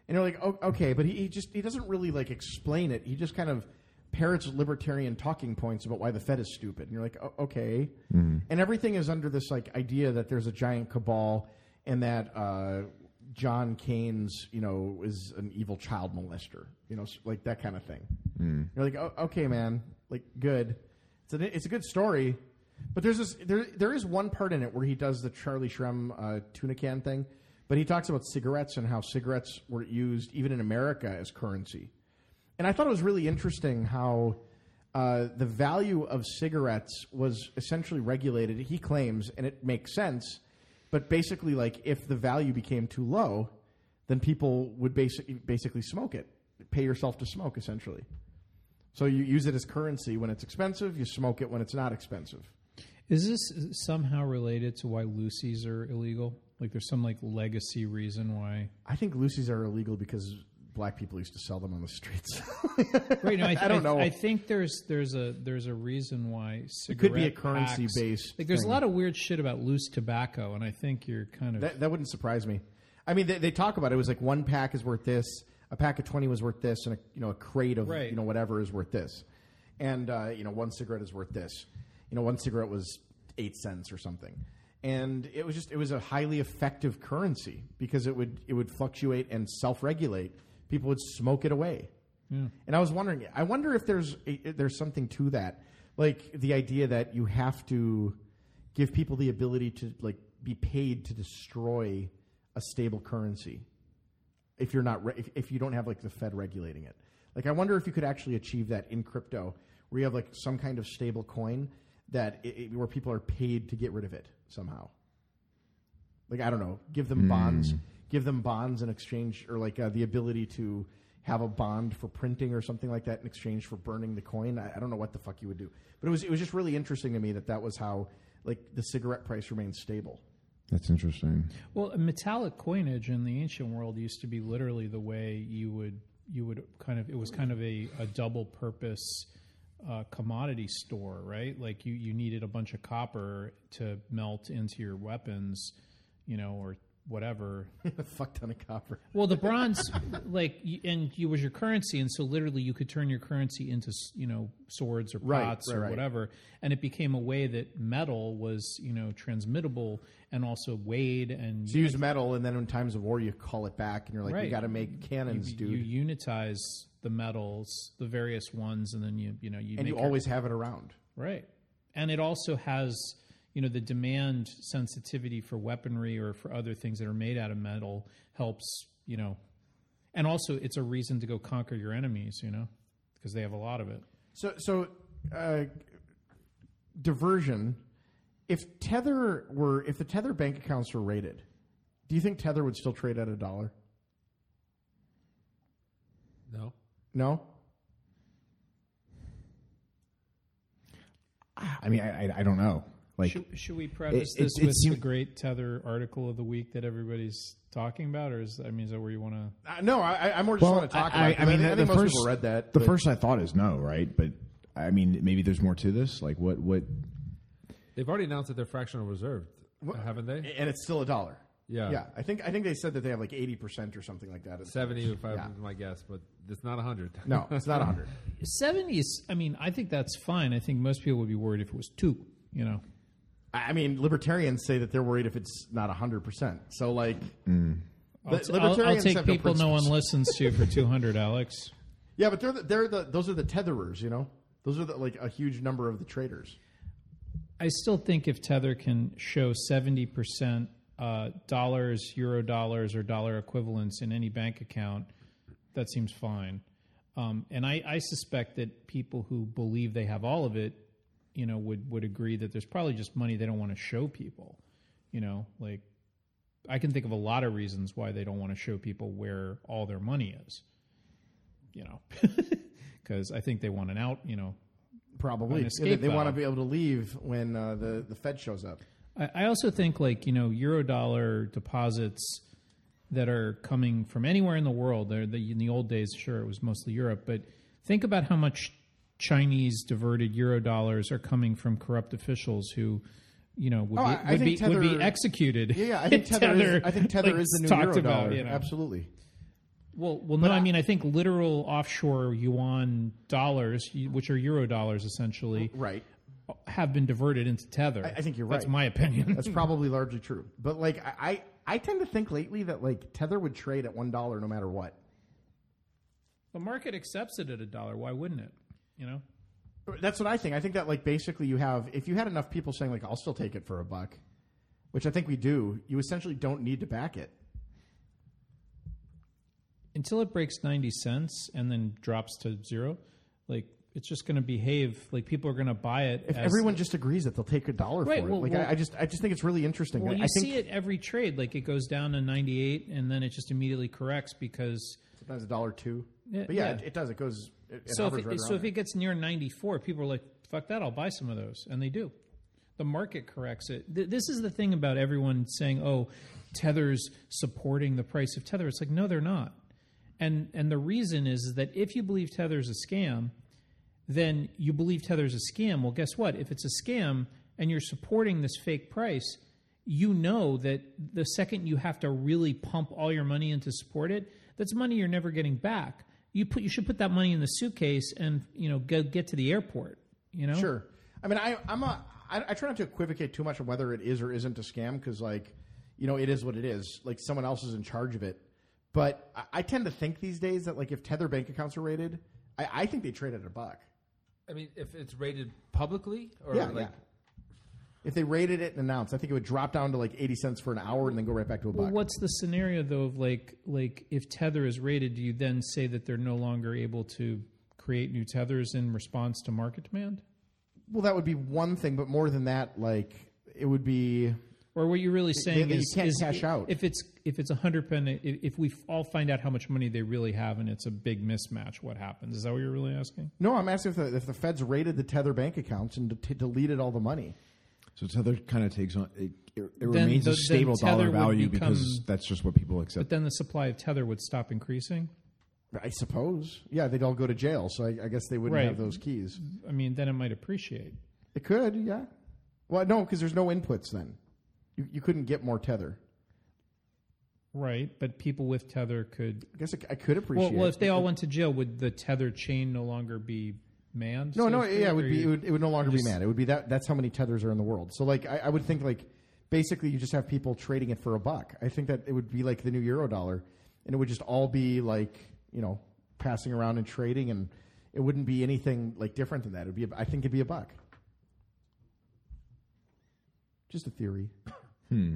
B: And you're like, oh, okay, but he, he just he doesn't really like explain it. He just kind of parrots libertarian talking points about why the Fed is stupid. And you're like, oh, okay, and everything is under this like idea that there's a giant cabal and that uh, John Keynes, you know, is an evil child molester, you know, s- like that kind of thing. You're like, oh, okay, man, like good. It's a it's a good story, but there's this there there is one part in it where he does the Charlie Shrem uh, tuna can thing, but he talks about cigarettes and how cigarettes were used even in America as currency, and I thought it was really interesting how. Uh, the value of cigarettes was essentially regulated, he claims, and it makes sense. But basically, like if the value became too low, then people would basically basically smoke it, pay yourself to smoke, essentially. So you use it as currency when it's expensive. You smoke it when it's not expensive.
C: Is this somehow related to why Lucy's are illegal? Like, there's some like legacy reason why.
B: I think Lucy's are illegal because black people used to sell them on the streets.
C: Right. No, I, th-
B: I don't know.
C: I think there's there's a there's a reason why
B: It
C: cigarette
B: could be a currency
C: packs-
B: based.
C: Like, there's a lot of weird shit about loose tobacco, and I think you're kind of
B: that, that wouldn't surprise me. I mean, they, they talk about it. It was like one pack is worth this, a pack of twenty was worth this, and a you know a crate of
C: Right.
B: you know whatever is worth this, and uh, you know one cigarette is worth this. You know one cigarette was eight cents or something, and it was just it was a highly effective currency because it would it would fluctuate and self regulate. People would smoke it away. And I was wondering, I wonder if there's if there's something to that, like the idea that you have to give people the ability to like be paid to destroy a stable currency if you're not re- if, if you don't have like the Fed regulating it. Like I wonder if you could actually achieve that in crypto, where you have like some kind of stable coin that i i where people are paid to get rid of it somehow. Like I don't know, give them bonds, give them bonds in exchange, or like uh, the ability to have a bond for printing or something like that in exchange for burning the coin. I, I don't know what the fuck you would do, but it was it was just really interesting to me that that was how like the cigarette price remained stable.
D: That's interesting.
C: Well, a metallic coinage in the ancient world used to be literally the way you would you would kind of it was kind of a, a double purpose uh, commodity store, right? Like you you needed a bunch of copper to melt into your weapons, you know, or whatever.
B: a fuck ton of copper.
C: Well, the bronze, like, y- and you was your currency, and so literally you could turn your currency into, s- you know, swords or
B: Right,
C: pots
B: right,
C: or
B: right.
C: whatever, and it became a way that metal was, you know, transmittable and also weighed and
B: So you use metal, and then in times of war, you call it back, and you're like, we
C: Right.
B: got to make cannons,
C: you,
B: dude.
C: you unitize the metals, the various ones, and then you, you know, you
B: and
C: make
B: you
C: your-
B: always have it around.
C: Right. And it also has, you know, the demand sensitivity for weaponry or for other things that are made out of metal helps, you know. And also it's a reason to go conquer your enemies, you know, because they have a lot of it.
B: So, so uh, diversion. If Tether were, if the Tether bank accounts were rated, do you think Tether would still trade at a dollar?
E: No.
B: No.
D: I mean, I, I, I don't know. Like,
C: Should, should we preface
D: It- it-
C: this
D: it
C: with
D: seem-
C: the great Tether article of the week that everybody's talking about, or is I mean, is that where you want to?
B: Uh, no, I, I- I more just want to talk
D: I,
B: about. it,
D: I
B: 'cause
D: mean,
B: think-
D: the,
B: think
D: the
B: most
D: first
B: people read that.
D: The
B: but-
D: first I thought is no, right? But I mean, maybe there's more to this. Like, what? What?
E: They've already announced that they're fractional reserved, haven't they?
B: and it's still a dollar.
E: Yeah.
B: yeah. I think I think they said that they have like eighty percent or something like that. It's-
E: 70 if I
B: Yeah.
E: my guess, but it's not 100.
B: No, it's not hundred.
C: 70s, I mean, I think that's fine. I think most people would be worried if it was two, you know.
B: I I mean, libertarians say that they're worried if it's not hundred percent. So like,
C: Mm. I'll,
B: li-
C: t- I'll- I'll
B: libertarians
C: take
B: have no
C: people no
B: principles.
C: one listens to for 200, Alex.
B: Yeah, but they're the, they're the those are the tetherers, you know. Those are the, like a huge number of the traders.
C: I still think if Tether can show 70% uh, dollars, euro dollars, or dollar equivalents in any bank account, that seems fine. Um, and I, I suspect that people who believe they have all of it, you know, would, would agree that there's probably just money they don't want to show people. You know, like I can think of a lot of reasons why they don't want to show people where all their money is. You know, because I think they want an out. You know,
B: Probably
C: An
B: they,
C: escape
B: want to
C: valve.
B: be able to leave when uh, the the Fed shows up.
C: I, I also think like you know eurodollar deposits that are coming from anywhere in the world. They're the, in the old days, sure, it was mostly Europe, but think about how much Chinese diverted eurodollars are coming from corrupt officials who. You know, would,
B: Oh,
C: be,
B: I- I
C: would, be,
B: think
C: would be
B: Tether-
C: executed.
B: Yeah, yeah. I think
C: if
B: tether. is, I think tether
C: like,
B: is the new
C: talked
B: euro
C: about,
B: dollar.
C: you know.
B: Absolutely.
C: Well, well, no, I, mean, I think literal offshore yuan dollars, which are euro dollars essentially,
B: Right.
C: have been diverted into tether.
B: I think you're
C: That's
B: right.
C: my opinion.
B: That's probably largely true. But like I, I I tend to think lately that like tether would trade at one dollar no matter what.
C: The market accepts it at a dollar. Why wouldn't it? You know,
B: That's what I think. I think that like basically you have if you had enough people saying like I'll still take it for a buck, which I think we do. You essentially don't need to back it.
C: until it breaks ninety cents and then drops to zero, like it's just going to behave like people are going to buy it.
B: If
C: as-
B: everyone just agrees that they'll take a dollar
C: Right,
B: for it,
C: well,
B: like
C: well-
B: I, I just I just think it's really interesting.
C: well,
B: I-
C: you
B: I think
C: see it every trade. Like it goes down to ninety eight and then it just immediately corrects because
B: sometimes a dollar two.
C: Yeah,
B: but yeah,
C: yeah.
B: It, it does. It goes. It, it
C: so if
B: hovers
C: it,
B: right
C: so
B: around
C: if
B: there.
C: it gets near ninety four, people are like, "Fuck that! I'll buy some of those," and they do. The market corrects it. Th- this is the thing about everyone saying, "Oh, Tether's supporting the price of Tether." It's like, no, they're not. And and the reason is, is that if you believe Tether's a scam, then you believe Tether's a scam. Well, guess what? If it's a scam and you're supporting this fake price, you know that the second you have to really pump all your money in to support it, that's money you're never getting back. You put you should put that money in the suitcase and you know go get to the airport. You know,
B: Sure. I mean, I, I'm a. I, I try not to equivocate too much on whether it is or isn't a scam because, like, you know, it is what it is. Like, someone else is in charge of it. But I, I tend to think these days that, like, if Tether bank accounts are rated, I, I think they trade at a buck.
E: I mean, if it's rated publicly or
B: Yeah,
E: like.
B: yeah. If they rated it and announced, I think it would drop down to like eighty cents for an hour and then go right back to a buck.
C: Well, what's the scenario though of like like if tether is rated, do you then say that they're no longer able to create new tethers in response to market demand?
B: Well, that would be one thing, but more than that, like, it would be.
C: Or what you're really saying
B: that you
C: is,
B: can't
C: is
B: cash out.
C: If it's if it's a hundred pen, if, if we all find out how much money they really have and it's a big mismatch, what happens? Is that what you're really asking?
B: No, I'm asking if the, if the feds raided the Tether bank accounts and t- deleted all the money.
D: So tether kind of takes on it. It, it
C: Then
D: remains
C: the-
D: a
C: then
D: stable
C: Tether
D: dollar
C: would
D: value
C: become-
D: because that's just what people
C: But
D: accept.
C: then the supply of tether would stop increasing.
B: I suppose. Yeah, they'd all go to jail, so I, I guess they wouldn't
C: Right.
B: have those keys.
C: I mean, then it might appreciate.
B: It could, yeah. Well, no, because there's no inputs then. You, you couldn't get more tether.
C: Right, but people with tether could.
B: I guess I, I could
C: Well,
B: appreciate.
C: well, if they
B: it.
C: all went to jail, would the tether chain no longer be manned?
B: No,
C: so
B: no,
C: to speak,
B: yeah, it
C: or
B: would be
C: you-
B: it would, it would no longer
C: just-
B: be mad. It would be that that's how many tethers are in the world. So like I, I would think like basically you just have people trading it for a buck. I think that it would be like the new euro dollar, and it would just all be like you know passing around and trading, and it wouldn't be anything like different than that. It'd be a- I think it'd be a buck. Just a theory. Hmm.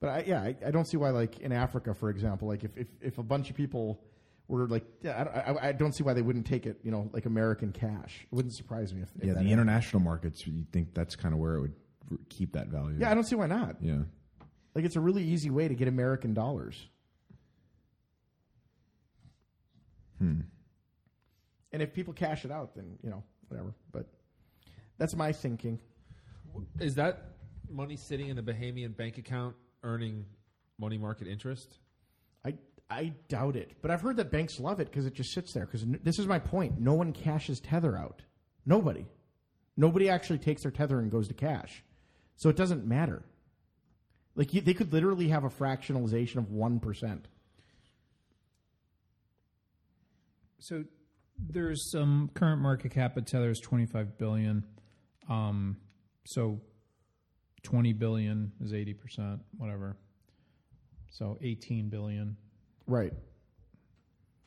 B: But I, yeah, I, I don't see why like in Africa, for example, like if if, if a bunch of people were like, yeah, I don't- I, I, don't see why they wouldn't take it, you know, like American cash. It wouldn't surprise me if, if
D: Yeah,
B: that
D: the
B: happened.
D: international markets. You think that's kind of where it would r- keep that value?
B: Yeah, I don't see why not.
D: Yeah.
B: Like it's a really easy way to get American dollars. Hmm. And if people cash it out, then you know whatever. But that's my thinking.
E: Is that money sitting in a Bahamian bank account earning money market interest?
B: I I doubt it, but I've heard that banks love it because it just sits there. Because n- this is my point: no one cashes tether out. Nobody, nobody actually takes their tether and goes to cash, so it doesn't matter. Like you, they could literally have a fractionalization of one percent.
C: So there's some current market cap at Tether is 25 billion. Um, so 20 billion is 80%, whatever. So 18 billion.
B: Right.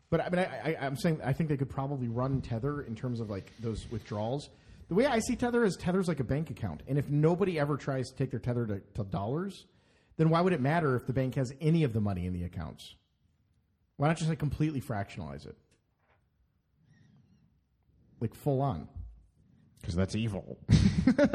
B: But I mean, I, I, I'm saying I think they could probably run Tether in terms of like those withdrawals. The way I see Tether is Tether's like a bank account, and if nobody ever tries to take their Tether to, to dollars, then why would it matter if the bank has any of the money in the accounts? Why not just like completely fractionalize it, like full on?
D: Because that's evil.
B: Well,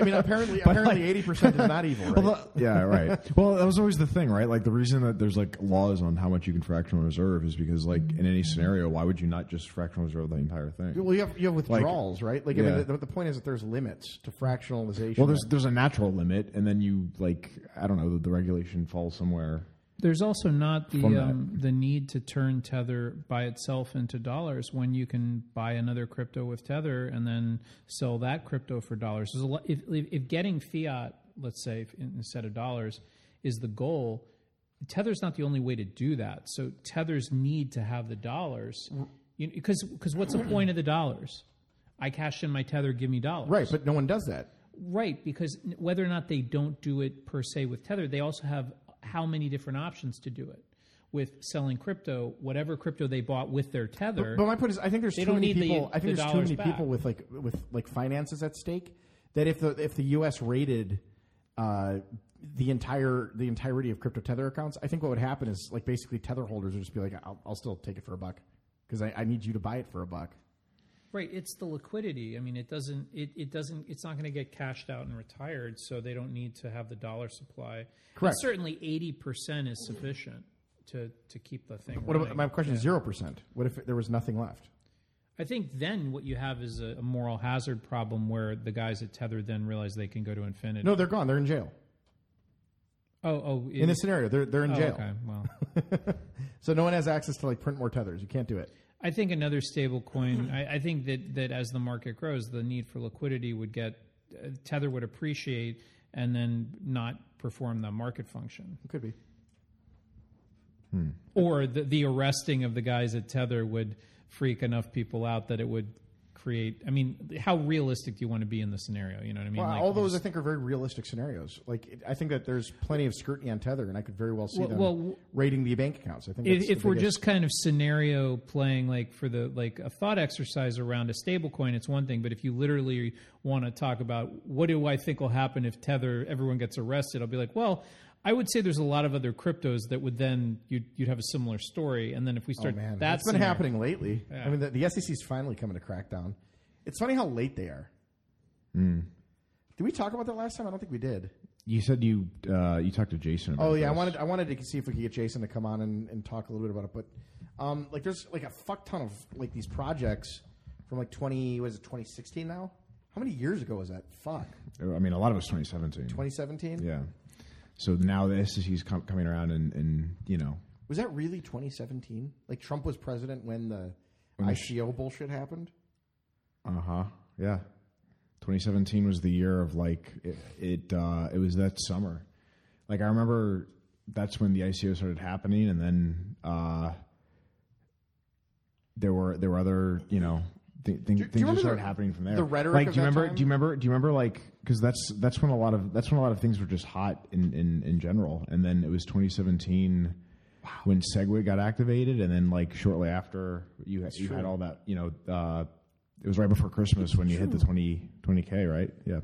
B: I mean, apparently, apparently, eighty percent is not evil, right?
D: yeah, right. Well, that was always the thing, right? Like the reason that there's like laws on how much you can fractional reserve is because like in any scenario, why would you not just fractional reserve the entire thing?
B: Well, you have you have withdrawals, right? Like, I mean,
D: yeah.
B: the, the point is that there's limits to fractionalization.
D: Well, there's there's a natural limit, and then you like I don't know the, the regulation falls somewhere.
C: There's also not the
D: From that.
C: um, the need to turn Tether by itself into dollars when you can buy another crypto with Tether and then sell that crypto for dollars. There's a lot, if, if if getting fiat, let's say if- in- instead of dollars, is the goal, Tether's not the only way to do that. So Tethers need to have the dollars because because what's the point of the dollars? I cashed in my Tether, give me dollars.
B: right, but no one does that.
C: Right, because n- whether or not they don't do it per se with Tether, they also have how many different options to do it with selling crypto, whatever crypto they bought with their Tether.
B: But my point is, I think there's
C: They
B: too
C: don't
B: many
C: need the-
B: people. I
C: the
B: think there's too
C: dollars
B: many
C: back.
B: people with like with like finances at stake. That if the if the U.S. raided uh, the entire the entirety of crypto tether accounts, I think what would happen is like basically tether holders would just be like, I'll, I'll still take it for a buck because I, I need you to buy it for a buck.
C: right, it's the liquidity. I mean, it doesn't, it, it doesn't, it's not going to get cashed out and retired, so they don't need to have the dollar supply.
B: Correct.
C: And certainly, eighty percent is sufficient to to keep the thing.
B: What about,
C: running.
B: my question is zero percent. What if there was nothing left?
C: I think then what you have is a, a moral hazard problem where the guys at Tether then realize they can go to infinity.
B: No, they're gone. They're in jail.
C: Oh, oh,
B: In this scenario, they're they're in
C: oh,
B: jail.
C: Okay, well.
B: So no one has access to like print more tethers. You can't do it.
C: I think another stable
B: Hmm.
C: coin. I, I think that that as the market grows, the need for liquidity would get uh, Tether would appreciate and then not perform the market function,
B: It could be.
C: or the the arresting of the guys at Tether would freak enough people out that it would create. I mean, how realistic do you want to be in the scenario? You know what I mean?
B: Well,
C: Like,
B: all those I think are very realistic scenarios. Like it, I think that there's plenty of scrutiny on Tether, and I could very well see
C: Well-
B: them
C: well, w-
B: raiding the bank accounts. I think that's
C: if,
B: the
C: if we're
B: biggest-
C: just kind of scenario playing like for the like a thought exercise around a stablecoin it's one thing but if you literally want to talk about what do i think will happen if tether everyone gets arrested i'll be like well i would say there's a lot of other cryptos that would then you'd, you'd have a similar story and then if we
B: oh
C: start
B: man,
C: that's
B: that's been happening lately. I mean, the, the SEC's finally coming to crack down. It's funny how late they are. Did we talk about that last time? I don't think we did.
D: You said you uh, you talked to Jason. About
B: Oh yeah, I
D: this.
B: wanted I wanted to see if we could get Jason to come on and, and talk a little bit about it. But um, like, there's like a fuck ton of like these projects from like 20 what is it 2016 now? How many years ago was that? Fuck,
D: I mean, a lot of it was 2017.
B: 2017.
D: Yeah. So now the SEC is com- coming around and, and you know
B: Was that really 2017? Like Trump was president when the
D: the sh-
B: ICO bullshit happened.
D: Uh huh. Yeah. 2017 was the year of like it. It, uh, it was that summer. Like I remember that's when the ICO started happening, and then uh, there were there were other you know th- thing,
B: you
D: things that
B: remember
D: started
B: the-
D: happening from there.
B: the rhetoric
D: Like,
B: of
D: do you
B: that
D: remember?
B: time?
D: Do you remember? Do you remember? Like, because that's that's when a lot of that's when a lot of things were just hot in in, in general, and then it was 2017. When Segway got activated, and then like shortly after, you had, you had all that. You know, uh, it was right before Christmas when you hit the 20 k, right? Yeah.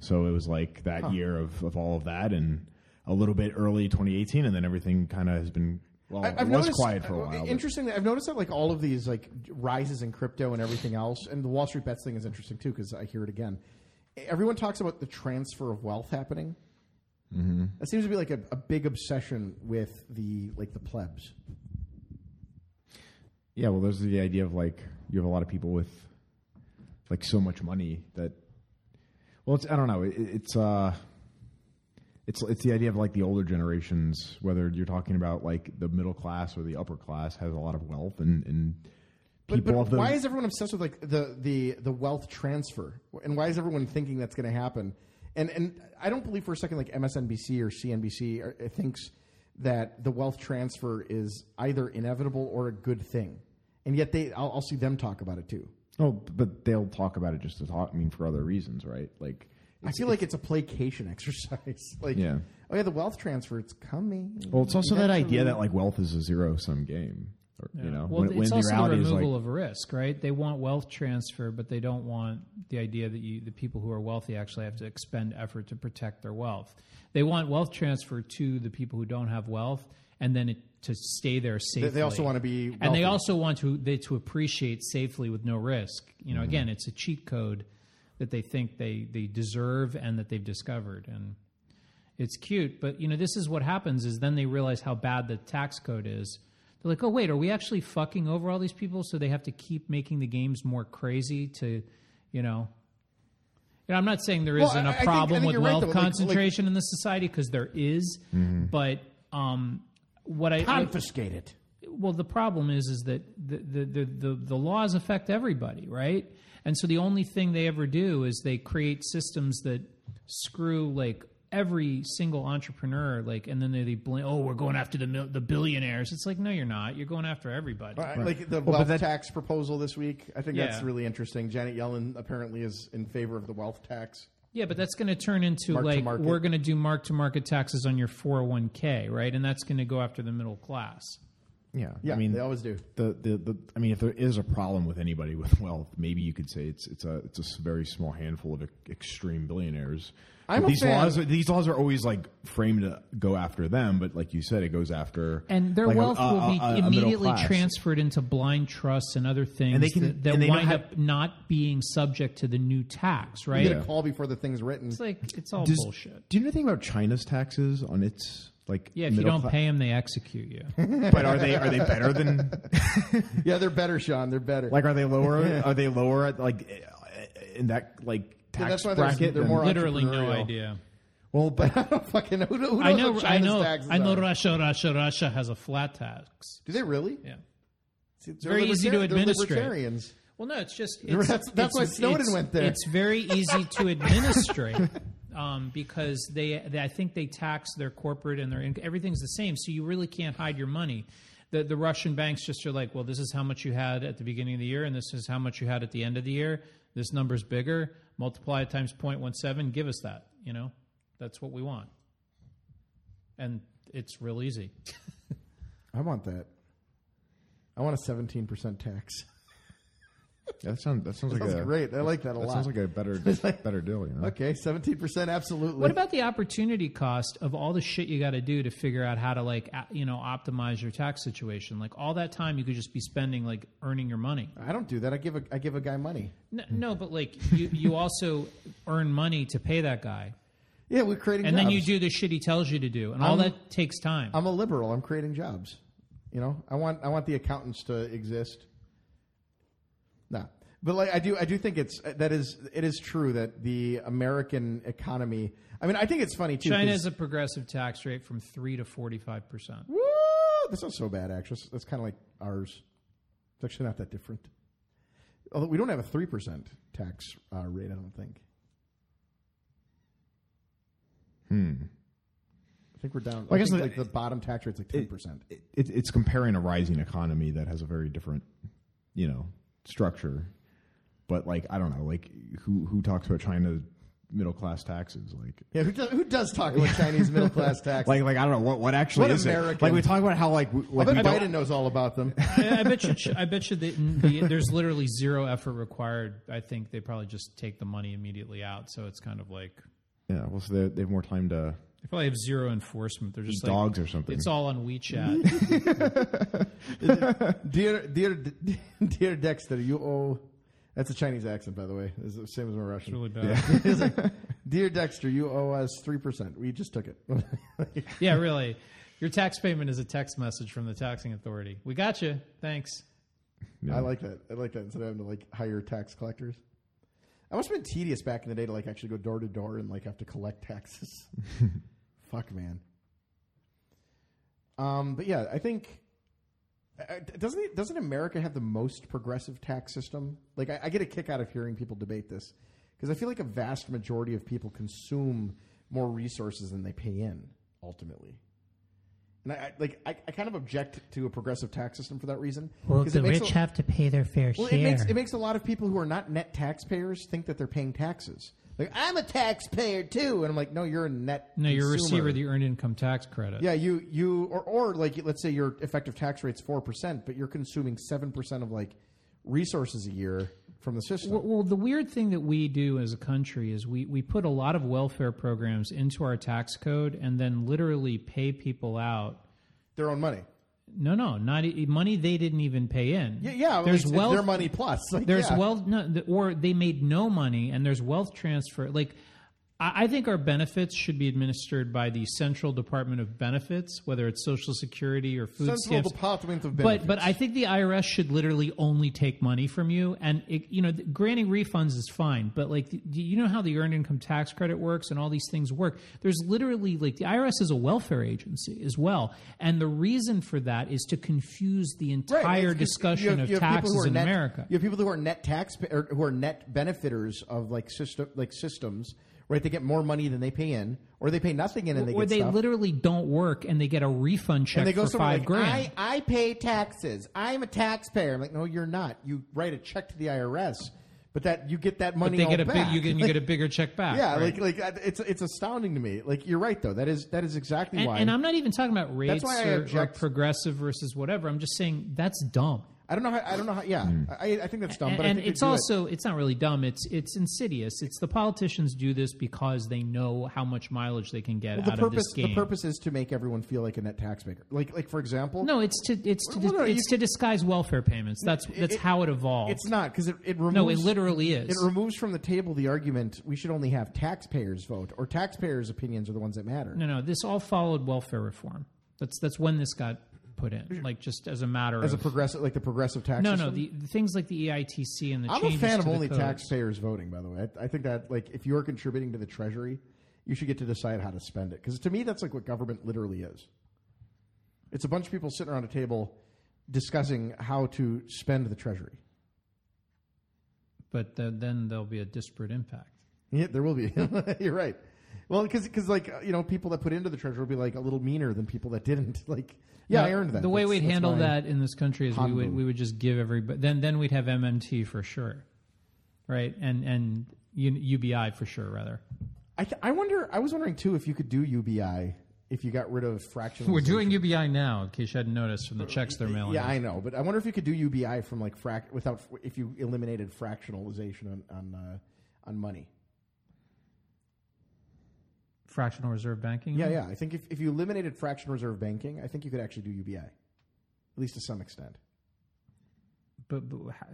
D: So it was like that year of, of all of that and a little bit early 2018, and then everything kind of has been well, Oh, it was quiet for a
B: uh,
D: while. but-
B: Interesting. That I've noticed that like all of these like rises in crypto and everything else, and the Wall Street bets thing is interesting too because I hear it again. Everyone talks about the transfer of wealth happening. Mm-hmm. That seems to be like a, a big obsession with the like the plebs.
D: yeah, well, there's the idea of like you have a lot of people with like so much money that well, it's I don't know, it, it's uh. It's, it's the idea of like the older generations, whether you're talking about like the middle class or the upper class, has a lot of wealth and, and
B: But,
D: people
B: but
D: of those-
B: why is everyone obsessed with like the the the wealth transfer, and why is everyone thinking that's going to happen? And and I don't believe for a second like MSNBC or CNBC are, uh, thinks that the wealth transfer is either inevitable or a good thing, and yet they I'll, I'll see them talk about it too.
D: Oh, but they'll talk about it just to talk. I mean, for other reasons, right? Like,
B: I feel like it's a placation exercise. like
D: Yeah. Oh,
B: oh yeah, the wealth transfer it's coming.
D: well, it's also that idea that like wealth is a zero sum game. Or, You know,
C: Well,
D: when,
C: it's
D: when the
C: also the,
D: reality is
C: removal
D: like,
C: of risk, right? They want wealth transfer, but they don't want the idea that you, the people who are wealthy actually have to expend effort to protect their wealth. They want wealth transfer to the people who don't have wealth, and then it, to stay there safely.
B: also wanna be
C: and
B: wealthy.
C: they also want to they, to appreciate safely with no risk. You know,
B: Mm-hmm.
C: again, it's a cheat code that they think they they deserve and that they've discovered and it's cute but you know this is what happens is then they realize how bad the tax code is they're like oh wait are we actually fucking over all these people so they have to keep making the games more crazy to you know you know, I'm not saying there
B: Well,
C: isn't
B: I- I think-
C: a
B: I
C: problem
B: think
C: with
B: you're right,
C: wealth
B: though. Like- Mm-hmm. like-
C: concentration in this society because there is, but um, what I, I
B: confiscate it.
C: well the problem is is that the the, the the the laws affect everybody right and so the only thing they ever do is they create systems that screw like every single entrepreneur like and then they, they blame oh we're going after the mil- the billionaires it's like no you're not you're going after everybody
B: Uh, Like the wealth tax proposal this week, I think that's
C: Yeah.
B: really interesting. Janet Yellen apparently is in favor of the wealth tax.
C: Yeah, but that's going to turn into
B: to
C: like
B: market.
C: we're going to do mark to market taxes on your 401k, right? And that's going to go after the middle class.
D: yeah,
B: Yeah,
D: I mean,
B: they always do.
D: The, the the I mean, if there is a problem with anybody with wealth, maybe you could say it's it's a it's a s- very small handful of e- extreme billionaires.
B: I'm
D: But
B: a
D: these
B: fan-
D: laws are- these laws are always like framed to go after them, but like you said, it goes after
C: And their
D: like, a-
C: wealth
D: a-
C: will be
D: a- a middle
C: immediately
D: class.
C: transferred into blind trusts and other things
D: And they can-
C: that, that
D: and they know
C: wind
D: how-
C: up not being subject to the new tax, right?
B: You get
D: Yeah.
B: a call before the thing's written.
C: It's like it's all
D: Does-
C: bullshit.
D: Do you know anything about China's taxes on its like?
C: Yeah, if you
D: middle
C: don't
D: cla-
C: pay them, they execute you.
D: but are they are they better than
B: yeah, they're better, Sean. They're better.
D: like are they lower are they lower at like in that like
B: Yeah,
D: tax
B: that's why there's-
D: bracket?
B: they're
D: than-
B: more
C: Literally no
B: entrepreneurial.
C: idea.
D: well, but
B: I don't fucking know. Who knows
C: I know,
B: what
C: I
B: China's
C: know,
B: taxes
C: I know.
B: are?
C: Russia, Russia, Russia has a flat tax.
B: Do they really?
C: Yeah.
B: See, they're
C: Very easy to
B: libertari- they're
C: administrate.
B: Libertarians.
C: Well, no, it's just
B: That's-
C: it's,
B: that's why
C: it's-
B: Snowden
C: it's-
B: went there.
C: It's very easy to administrate um, because they, they, I think they tax their corporate and their inc- everything's the same, so you really can't hide your money. The, the Russian banks just are like, well, this is how much you had at the beginning of the year, and this is how much you had at the end of the year. This number's bigger. Multiply it times 0.17. Give us that. You know, that's what we want, and it's real easy.
B: I want that. I want a seventeen percent tax.
D: that sounds that sounds like
B: Sounds
D: a,
B: great. I like that a
D: That
B: lot.
D: sounds like a better better deal. You know?
B: okay, seventeen percent, absolutely.
C: What about the opportunity cost of all the shit you got to do to figure out how to like a- you know optimize your tax situation? Like all that time you could just be spending like earning your money.
B: I don't do that. I give a I give a guy money.
C: No, no but like you you also earn money to pay that guy,
B: Yeah, we're creating.
C: and then you
B: jobs.
C: do the shit he tells you to do, and all
B: I'm-
C: that takes time.
B: I'm a liberal. I'm creating jobs. You know, I want I want the accountants to exist. Nah, but like I do, I do think it's that is it is true that the American economy. I mean, I think it's funny too. 'cause-
C: China has a progressive tax rate from three to forty five percent.
B: Woo! That's not so bad actually. That's- That's kind of like ours. It's actually not that different. Although we don't have a three percent tax uh, rate, I don't think. Hmm. think we're down.
D: Well,
B: I
D: I
B: guess
D: guess
B: think,
D: the-
B: like the bottom tax rate's like ten percent.
D: it, it's comparing a rising economy that has a very different, you know, structure. But like, I don't know, like who who talks about trying to middle class taxes? Like,
B: Yeah, who does, who does talk about Chinese middle class tax?
D: like, like I don't know what what actually
B: What
D: is
B: American-
D: it. Like we talk about how like, w-
B: I
D: like
B: bet
D: we don't-
B: Biden knows all about them.
C: I, I bet you. I bet you that the, there's literally zero effort required. I think they probably just take the money immediately out. So it's kind of like
D: yeah, well, so they, they have more time to
C: they probably have zero enforcement. They're just
D: eat
C: like
D: dogs or something.
C: It's all on WeChat.
B: Dear, dear, dear Dexter, you owe. That's a Chinese accent, by the way. It's the same as my Russian.
C: really bad.
B: It's like, dear Dexter, you owe us three percent. We just took it.
C: Yeah, really. Your tax payment is a text message from the taxing authority. We got you. Thanks.
D: Yeah.
B: I like that. I like that instead of having to like hire tax collectors. I must have been tedious back in the day to like actually go door to door and like have to collect taxes. Fuck man. Um, but yeah, I think uh, doesn't it, doesn't America have the most progressive tax system? Like I, I get a kick out of hearing people debate this because I feel like a vast majority of people consume more resources than they pay in ultimately. And I, I like I, I kind of object to a progressive tax system for that reason.
G: Well,
B: 'cause
G: the
B: it makes a-
G: rich have to pay their fair
B: well,
G: share.
B: it makes it makes a lot of people who are not net taxpayers think that they're paying taxes. Like I'm a taxpayer too, and I'm like, no, you're a net.
C: No, you're a
B: consumer.
C: receiver of the earned income tax credit.
B: yeah, you you or or like let's say your effective tax rate's four percent, but you're consuming seven percent of like resources a year from the system.
C: Well, well, the weird thing that we do as a country is we, we put a lot of welfare programs into our tax code and then literally pay people out.
B: their own money.
C: No, no, not e- money they didn't even pay in.
B: Yeah, yeah.
C: There's
B: it's- it's
C: wealth.
B: their money plus. Like,
C: There's
B: yeah.
C: wealth, no, th- or they made no money, and there's wealth transfer. Like, I, I think our benefits should be administered by the Central Department of Benefits, whether it's Social Security or food
B: Central
C: stamps.
B: Department of Benefits.
C: But but I think the IRS should literally only take money from you, and it, you know, th- granting refunds is fine. But like, th- you know how the earned income tax credit works, and all these things work. There's literally like the IRS is a welfare agency as well, and the reason for that is to confuse the
B: Right,
C: entire
B: it's 'cause
C: discussion
B: you have-
C: of
B: you have people who
C: taxes
B: are
C: in
B: net-
C: America.
B: You have people who are net tax or who are net benefiters of like system like systems, right? They get more money than they pay in, or they pay nothing in and they
C: or
B: get
C: they
B: stuff.
C: literally don't work and they get a refund check
B: and they go
C: for
B: somewhere
C: five
B: like,
C: grand.
B: I, I pay taxes. I'm a taxpayer. I'm like, no, you're not. You write a check to the IRS, but that you get that
C: but
B: money.
C: they get
B: all
C: a big
B: back.
C: you get, you get a bigger check back.
B: yeah,
C: right?
B: like like uh, it's it's astounding to me. Like you're right though. That is that is exactly
C: and,
B: why.
C: and I'm not even talking about rates
B: why I
C: or, or
B: object-
C: progressive versus whatever. I'm just saying that's dumb.
B: I don't know. How, I don't know. How, yeah, I, I think that's dumb.
C: Hmm. And,
B: but I
C: and
B: think they
C: it's
B: do it.
C: also it's not really dumb. It's it's insidious. It's the politicians do this because they know how much mileage they can get
B: Well, the
C: out of
B: purpose
C: this game.
B: the purpose is to make everyone feel like a net taxpayer. Like like for example,
C: no, it's to it's to
B: Well, no,
C: it's
B: you-
C: to disguise welfare payments. That's that's
B: it-
C: how it evolved.
B: it's not because it, it removes
C: no, it literally is.
B: it removes from the table the argument we should only have taxpayers vote or taxpayers' opinions are the ones that matter.
C: No, no. This all followed welfare reform. That's that's when this got put in, like just as a matter
B: As a
C: of
B: progressive, like the progressive tax.
C: no, no.
B: system.
C: The, the things like the E EITC and the
B: I'm a
C: changes
B: fan of
C: to the
B: only
C: codes.
B: taxpayers voting. By the way, I, I think that like if you're contributing to the treasury, you should get to decide how to spend it. Because to me, that's like what government literally is. It's a bunch of people sitting around a table discussing how to spend the treasury.
C: but the, then there'll be a disparate impact.
B: Yeah, there will be. You're right. Well, because like uh, you know, people that put into the treasury will be like a little meaner than people that didn't. Like, yeah,
C: Now,
B: I earned that.
C: The way
B: That's-
C: we'd
B: that's
C: handle
B: my-
C: that in this country is we
B: Hanbu.
C: would we would just give everybody. Then then we'd have MMT for sure, right? And and U- UBI for sure rather.
B: I, th- I wonder. I was wondering too if you could do UBI if you got rid of fractionalization.
C: We're doing UBI now, in case you hadn't noticed from the checks they're mailing.
B: Yeah,
C: us.
B: I know, but I wonder if you could do UBI from like frac without if you eliminated fractionalization on on, uh, on money.
C: fractional reserve banking.
B: Yeah, yeah. I think if, if you eliminated fractional reserve banking, I think you could actually do UBI, at least to some extent.
C: But, but how,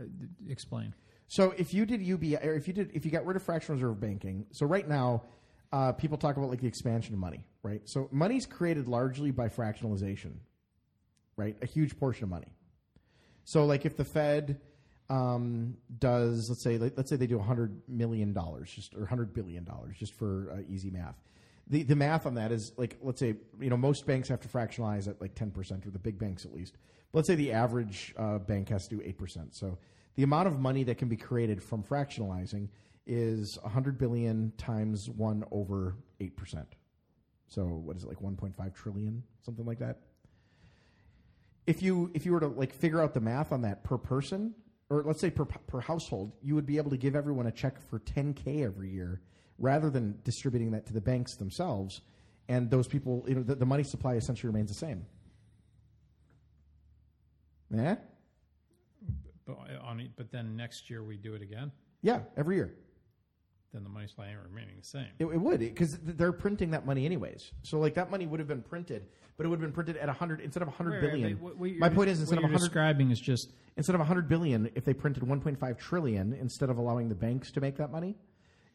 C: explain.
B: So if you did UBI, or if you did, if you got rid of fractional reserve banking, so right now, uh, people talk about like the expansion of money, right? So money's created largely by fractionalization, right? A huge portion of money. So like if the Fed um, does, let's say, like, let's say they do hundred million dollars, just or hundred billion dollars, just for uh, easy math. The, the math on that is like let's say you know most banks have to fractionalize at like ten percent or the big banks at least. But let's say the average uh, bank has to do eight percent. So the amount of money that can be created from fractionalizing is hundred billion times one over eight percent. So what is it like 1.5 trillion, something like that? If you if you were to like figure out the math on that per person, or let's say per per household, you would be able to give everyone a check for 10k every year, rather than distributing that to the banks themselves. And those people, you know, the, the money supply essentially remains the same. Yeah,
C: But, on, but then next year we do it again.
B: yeah, every year.
C: Then the money supply ain't remaining the same.
B: It, it would because they're printing that money anyways. So like that money would have been printed, but it would have been printed at hundred instead of hundred billion. My point is instead of
C: what you're
B: hundred
C: describing is just
B: instead of hundred billion, if they printed one point five trillion instead of allowing the banks to make that money,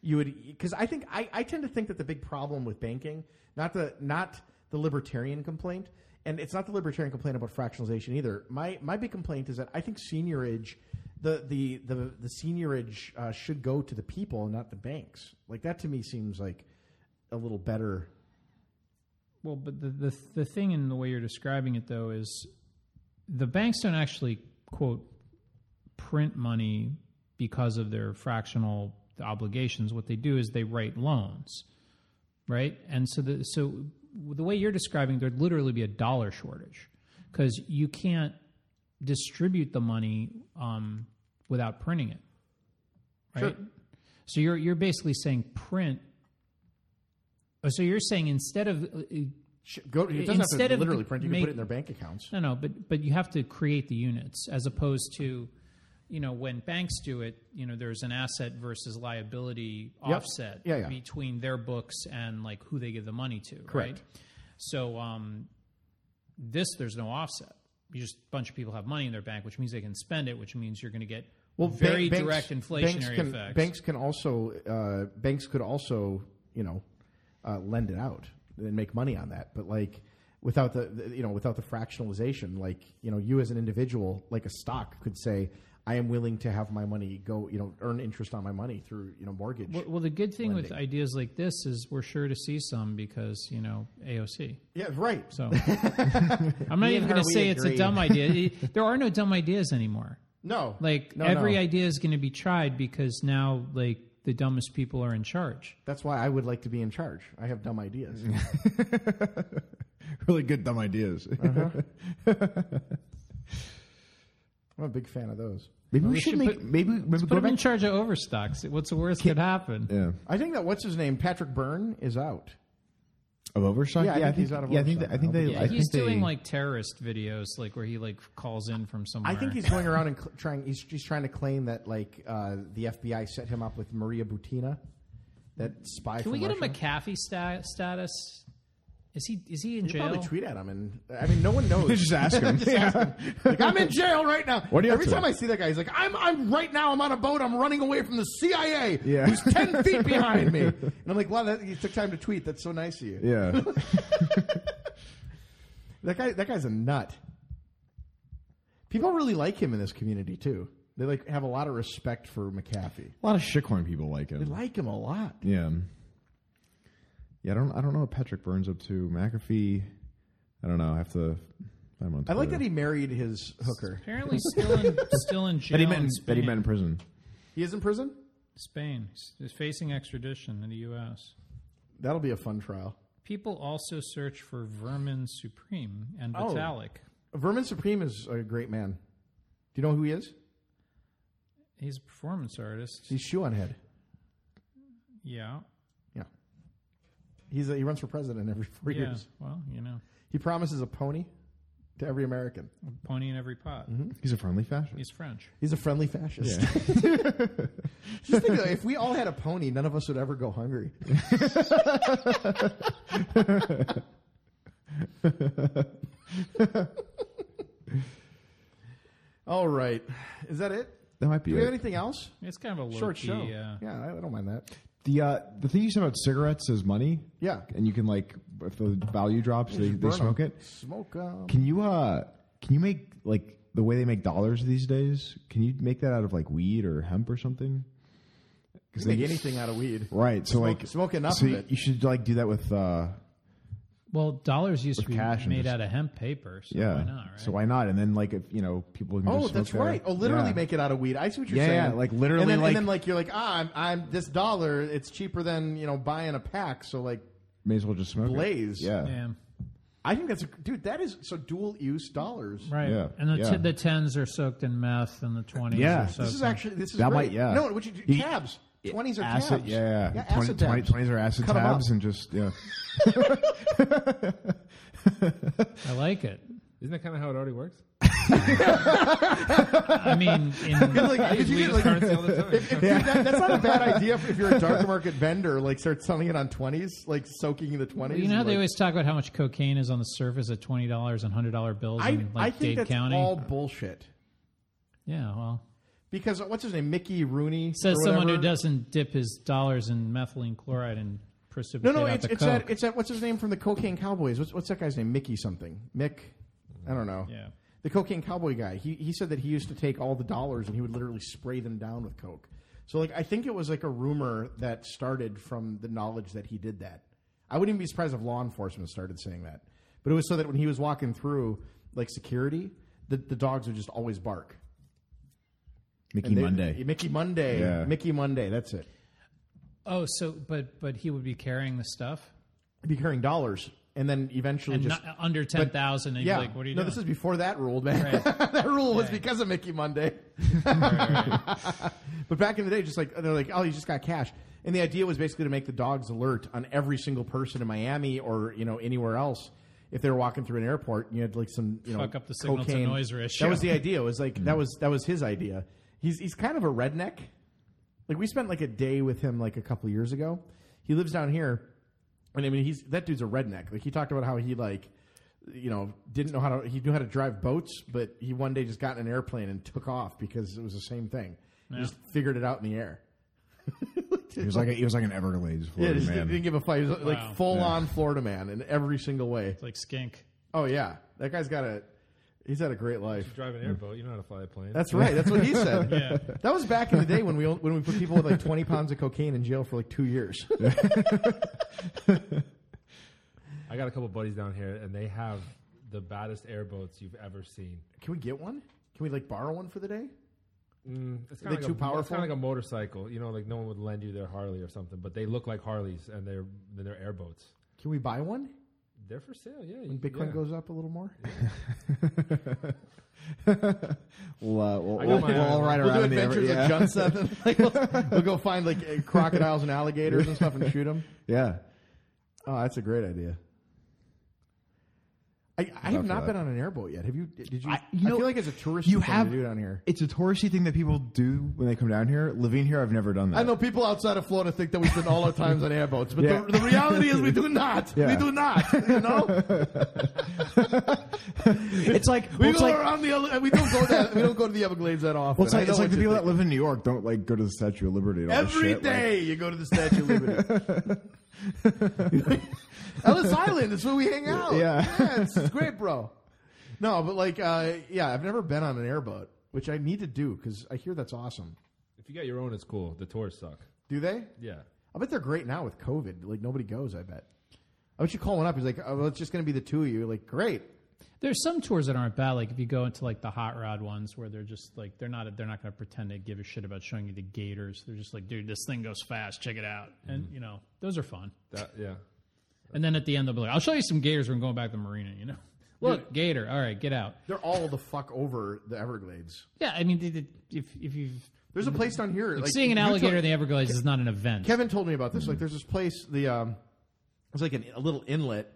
B: you would because I think I, I tend to think that the big problem with banking not the not the libertarian complaint and it's not the libertarian complaint about fractionalization either. My my big complaint is that I think seniorage. The the the the seniorage uh, should go to the people and not the banks. Like that to me seems like a little better.
C: Well, but the, the the thing in the way you're describing it though is the banks don't actually quote print money because of their fractional obligations. What they do is they write loans, right? And so the so the way you're describing, there'd literally be a dollar shortage because you can't distribute the money um, without printing it, right? So you're you're basically saying print. oh, So you're saying instead of uh, uh,
B: Sh- Go it doesn't have
C: Instead
B: to
C: of
B: literally print. You can
C: make-
B: put it in their bank accounts.
C: no, no, but but you have to create the units as opposed to, you know, when banks do it, you know, there's an asset versus liability
B: Yep.
C: offset
B: Yeah, yeah.
C: between their books and like who they give the money to,
B: Correct.
C: right? So um, this there's no offset. You just a bunch of people have money in their bank, which means they can spend it, which means you're going to get very
B: Ban-
C: direct
B: banks- banks
C: inflationary
B: can,
C: effects.
B: Banks can also uh, banks could also you know uh, lend it out and make money on that, but like without the the- you know without the fractionalization, like you know you as an individual, like a stock could say. I am willing to have my money go, you know, earn interest on my money through, you know, mortgage.
C: Well, well, the good thing with ideas like this is we're sure to see some because you know AOC.
B: yeah, right.
C: So I'm not
B: Me
C: even
B: and
C: going to
B: her, we
C: say it's a
B: agree.
C: dumb idea. It- there are no dumb ideas anymore.
B: No,
C: Like
B: no,
C: every
B: no.
C: idea is going to be tried because now like the dumbest people are in charge.
B: That's why I would like to be in charge. I have dumb ideas.
D: really good dumb ideas.
B: Uh-huh. I'm a big fan of those.
D: Maybe we,
C: we
D: should,
C: should
D: make
C: put-
D: maybe maybe
C: Put
D: go
C: them in
D: back.
C: charge of overstocks. What's the worst that could happen?
D: Yeah,
B: I think that what's his name, Patrick Byrne, is out.
D: of oversight.
B: Yeah, I think he's out of
D: yeah, I think
B: oversight
D: they- I think
B: now.
D: they.
C: Yeah,
D: I think
C: he's
D: they-
C: doing like terrorist videos, like where he like calls in from somewhere.
B: I think he's going around and cl- trying. He's, he's trying to claim that like uh, the FBI set him up with Maria Butina, that spy.
C: Can we get
B: Russia.
C: him a McAfee sta- status? Is he is he in
B: You could
C: jail?
B: probably tweet at him, and I mean, no one knows.
D: just ask him.
B: like, I'm in jail right now.
D: What are you up
B: Every
D: to?
B: time I see that guy, he's like, I'm, I'm right now. I'm on a boat. I'm running away from the CIA.
D: Yeah.
B: who's ten feet behind me. And I'm like, wow, that you took time to tweet. That's so nice of you.
D: Yeah,
B: That guy, that guy's a nut. People really like him in this community too. They like have a lot of respect for McAfee.
D: a lot of shitcoin people like
B: They
D: him.
B: like him a lot.
D: yeah, yeah. I don't. I don't know what Patrick Burns up to. McAfee. I don't know. I have to. find him on
B: I like
D: Twitter.
B: that he married his hooker.
C: Apparently, still in still in jail.
D: That he met.
C: in
D: In, that he
C: Spain.
D: met in prison.
B: He is in prison.
C: Spain is facing extradition in the U.S.
B: That'll be a fun trial.
C: People also search for Vermin Supreme and
B: Oh.
C: Vitalik.
B: Vermin Supreme is a great man. Do you know who he is?
C: He's a performance artist.
B: He's shoe on head.
C: yeah.
B: Yeah. He's a, he runs for president every four
C: Yeah.
B: years.
C: Well, you know,
B: He promises a pony to every American.
C: a pony in every pot.
B: Mm-hmm.
D: He's a friendly fascist.
C: He's French.
B: He's a friendly fascist. Just think of it, if we all had a pony, none of us would ever go hungry. all right. Is that it?
D: That might be
B: Do we have
D: it.
B: anything else?
C: It's kind of a low
B: Short
C: key.
B: show.
C: Uh,
B: yeah, I, I don't mind that.
D: The uh, the thing you said about cigarettes is money.
B: Yeah.
D: and you can like if the value drops, they,
B: Just
D: they
B: burn 'em.
D: smoke it.
B: Smoke 'em.
D: Can you uh can you make like the way they make dollars these days? Can you make that out of like weed or hemp or something? Because
B: Make anything out of weed.
D: right? So
B: Smoke-
D: like
B: smoke enough
D: so
B: of
D: you-
B: it.
D: You should like do that with uh
C: Well, dollars used to
D: With
C: be
D: cash and
C: made
D: just-
C: out of hemp paper. So
D: yeah.
C: why not? Right.
D: So why not? And then like if you know people can
B: Oh,
D: just smoke
B: that's
D: their-
B: right. Oh, literally
D: yeah.
B: make it out of weed. I see what you're
D: Yeah,
B: saying.
D: yeah, like literally
B: and then,
D: like-
B: and then like you're like, ah, I'm, I'm this dollar. It's cheaper than you know buying a pack. So like,
D: May as well just smoke it.
B: Blaze.
D: Yeah.
C: Yeah.
B: I think that's a, dude. That is so dual use dollars.
C: Right.
D: Yeah,
C: And the,
D: yeah.
C: t- the tens are soaked in meth, and the twenties.
D: Yeah,
C: Are
D: this
C: soaked
B: This is
C: in-
B: actually this is
D: That
B: great.
D: might- yeah.
B: No, what you do?
D: You-
B: Tabs. Twenties are
D: Acid,
B: tabs.
D: yeah, yeah.
B: yeah acid
D: 20,
B: tabs.
D: 20s are acid
B: Cut 'em up.
D: tabs and just yeah.
C: I like it.
E: Isn't that kind of how it already works?
C: I mean, in,
B: Like, if you
E: We
B: get,
E: use
B: like-
E: currency all the time.
B: that- that's not a bad idea if, if you're a dark market vendor. Like, start selling it on twenties, like soaking the twenties.
C: you know how they always talk about how much cocaine is on the surface at twenty dollars and hundred dollar bills
B: I,
C: in
B: I
C: like
B: think
C: Dade
B: that's
C: County.
B: all bullshit.
C: yeah. Well,
B: Because what's his name, Mickey Rooney?
C: says
B: or
C: someone who
B: whatever.
C: doesn't dip his dollars in methylene chloride and
B: No,
C: precipitate
B: no,
C: out
B: it's
C: the
B: it's
C: coke.
B: that it's that what's his name from the Cocaine Cowboys? What's, what's that guy's name? Mickey something. Mick. I don't know.
C: Yeah.
B: The Cocaine Cowboy guy. He he said that he used to take all the dollars and he would literally spray them down with coke. So like I think it was like a rumor that started from the knowledge that he did that. I wouldn't even be surprised if law enforcement started saying that. But it was so that when he was walking through like security, the, the dogs would just always bark.
D: Mickey
B: And they-
D: Monday.
B: Mickey Monday.
D: Yeah.
B: Mickey Monday. That's it.
C: oh, so but but he would be carrying the stuff
B: He'd be carrying dollars and then eventually
C: and
B: just
C: not, uh, under ten thousand. And
B: Yeah.
C: you're like, what are you
B: no,
C: doing?
B: this is before that rule, man. that rule was because of Mickey Monday. but back in the day, just like they're like, oh, you just got cash, and the idea was basically to make the dogs alert on every single person in Miami or you know anywhere else if they were walking through an airport and you had like some you know
C: Fuck up the signal to
B: cocaine.
C: noise ratio.
B: That was the idea. It was like that was that was his idea. He's he's kind of a redneck. Like we spent like a day with him like a couple years ago. He lives down here. And I mean, he's that dude's a redneck. Like he talked about how he like, you know, didn't know how to. He knew how to drive boats, but he one day just got in an airplane and took off because it was the same thing. He Just figured it out in the air.
D: He was like a, he was like an Everglades
B: Yeah,
D: Florida
B: just
D: man.
B: didn't, didn't give a fuck. He was
C: Wow.
B: like full on Florida man in every single way.
C: It's like skink.
B: Oh yeah, that guy's got a. He's had a great life.
E: Drive an airboat. You know how to fly a plane.
B: That's right. That's what he said.
C: Yeah.
B: That was back in the day when we when we put people with like twenty pounds of cocaine in jail for like two years.
E: I got a couple buddies down here, and they have the baddest airboats you've ever seen.
B: Can we get one? Can we like borrow one for the day?
E: Mm, it's
B: Are they
E: kinda like
B: too
E: a, It's
B: powerful?
E: kind of like a motorcycle. You know, like no one would lend you their Harley or something, but they look like Harleys, and they're and they're airboats.
B: Can we buy one
E: They're for sale. Yeah,
B: when
E: you-
B: Bitcoin
E: yeah.
B: goes up a little more?
D: We'll, uh, we'll,
E: I
D: we'll,
E: got mine.
D: we'll all ride
B: We'll do
D: around in the
B: adventures
D: Ever- yeah.
B: with John Seth. Like, we'll, we'll go find like uh, crocodiles and alligators and stuff and shoot them.
D: yeah.
B: Oh, that's a great idea. I, I have
D: for
B: not
D: that.
B: been on an airboat yet. Have you? Did you?
D: I- you know,
B: feel like it's a tourist
D: you
B: thing
D: have-
B: to do down here.
D: It's a touristy thing that people do when they come down here. Living here, I've never done that.
B: I know people outside of Florida think that we spend all our times on airboats, but
D: Yeah.
B: the, the reality is we do not. We
D: Yeah.
B: do not. You know,
D: It's like
B: we
D: well, it's
B: go
D: like
B: around the Ele- we don't go that we don't go to the Everglades that often.
D: well, it's
B: I
D: like,
B: know
D: it's like
B: what
D: the
B: you're
D: people that
B: thinking.
D: live in New York don't like go to the Statue of Liberty and all this
B: Every
D: shit, like-
B: day you go to the Statue of Liberty. Ellis Island is where we hang out.
D: Yeah.
B: it's, it's great, bro. No, but like, uh, yeah, I've never been on an airboat, which I need to do because I hear that's awesome.
E: If you got your own, it's cool. The tours suck.
B: Do they?
E: Yeah.
B: I bet they're great now with COVID. Like nobody goes. I bet. I bet you call one up. He's like, oh, well, it's just going to be the two of you. Like, great.
C: There's some tours that aren't bad. Like if you go into like the hot rod ones, where they're just like they're not they're not going to pretend they give a shit about showing you the gators. They're just like, dude, this thing goes fast. Check it out.
B: Mm-hmm.
C: And you know, those are fun.
E: That yeah.
C: And then at the end, they'll be like, I'll show you some gators when going back to the marina. You know, look, gator. All right, get out.
B: They're all the fuck over the Everglades.
C: Yeah, I mean, they- they- if if you
B: There's a place down here. Like,
C: seeing an
B: you told-
C: alligator in the Everglades is not an event.
B: Kevin told me about this. Like, there's this place. The um, it's like an, a little inlet,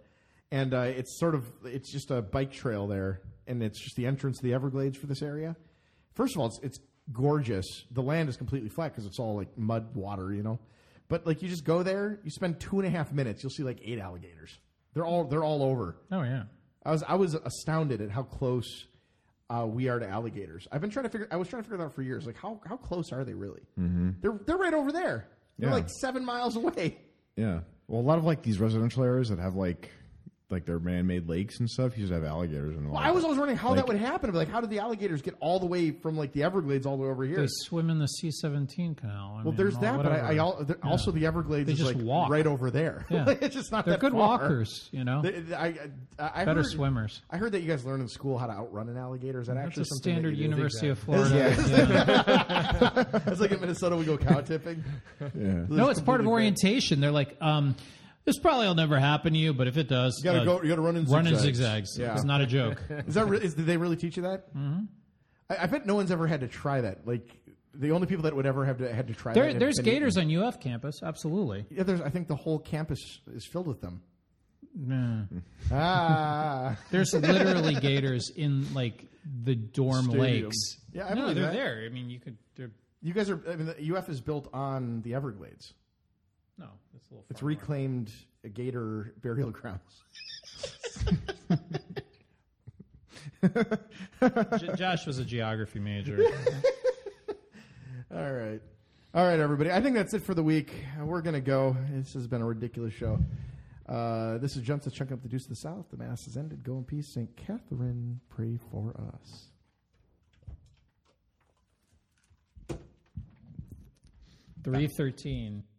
B: and uh, it's sort of it's just a bike trail there, and it's just the entrance to the Everglades for this area. First of all, it's it's gorgeous. The land is completely flat because it's all like mud water, you know. But like, you just go there, you spend two and a half minutes, you'll see like eight alligators. They're all they're all over.
C: oh yeah,
B: I was I was astounded at how close uh, we are to alligators. I've been trying to figure. I was trying to figure that out for years. Like how how close are they really? Mm-hmm. They're they're right over there. They're
D: Yeah.
B: like seven miles away.
D: Yeah. Well, a lot of like these residential areas that have like like their man-made lakes and stuff, you just have alligators and all.
B: Well, I was always wondering how that
D: Like-
B: would happen. I'd be Like how did the alligators get all the way from like the Everglades all the way over here?
C: they swim in the C-17 canal. I
B: well,
C: mean,
B: there's
C: or
B: that, but I, I
C: whatever.
B: al- there- also the Everglades
C: They
B: is
C: just
B: like
C: walk.
B: right over there.
C: Yeah.
B: it's just not
C: they're
B: that
C: good
B: far.
C: walkers. You know,
B: They- they- I, I, I
C: better
B: heard,
C: swimmers.
B: I heard that you guys learn in school how to outrun an alligator. Is that
C: That's
B: actually
C: a
B: something
C: standard
B: that you do?
C: University of Florida. yeah.
B: It's like in Minnesota we go cow tipping.
D: Yeah.
C: No, it's part of orientation. They're like, um, This probably will never happen to you, but if it does, uh,
G: You gotta go. You gotta run in.
C: Run in
G: zigzags.
C: zigzags.
B: Yeah.
C: It's not a joke.
B: Is that re- is, did they really teach you that? Mm-hmm. I, I bet no one's ever had to try that. Like the only people that would ever have to had to try that.
C: there,
B: have
C: there's
B: been-
C: gators on UF campus. Absolutely.
B: Yeah, there's. I think the whole campus is filled with them.
C: Nah.
B: Ah,
C: There's literally gators in like the dorm
G: Stadium.
C: lakes.
B: Yeah, I
C: no,
B: believe
C: they're
B: that.
C: there. I mean, you could. They're
B: you guys are. I mean, the UF is built on the Everglades.
C: no. It's a little.
B: It's reclaimed gator burial grounds.
C: J- Josh was a geography major.
B: All right. All right, everybody. I think that's it for the week. We're going to go. This has been a ridiculous show. Uh, this is Johnson chunking up the deuce of the south. The mass has ended. Go in peace. St. Catherine, pray for us.
C: Three thirteen.